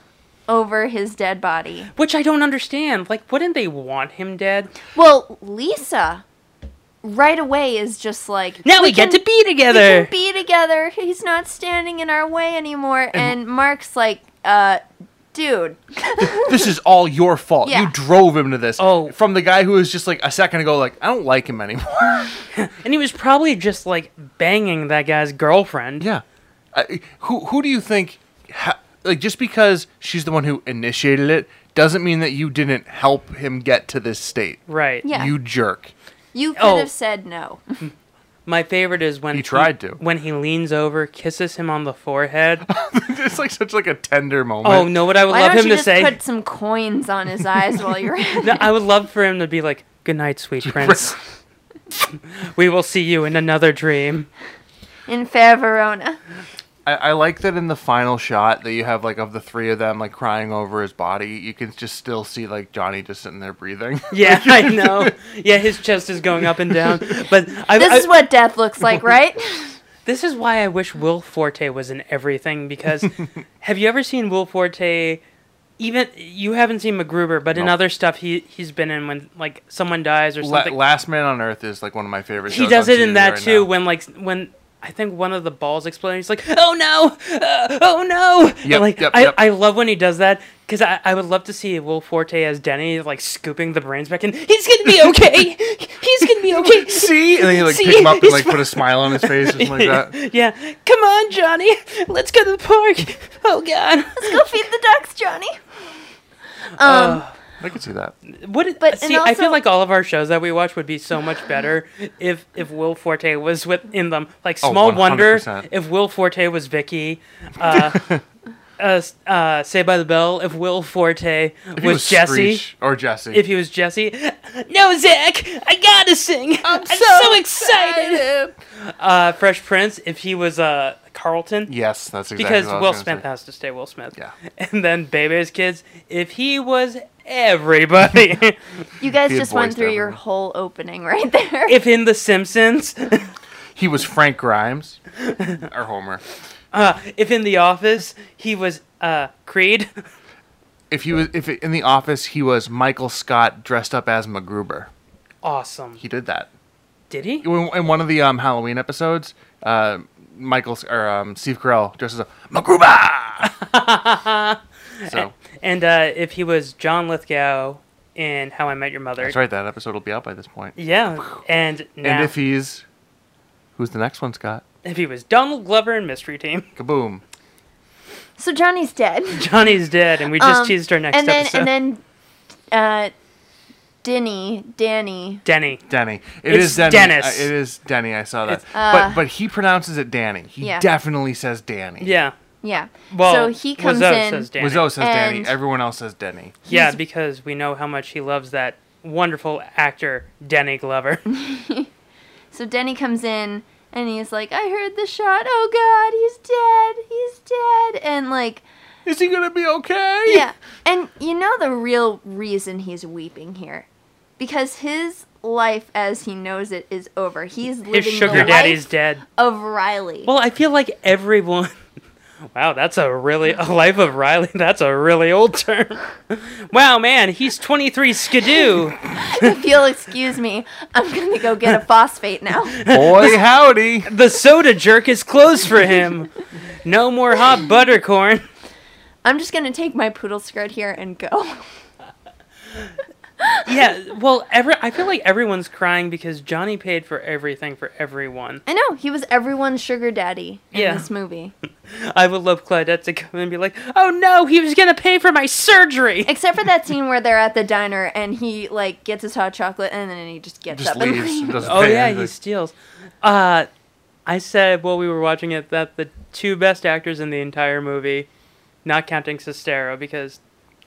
Speaker 7: over his dead body.
Speaker 1: Which I don't understand. Like, wouldn't they want him dead?
Speaker 7: Well, Lisa, right away is just like
Speaker 1: Now we, get
Speaker 7: can-
Speaker 1: to be
Speaker 7: we
Speaker 1: together.
Speaker 7: can be together. He's not standing in our way anymore. And, Mark's like, uh, dude,
Speaker 2: this is all your fault.
Speaker 7: Yeah.
Speaker 2: You drove him to this.
Speaker 1: Oh.
Speaker 2: From the guy who was just like a second ago, like, I don't like him anymore.
Speaker 1: and he was probably just like banging that guy's girlfriend.
Speaker 2: yeah. I, who who do you think ha- like just because she's the one who initiated it doesn't mean that you didn't help him get to this state.
Speaker 1: Right.
Speaker 7: Yeah.
Speaker 2: You jerk.
Speaker 7: you could
Speaker 1: Oh.
Speaker 7: have said no.
Speaker 1: My favorite is when
Speaker 2: He tried to.
Speaker 1: When he leans over, kisses him on the forehead.
Speaker 2: it's like such like a tender moment.
Speaker 1: oh, know what I would
Speaker 7: Why
Speaker 1: love
Speaker 7: don't
Speaker 1: him
Speaker 7: you
Speaker 1: to
Speaker 7: just
Speaker 1: say?
Speaker 7: put some coins on his eyes while you're at
Speaker 1: No,
Speaker 7: it?
Speaker 1: I would love for him to be like, "Good night, sweet prince. we will see you in another dream."
Speaker 7: in Favorona?
Speaker 2: I, I like that in the final shot that you have like of the three of them like crying over his body, you can just still see like Johnny just sitting there breathing.
Speaker 1: Yeah, I know. Yeah, his chest is going up and down. But I,
Speaker 7: This
Speaker 1: I-
Speaker 7: is what death looks like, right?
Speaker 1: This is why I wish Will Forte was in everything because have you ever seen Will Forte? Even you haven't seen MacGruber, but in
Speaker 2: No.
Speaker 1: other stuff he he's been in when like someone dies or
Speaker 2: La-
Speaker 1: something.
Speaker 2: Last Man on Earth is like one of my favorite.
Speaker 1: he
Speaker 2: shows
Speaker 1: does
Speaker 2: on
Speaker 1: it in
Speaker 2: TV
Speaker 1: that
Speaker 2: right
Speaker 1: too
Speaker 2: now.
Speaker 1: when like when I think one of the balls exploding. He's like, "Oh no, uh, oh no!" And,
Speaker 2: Yep,
Speaker 1: like
Speaker 2: yep,
Speaker 1: I,
Speaker 2: yep.
Speaker 1: I love when he does that because I, I would love to see Will Forte as Denny like scooping the brains back in. He's gonna be okay. he's gonna be okay.
Speaker 2: See, and then you like
Speaker 1: See,
Speaker 2: pick him up and
Speaker 1: he's
Speaker 2: like put a smile on his face or something like that.
Speaker 1: yeah, come on, Johnny, let's go to the park. Oh God.
Speaker 7: Go feed the ducks, Johnny. Um,
Speaker 2: I could see that.
Speaker 1: What it,
Speaker 7: But-
Speaker 1: see,
Speaker 7: and
Speaker 1: I feel
Speaker 7: also-
Speaker 1: like all of our shows that we watch would be so much better if if Will Forte was with in them. Like
Speaker 2: Oh,
Speaker 1: Small Wonder,
Speaker 2: 100%.
Speaker 1: if Will Forte was Vicky. Uh, uh, uh, Say by the Bell, if Will Forte
Speaker 2: If he
Speaker 1: was, Jesse.
Speaker 2: Screech or Jesse?
Speaker 1: If he was Jesse, no, Zach, I gotta sing. I'm, so, excited. Uh, Fresh Prince, if he was uh, Carlton.
Speaker 2: yes, that's exactly
Speaker 1: Because
Speaker 2: what I was
Speaker 1: Will
Speaker 2: gonna
Speaker 1: Smith
Speaker 2: say.
Speaker 1: has to stay Will Smith.
Speaker 2: Yeah.
Speaker 1: And then Bebe's Kids, if he was everybody.
Speaker 7: you guys
Speaker 2: He had
Speaker 7: just went
Speaker 2: voiced
Speaker 7: through your
Speaker 2: everyone.
Speaker 7: whole opening right there.
Speaker 1: if in The Simpsons,
Speaker 2: He was Frank Grimes or Homer.
Speaker 1: uh, if in The Office, he was uh, Creed.
Speaker 2: If he was, if in the office, he was Michael Scott dressed up as MacGruber.
Speaker 1: Awesome.
Speaker 2: He did that.
Speaker 1: Did he?
Speaker 2: in in one of the um, Halloween episodes, uh, Michael or um, Steve Carell dresses up Magruba. so
Speaker 1: And uh, if he was John Lithgow in How I Met Your Mother.
Speaker 2: that's right. That episode will be out by this point.
Speaker 1: Yeah. And now,
Speaker 2: And if
Speaker 1: if, he-
Speaker 2: he's, who's the next one, Scott?
Speaker 1: was Donald Glover in Mystery Team,
Speaker 2: Kaboom!
Speaker 7: so Johnny's dead.
Speaker 1: Johnny's dead, and we just
Speaker 7: Um,
Speaker 1: teased our next
Speaker 7: and then
Speaker 1: episode.
Speaker 7: and then uh Denny, Danny.
Speaker 1: Denny.
Speaker 2: Denny.
Speaker 1: It's
Speaker 2: it's Denny.
Speaker 1: Dennis.
Speaker 2: I- it is Denny. I saw that.
Speaker 1: It's-
Speaker 2: but but he pronounces it Danny. He
Speaker 7: Yeah.
Speaker 2: definitely says Danny.
Speaker 1: Yeah.
Speaker 7: Yeah.
Speaker 1: Well,
Speaker 7: so he comes
Speaker 1: Wazzo
Speaker 7: in.
Speaker 1: says Danny.
Speaker 2: Wizzo says Danny.
Speaker 7: And-
Speaker 2: Everyone else says Denny.
Speaker 1: yeah, because we know how much he loves that wonderful actor Danny Glover.
Speaker 7: So Denny comes in and he's like, I heard the shot. Oh God, he's dead. He's dead. And like,
Speaker 2: Is he gonna be okay?
Speaker 7: yeah. And you know the real reason he's weeping here? Because his life as he knows it is over. He's living
Speaker 1: His sugar
Speaker 7: the
Speaker 1: daddy's
Speaker 7: life
Speaker 1: dead.
Speaker 7: of Riley.
Speaker 1: Well, I feel like everyone. Wow, that's a really a life of Riley. That's a really old term. Wow, man, he's 23 skidoo.
Speaker 7: if you'll excuse me, I'm gonna go get a phosphate now.
Speaker 2: Boy howdy.
Speaker 1: The soda jerk is closed for him. No more hot buttercorn.
Speaker 7: I'm just gonna take my poodle skirt here and go.
Speaker 1: Yeah, well, every I feel like everyone's crying because Johnny paid for everything for everyone.
Speaker 7: I know he was everyone's sugar daddy in
Speaker 1: Yeah.
Speaker 7: this movie,
Speaker 1: I would love Claudette to come and be like, "Oh no, he was gonna pay for my surgery."
Speaker 7: except for that scene where they're at the diner and he like gets his hot chocolate and then he just gets
Speaker 2: Just
Speaker 7: up and
Speaker 2: leaves.
Speaker 7: leaves.
Speaker 2: Doesn't
Speaker 1: Oh
Speaker 2: pay
Speaker 1: yeah,
Speaker 2: anything.
Speaker 1: he steals. Uh, I said while we were watching it that the two best actors in the entire movie, not counting Sestero, because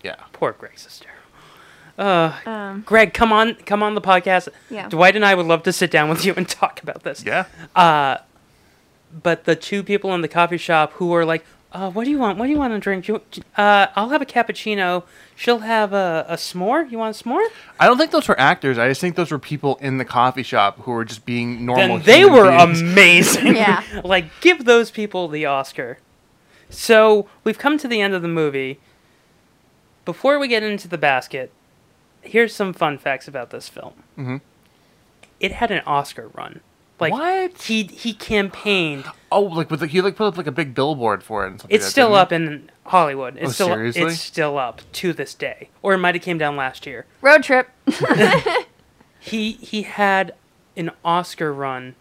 Speaker 2: yeah.
Speaker 1: poor Greg Sestero. Uh,
Speaker 7: Um,
Speaker 1: Greg, come on, come on the podcast.
Speaker 7: Yeah.
Speaker 1: Dwight and I would love to sit down with you and talk about this.
Speaker 2: Yeah.
Speaker 1: But the two people in the coffee shop who were like, uh, "What do you want? What do you want to drink? You, uh, I'll have a cappuccino. She'll have a, a s'more. You want a s'more?"
Speaker 2: I don't think those were actors. I just think those were people in the coffee shop who were just being normal.
Speaker 1: then they
Speaker 2: human
Speaker 1: were
Speaker 2: beings.
Speaker 1: amazing.
Speaker 7: Yeah.
Speaker 1: like give those people the Oscar. So we've come to the end of the movie. Before we get into the basket, here's some fun facts about this film. Mm-hmm. It had an Oscar run. Like
Speaker 2: What?
Speaker 1: he he campaigned.
Speaker 2: Oh, like with the, he like put up like a big billboard for it. And something
Speaker 1: It's
Speaker 2: like that,
Speaker 1: still
Speaker 2: didn't he?
Speaker 1: up in Hollywood. It's
Speaker 2: Oh,
Speaker 1: still
Speaker 2: seriously?
Speaker 1: it's still up to this day. Or it might have came down last year.
Speaker 7: road trip.
Speaker 1: he he had an Oscar run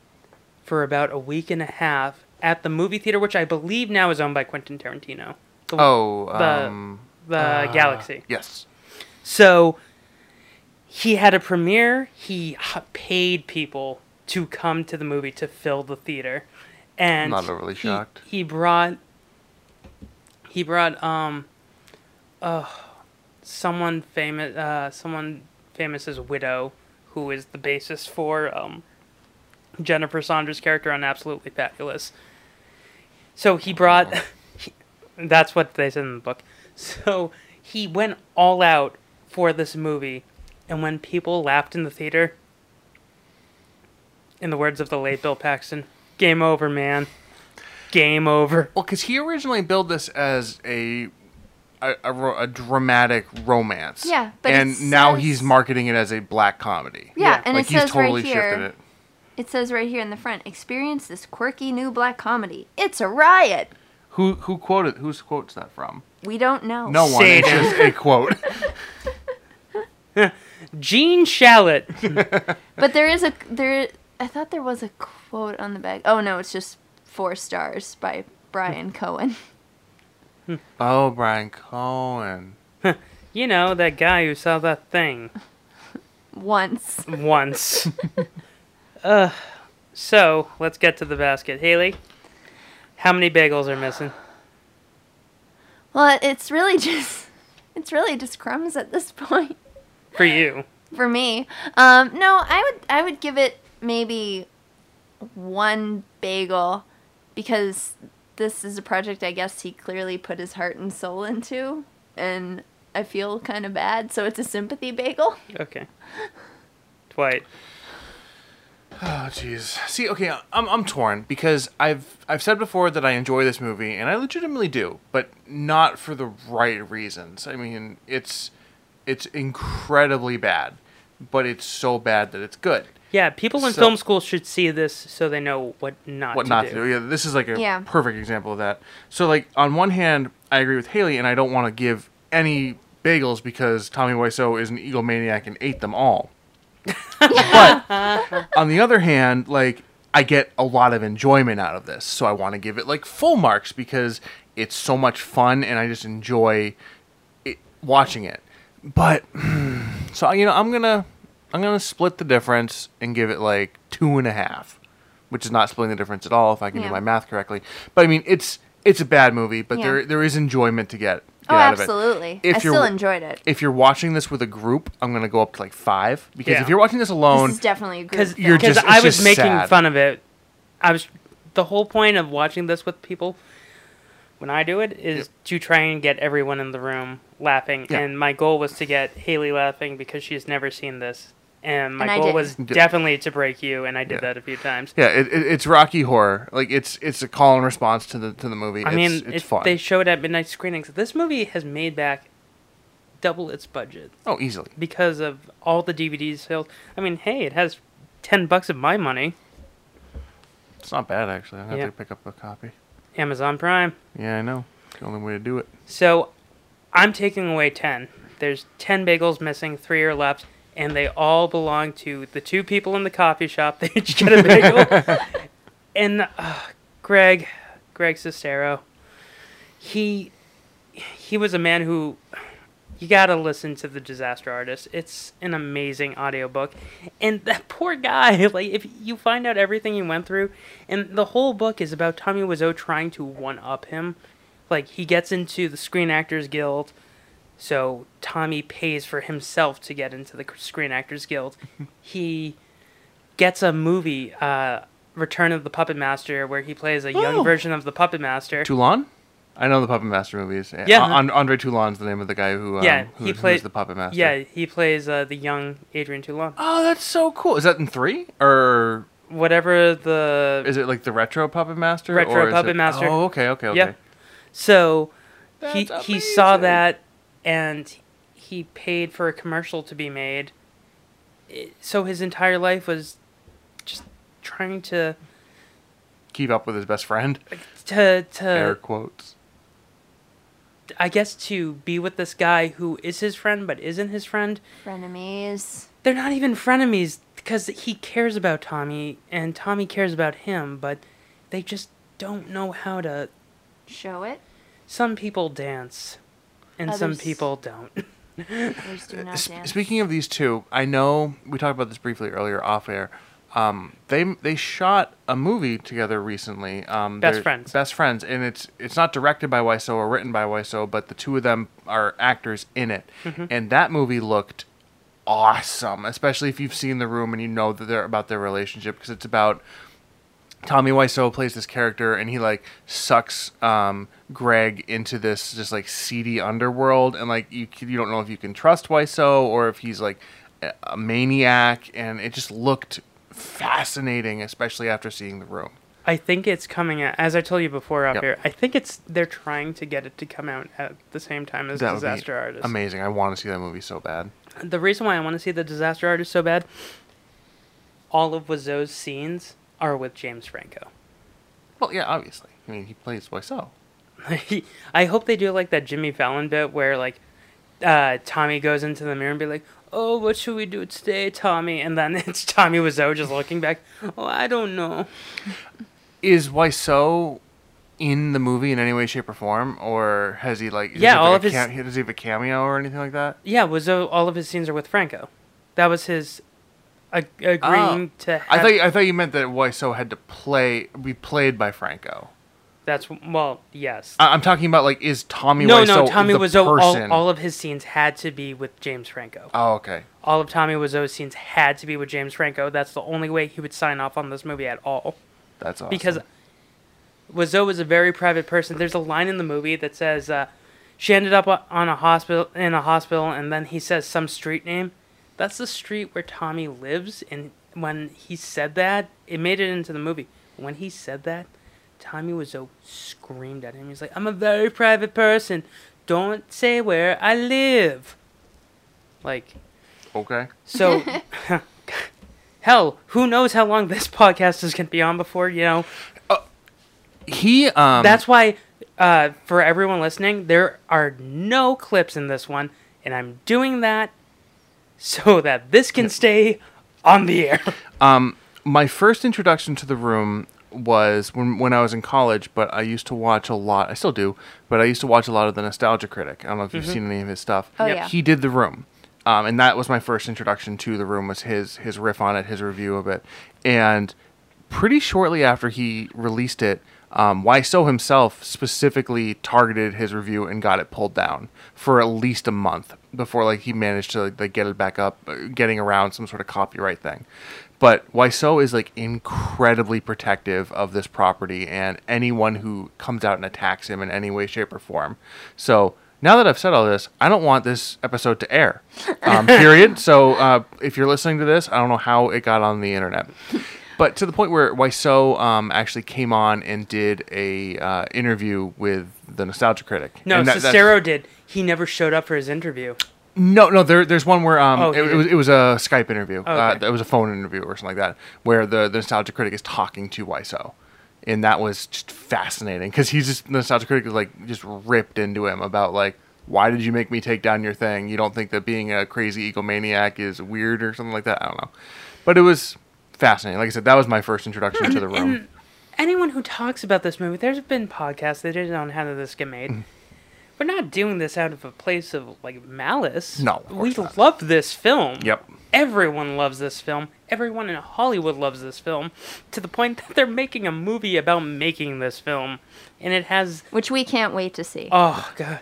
Speaker 1: for about a week and a half at the movie theater, which I believe now is owned by Quentin Tarantino, the,
Speaker 2: Oh,
Speaker 1: The-
Speaker 2: um,
Speaker 1: the Galaxy.
Speaker 2: yes.
Speaker 1: So he had a premiere. He h- paid people to come to the movie to fill the theater, and
Speaker 2: Not overly
Speaker 1: he-
Speaker 2: shocked.
Speaker 1: He, brought he brought um, uh, someone famous, uh, someone famous's widow, who is the basis for um, Jennifer Saunders' character on Absolutely Fabulous. So he brought. That's what they said in the book. So he went all out for this movie, and when people laughed in the theater, in the words of the late Bill Paxton, "Game over, man. Game over."
Speaker 2: Well, because he originally billed this as a a, a ro- a dramatic romance.
Speaker 7: Yeah, but it
Speaker 2: and now
Speaker 7: says-
Speaker 2: he's marketing it as a black comedy.
Speaker 7: Yeah, and
Speaker 2: like
Speaker 7: it
Speaker 2: he's
Speaker 7: says
Speaker 2: totally
Speaker 7: right here.
Speaker 2: shifted it.
Speaker 7: It says right here in the front, experience this quirky new black comedy. It's a riot.
Speaker 2: Who who quoted? Whose quote's that from?
Speaker 7: We don't know.
Speaker 2: No one. It's
Speaker 1: Satan.
Speaker 2: just a quote.
Speaker 1: Gene Shalit.
Speaker 7: But there is a there I thought there was a quote on the back. Oh no, it's just four stars by Brian Cohen.
Speaker 2: oh, Brian Cohen.
Speaker 1: You know that guy who saw that thing
Speaker 7: Once.
Speaker 1: once. uh, so let's get to the basket, Haley. How many bagels are missing?
Speaker 7: Well, it's really just it's really just crumbs at this point
Speaker 1: For you.
Speaker 7: for me. Um no, I would I would give it maybe one bagel because this is a project I guess he clearly put his heart and soul into and I feel kind of bad, so it's a sympathy bagel.
Speaker 1: Okay. Dwight.
Speaker 2: Oh, jeez. See, okay, I'm I'm torn because I've I've said before that I enjoy this movie, and I legitimately do, but not for the right reasons. I mean, it's it's incredibly bad, but it's so bad that it's good.
Speaker 1: Yeah, people in
Speaker 2: So-
Speaker 1: film school should see this so they know what not,
Speaker 2: what
Speaker 1: to,
Speaker 2: not
Speaker 1: do.
Speaker 2: to do. Yeah, this is like a
Speaker 7: Yeah.
Speaker 2: perfect example of that. So like on one hand, I agree with Haley, and I don't want to give any bagels because Tommy Wiseau is an egomaniac and ate them all. but on the other hand, like I get a lot of enjoyment out of this, so I want to give it like full marks because it's so much fun, and I just enjoy it, watching it. But so you know, I'm gonna I'm gonna split the difference and give it like two and a half, which is not splitting the difference at all if I can
Speaker 7: Yeah.
Speaker 2: do my math correctly. But I mean, it's it's a bad movie, but
Speaker 7: Yeah.
Speaker 2: there there is enjoyment to get. get
Speaker 7: Oh,
Speaker 2: out of it.
Speaker 7: absolutely.
Speaker 2: If
Speaker 7: I
Speaker 2: you're-
Speaker 7: still enjoyed it.
Speaker 2: If you're watching this with a group, I'm gonna go up to like five because
Speaker 1: Yeah.
Speaker 2: if you're watching this
Speaker 7: This
Speaker 2: alone,
Speaker 7: is definitely a good
Speaker 1: because
Speaker 7: film.
Speaker 2: You're just- it's
Speaker 1: I was
Speaker 2: just
Speaker 1: making
Speaker 2: sad.
Speaker 1: fun of it. I was the whole point of watching this with people when I do it is to try and get everyone in the room laughing.
Speaker 2: Yeah.
Speaker 1: And my goal was to get Haley laughing because she's never seen this. And my
Speaker 7: And I
Speaker 1: goal
Speaker 7: did.
Speaker 1: was
Speaker 2: Yeah.
Speaker 1: definitely to break you, and I did
Speaker 2: Yeah.
Speaker 1: that a few times.
Speaker 2: yeah, it, it, it's Rocky horror. Like it's it's a call and response to the to the movie.
Speaker 1: I
Speaker 2: it's,
Speaker 1: mean, it-
Speaker 2: it's fun.
Speaker 1: they showed at midnight screenings. This movie has made back double its budget
Speaker 2: oh, easily.
Speaker 1: because of all the DVD sales. I mean, hey, it has ten bucks of my money.
Speaker 2: It's not bad actually. I have
Speaker 1: Yeah.
Speaker 2: to pick up a copy.
Speaker 1: Amazon Prime.
Speaker 2: Yeah, I know. It's the only way to do it.
Speaker 1: So I'm taking away 10. There's 10 bagels missing, three are left, and they all belong to the two people in the coffee shop. They each get a bagel. and uh, Greg, Greg Sestero, he he was a man who you got to listen to the disaster artist it's an amazing audiobook and that poor guy like if you find out everything he went through and the whole book is about tommy wiseau trying to one up him like he gets into the Screen Actors Guild, so Tommy pays for himself to get into the Screen Actors Guild. he gets a movie, uh, Return of the Puppet Master, where he plays a young
Speaker 2: Oh.
Speaker 1: version of the Puppet Master.
Speaker 2: Toulon. I know the Puppet Master movies.
Speaker 1: Yeah.
Speaker 2: A- An- Andre Toulon's the name of the guy who um,
Speaker 1: Yeah,
Speaker 2: who,
Speaker 1: he
Speaker 2: who's
Speaker 1: played-
Speaker 2: the Puppet Master.
Speaker 1: Yeah, he plays uh, the young Adrian Toulon.
Speaker 2: Oh, that's so cool. Is that in three or
Speaker 1: Whatever the
Speaker 2: is it like the retro Puppet Master?
Speaker 1: Retro
Speaker 2: or is
Speaker 1: Puppet
Speaker 2: it-
Speaker 1: Master.
Speaker 2: Oh, okay, okay, okay.
Speaker 1: Yeah. So he
Speaker 2: That's
Speaker 1: he saw
Speaker 2: amazing.
Speaker 1: that and he paid for a commercial to be made. It- So his entire life was just trying to
Speaker 2: Keep up with his best friend.
Speaker 1: to to
Speaker 2: Air quotes.
Speaker 1: I guess to be with this guy who is his friend but isn't his friend.
Speaker 7: Frenemies.
Speaker 1: They're not even frenemies because he cares about Tommy and Tommy cares about him, but they just don't know how to
Speaker 7: Show it.
Speaker 1: some people dance and some
Speaker 7: Others-
Speaker 1: people don't.
Speaker 7: Others do not
Speaker 2: Uh, Sp-
Speaker 7: dance.
Speaker 2: speaking of these two, I know we talked about this briefly earlier off air. Um, they they shot a movie together recently. Um,
Speaker 1: Best
Speaker 2: they're-
Speaker 1: Friends.
Speaker 2: Best friends, and it's it's not directed by Wiseau or written by Wiseau, but the two of them are actors in it,
Speaker 1: Mm-hmm.
Speaker 2: and that movie looked awesome, especially if you've seen the room and you know that they're about their relationship because it's about Tommy Wiseau plays this character, and he like sucks um, Greg into this just like seedy underworld, and like you c- you don't know if you can trust Wiseau or if he's like a- a maniac, and it just looked fascinating, especially after seeing the room.
Speaker 1: I think it's coming out as I told you before up
Speaker 2: Yep.
Speaker 1: here. I think it's they're trying to get it to come out at the same time as Disaster Artist.
Speaker 2: amazing. I want to see that movie so bad.
Speaker 1: The reason why I want to see the Disaster Artist so bad, all of Wazo's scenes are with James Franco.
Speaker 2: Well, yeah, obviously. I mean, he plays Wiseau.
Speaker 1: I hope they do like that Jimmy Fallon bit where like uh, Tommy goes into the mirror and be like, "Oh, what should we do today, Tommy?" And then it's Tommy Wiseau just looking back. Oh, I don't know.
Speaker 2: Is Wiseau in the movie in any way, shape, or form, or has he like? is
Speaker 1: Yeah,
Speaker 2: it, like,
Speaker 1: all
Speaker 2: a
Speaker 1: of his-
Speaker 2: cam- Does he have a cameo or anything like that?
Speaker 1: Yeah, Wazo. All of his scenes are with Franco. That was his ag-
Speaker 2: Oh.
Speaker 1: agreeing to. Have,
Speaker 2: I thought you- I thought you meant that Wiseau had to play be played by Franco.
Speaker 1: that's well, yes.
Speaker 2: I, I'm talking about like is Tommy
Speaker 1: no,
Speaker 2: Wiseau
Speaker 1: no. Tommy
Speaker 2: the
Speaker 1: Wiseau.
Speaker 2: person?
Speaker 1: All, all of his scenes had to be with James Franco.
Speaker 2: oh, okay.
Speaker 1: All of Tommy Wiseau's scenes had to be with James Franco. That's the only way he would sign off on this movie at all.
Speaker 2: That's awesome.
Speaker 1: because Wazo was a very private person. There's a line in the movie that says uh, she ended up o- on a hospital in a hospital, and then he says some street name. That's the street where Tommy lives, and when he said that, it made it into the movie. When he said that, Tommy Wiseau screamed at him. He's like, "I'm a very private person. Don't say where I live." Like,
Speaker 2: okay.
Speaker 1: so, hell, who knows how long this podcast is going to be on before, you know?
Speaker 2: He um
Speaker 1: That's why, uh, for everyone listening, there are no clips in this one, and I'm doing that so that this can stay on the air.
Speaker 2: my first introduction to the room was when when I was in college, but I used to watch a lot. I still do, but I used to watch a lot of the Nostalgia Critic. I don't know if you've seen any of his stuff.
Speaker 7: Oh, Yep. yeah.
Speaker 2: He did the room, um, and that was my first introduction to the room. Was his his riff on it, his review of it, and pretty shortly after he released it, Um, Wiseau himself specifically targeted his review and got it pulled down for at least a month before like he managed to like get it back up, uh, getting around some sort of copyright thing. But Wiseau is like incredibly protective of this property and anyone who comes out and attacks him in any way, shape, or form. So now that I've said all this, I don't want this episode to air. Um, period. So uh, if you're listening to this, I don't know how it got on the internet, but to the point where Wiseau um, actually came on and did a uh, interview with the Nostalgia Critic.
Speaker 1: No,
Speaker 2: And that- that's-
Speaker 1: Cicero did. He never showed up for his interview.
Speaker 2: no, no. There, there's one where um,
Speaker 1: Oh,
Speaker 2: it,
Speaker 1: he
Speaker 2: it was it was a Skype interview. Uh,
Speaker 1: okay.
Speaker 2: it was a phone interview or something like that, where the, the nostalgia critic is talking to Wiseau, and that was just fascinating because he's just the nostalgia critic is like just ripped into him about like why did you make me take down your thing? You don't think that being a crazy egomaniac is weird or something like that? I don't know, but it was fascinating. Like I said, that was my first introduction to the room.
Speaker 1: Anyone who talks about this movie, there's been podcasts that did it on how this get made.
Speaker 2: Mm.
Speaker 1: We're not doing this out of a place of like malice.
Speaker 2: No, of
Speaker 1: we
Speaker 2: course not.
Speaker 1: love this film.
Speaker 2: Yep.
Speaker 1: Everyone loves this film. Everyone in Hollywood loves this film to the point that they're making a movie about making this film, and it has
Speaker 7: which we can't wait to see.
Speaker 1: Oh god,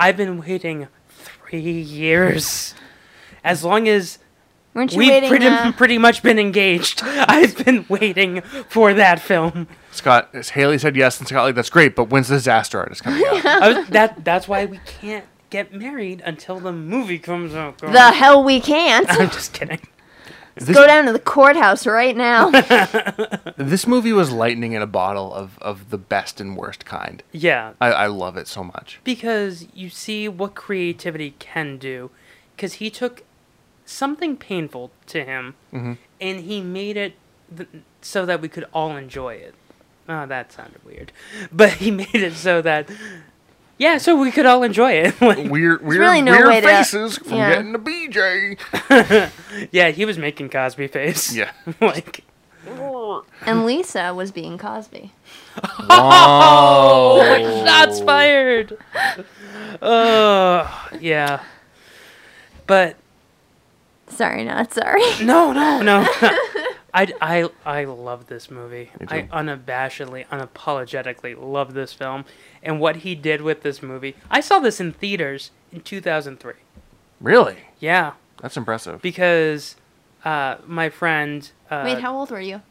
Speaker 1: I've been waiting three years. As long as
Speaker 7: Weren't you
Speaker 1: we've
Speaker 7: waiting?
Speaker 1: pretty,
Speaker 7: uh,
Speaker 1: pretty much been engaged, I've been waiting for that film.
Speaker 2: Scott Haley said yes, and Scott like that's great, but when's the disaster artist coming out?
Speaker 1: I was- that that's why we can't get married until the movie comes out. girl.
Speaker 7: the hell we can't.
Speaker 1: I'm just kidding.
Speaker 2: This-
Speaker 7: Go down to the courthouse right now.
Speaker 2: This movie was lightning in a bottle of, of the best and worst kind.
Speaker 1: Yeah,
Speaker 2: I, I love it so much.
Speaker 1: because you see what creativity can do. Because he took something painful to him, and he made it th- so that we could all enjoy it. Oh, that sounded weird, but he made it so that yeah, so we could all enjoy it. Like,
Speaker 2: Weird, weird,
Speaker 7: really no
Speaker 2: weird
Speaker 7: way to-
Speaker 2: faces from
Speaker 7: yeah.
Speaker 2: getting a BJ.
Speaker 1: yeah, he was making Cosby face.
Speaker 2: Yeah.
Speaker 1: like
Speaker 7: and Lisa was being Cosby.
Speaker 2: Wow.
Speaker 1: shots fired. Oh yeah, but
Speaker 7: Sorry, not sorry.
Speaker 1: No, no, no. I, I, I love this movie.
Speaker 2: Me
Speaker 1: I
Speaker 2: too.
Speaker 1: unabashedly, unapologetically love this film and what he did with this movie. I saw this in theaters in 2003.
Speaker 2: really?
Speaker 1: Yeah,
Speaker 2: That's impressive.
Speaker 1: because uh, my friend. Uh,
Speaker 7: Wait, how old were you?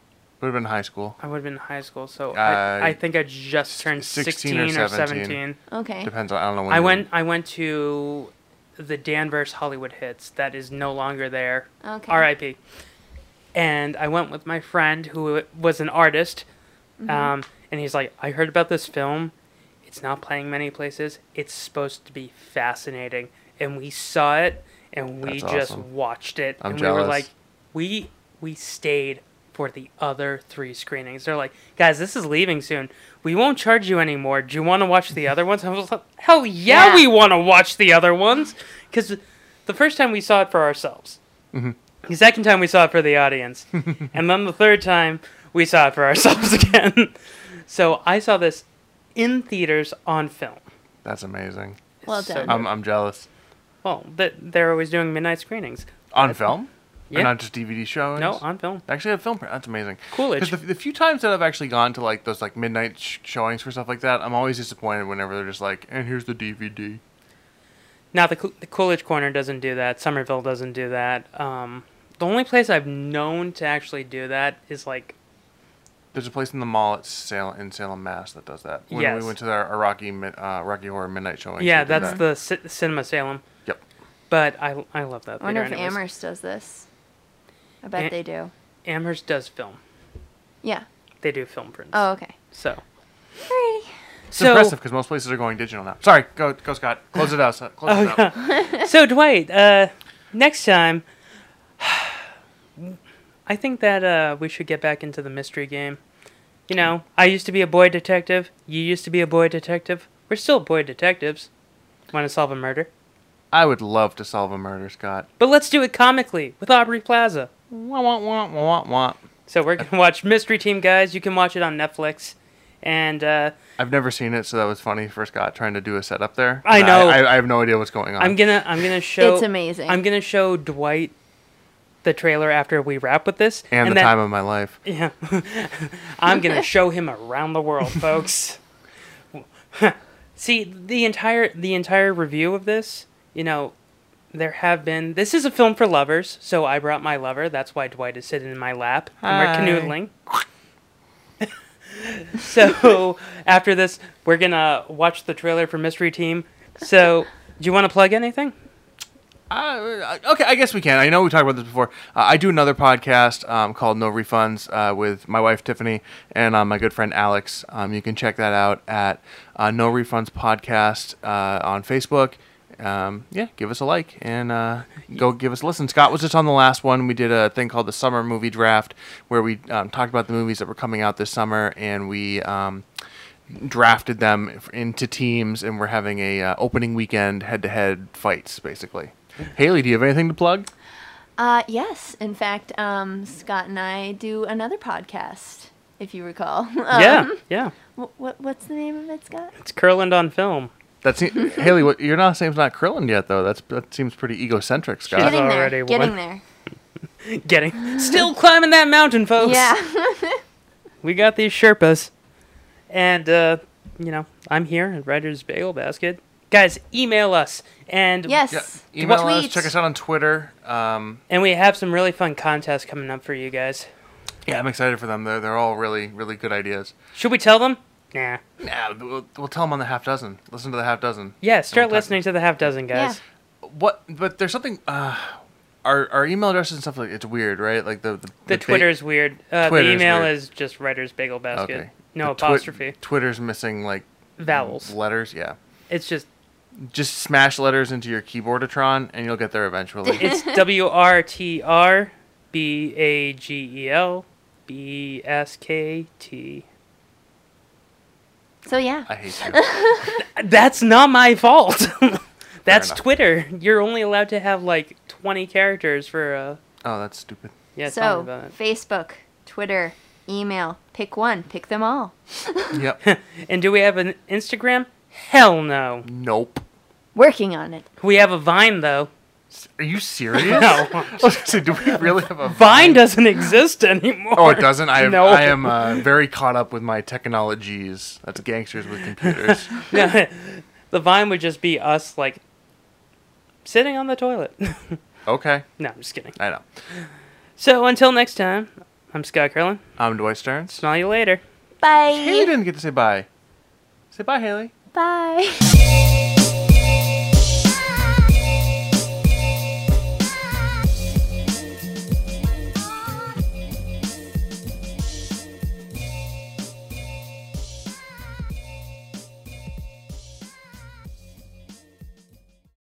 Speaker 2: Would have been high school,
Speaker 1: I would have been in high school, so
Speaker 2: Uh,
Speaker 1: I, I think I just turned
Speaker 2: 16
Speaker 1: 16,
Speaker 2: or
Speaker 1: or
Speaker 2: 17.
Speaker 1: 17.
Speaker 7: Okay.
Speaker 2: depends on I don't know when.
Speaker 1: I
Speaker 2: you-
Speaker 1: went I went to the Danvers Hollywood Hits that is no longer there.
Speaker 7: Okay.
Speaker 1: R.I.P. And I went with my friend who was an artist, um, and he's like, "I heard about this film. It's not playing many places. It's supposed to be fascinating." And we saw it, and we
Speaker 2: That's
Speaker 1: just
Speaker 2: awesome.
Speaker 1: watched it,
Speaker 2: I'm
Speaker 1: and we
Speaker 2: jealous.
Speaker 1: were like, "We we stayed." For the other three screenings, they're like, guys, this is leaving soon. We won't charge you anymore. Do you want to watch the other ones? I was like, hell yeah.
Speaker 7: Yeah.
Speaker 1: we want to watch the other ones because the first time we saw it for ourselves, the second time we saw it for the audience, and then the third time we saw it for ourselves again. so I saw this in theaters on film.
Speaker 2: That's amazing.
Speaker 7: Well
Speaker 1: So-
Speaker 7: done.
Speaker 2: I'm, I'm jealous.
Speaker 1: Well, th- they're always doing midnight screenings.
Speaker 2: On film?
Speaker 1: Yeah.
Speaker 2: Or not just DVD shows?
Speaker 1: No, on film.
Speaker 2: They Actually, have film. print. That's amazing.
Speaker 1: Coolidge.
Speaker 2: 'Cause The, the few times that I've actually gone to like those like midnight sh- showings for stuff like that, I'm always disappointed whenever they're just like, "And here's the DVD."
Speaker 1: Now the, Cool- the Coolidge Corner doesn't do that. Somerville doesn't do that. Um, the only place I've known to actually do that is like
Speaker 2: There's a place in the mall at Salem, in Salem, Mass that does that. When
Speaker 1: Yes.
Speaker 2: we went to our Rocky Min- uh, Rocky Horror Midnight showing.
Speaker 1: yeah,
Speaker 2: they did
Speaker 1: that's
Speaker 2: that.
Speaker 1: the C- Cinema Salem.
Speaker 2: Yep.
Speaker 1: But I, I love that.
Speaker 7: I wonder if
Speaker 1: theater anyways.
Speaker 7: Amherst does this. I bet
Speaker 1: Eh.
Speaker 7: they do.
Speaker 1: Amherst does film.
Speaker 7: Yeah.
Speaker 1: They do film prints.
Speaker 7: Oh, okay.
Speaker 1: So.
Speaker 7: Alrighty.
Speaker 2: It's
Speaker 1: so,
Speaker 2: impressive because most places are going digital now. Sorry, go go Scott. Close it out. Scott. Close
Speaker 1: Oh,
Speaker 2: it out.
Speaker 1: so Dwight, uh, next time, I think that uh, we should get back into the mystery game. You know, I used to be a boy detective. You used to be a boy detective. We're still boy detectives. Want to solve a murder?
Speaker 2: I would love to solve a murder, Scott.
Speaker 1: But let's do it comically with Aubrey Plaza.
Speaker 2: Wah, wah, wah, wah, wah, wah.
Speaker 1: So we're gonna watch Mystery Team, guys. You can watch it on Netflix. And uh,
Speaker 2: I've never seen it, so that was funny for Scott trying to do a setup there.
Speaker 1: I
Speaker 2: And
Speaker 1: know.
Speaker 2: I, I, have no idea what's going on.
Speaker 1: I'm gonna I'm gonna show
Speaker 7: It's amazing.
Speaker 1: I'm gonna show Dwight the trailer after we wrap with this.
Speaker 2: and, the
Speaker 1: then-
Speaker 2: time of my life.
Speaker 1: Yeah. I'm going to show him around the world, folks. See, the entire the entire review of this, you know, there have been this is a film for lovers, so I brought my lover, that's why Dwight is sitting in my lap and we're canoodling. so, after this, we're going to watch the trailer for Mystery Team. So, do you want to plug anything?
Speaker 2: Uh, okay, I guess we can. I know we talked about this before. Uh, I do another podcast um, called No Refunds uh, with my wife Tiffany and um, my good friend Alex. Um, you can check that out at uh, No Refunds Podcast uh, on Facebook. Um, yeah, give us a like and uh, go give us a listen. Scott was just on the last one. We did a thing called the Summer Movie Draft where we um, talked about the movies that were coming out this summer and we. Um, drafted them f- into teams, and we're having a uh, opening weekend head-to-head fights, basically. Haley, do you have anything to plug?
Speaker 7: Uh, yes. In fact, um, Scott and I do another podcast, if you recall. Um,
Speaker 1: yeah. Yeah.
Speaker 7: wh- wh- what's the name of it, Scott?
Speaker 1: It's Curland on Film.
Speaker 2: That's Haley. What, your last name's not Krillin yet, though. That's that seems pretty egocentric, Scott.
Speaker 1: I've
Speaker 7: Getting there.
Speaker 1: already won.
Speaker 7: Getting there.
Speaker 1: Getting still climbing that mountain, folks.
Speaker 7: Yeah.
Speaker 1: we got these Sherpas. And, uh, you know, I'm here at Writer's Bagel Basket. Guys, email us. And,
Speaker 2: Yeah,
Speaker 7: Yes.
Speaker 2: email us.
Speaker 7: Tweet.
Speaker 2: Check us out on Twitter. Um,
Speaker 1: and we have some really fun contests coming up for you guys.
Speaker 2: yeah, I'm excited for them. They're they're all really really good ideas.
Speaker 1: Should we tell them? Nah.
Speaker 2: Nah, we'll, we'll tell them on the half dozen. Listen to the half dozen.
Speaker 1: Yeah, start
Speaker 2: talk-
Speaker 1: listening to the half dozen, guys.
Speaker 2: What? But there's something. Uh, our our email addresses and stuff like it's weird, right? Like the the,
Speaker 1: The
Speaker 2: ba-
Speaker 1: Twitter's weird. Uh,
Speaker 2: Twitter's
Speaker 1: the email
Speaker 2: weird.
Speaker 1: is just Writer's Bagel Basket.
Speaker 2: Okay.
Speaker 1: No
Speaker 2: The twi-
Speaker 1: apostrophe.
Speaker 2: Twitter's missing like
Speaker 1: Vowels.
Speaker 2: letters. Yeah.
Speaker 1: It's just,
Speaker 2: Just smash letters into your keyboardatron, and you'll get there eventually.
Speaker 1: it's W R T R B A G E L B S K T.
Speaker 7: So yeah.
Speaker 2: I hate you.
Speaker 1: That's not my fault. That's
Speaker 2: enough.
Speaker 1: Twitter. You're only allowed to have like 20 characters for uh
Speaker 2: Oh, that's stupid.
Speaker 1: yeah, tell me about
Speaker 7: so Facebook, Twitter, email. Pick one. Pick them all.
Speaker 2: Yep.
Speaker 1: it. And do we have an Instagram? Hell no.
Speaker 2: nope.
Speaker 7: Working on it.
Speaker 1: We have a Vine though.
Speaker 2: Are you serious?
Speaker 1: No.
Speaker 2: I was gonna say, do we really have a
Speaker 1: Vine doesn't exist anymore.
Speaker 2: Oh, it doesn't. I,
Speaker 1: No.
Speaker 2: I am uh, very caught up with my technologies. That's gangsters with computers.
Speaker 1: the Vine would just be us like sitting on the toilet.
Speaker 2: okay,
Speaker 1: no, I'm just kidding.
Speaker 2: I know.
Speaker 1: So until next time, I'm Scott Curlin.
Speaker 2: I'm Um, Dwight Stearns.
Speaker 1: Smell you later.
Speaker 7: Bye.
Speaker 2: Haley didn't get to say bye. Say bye, Haley.
Speaker 7: Bye.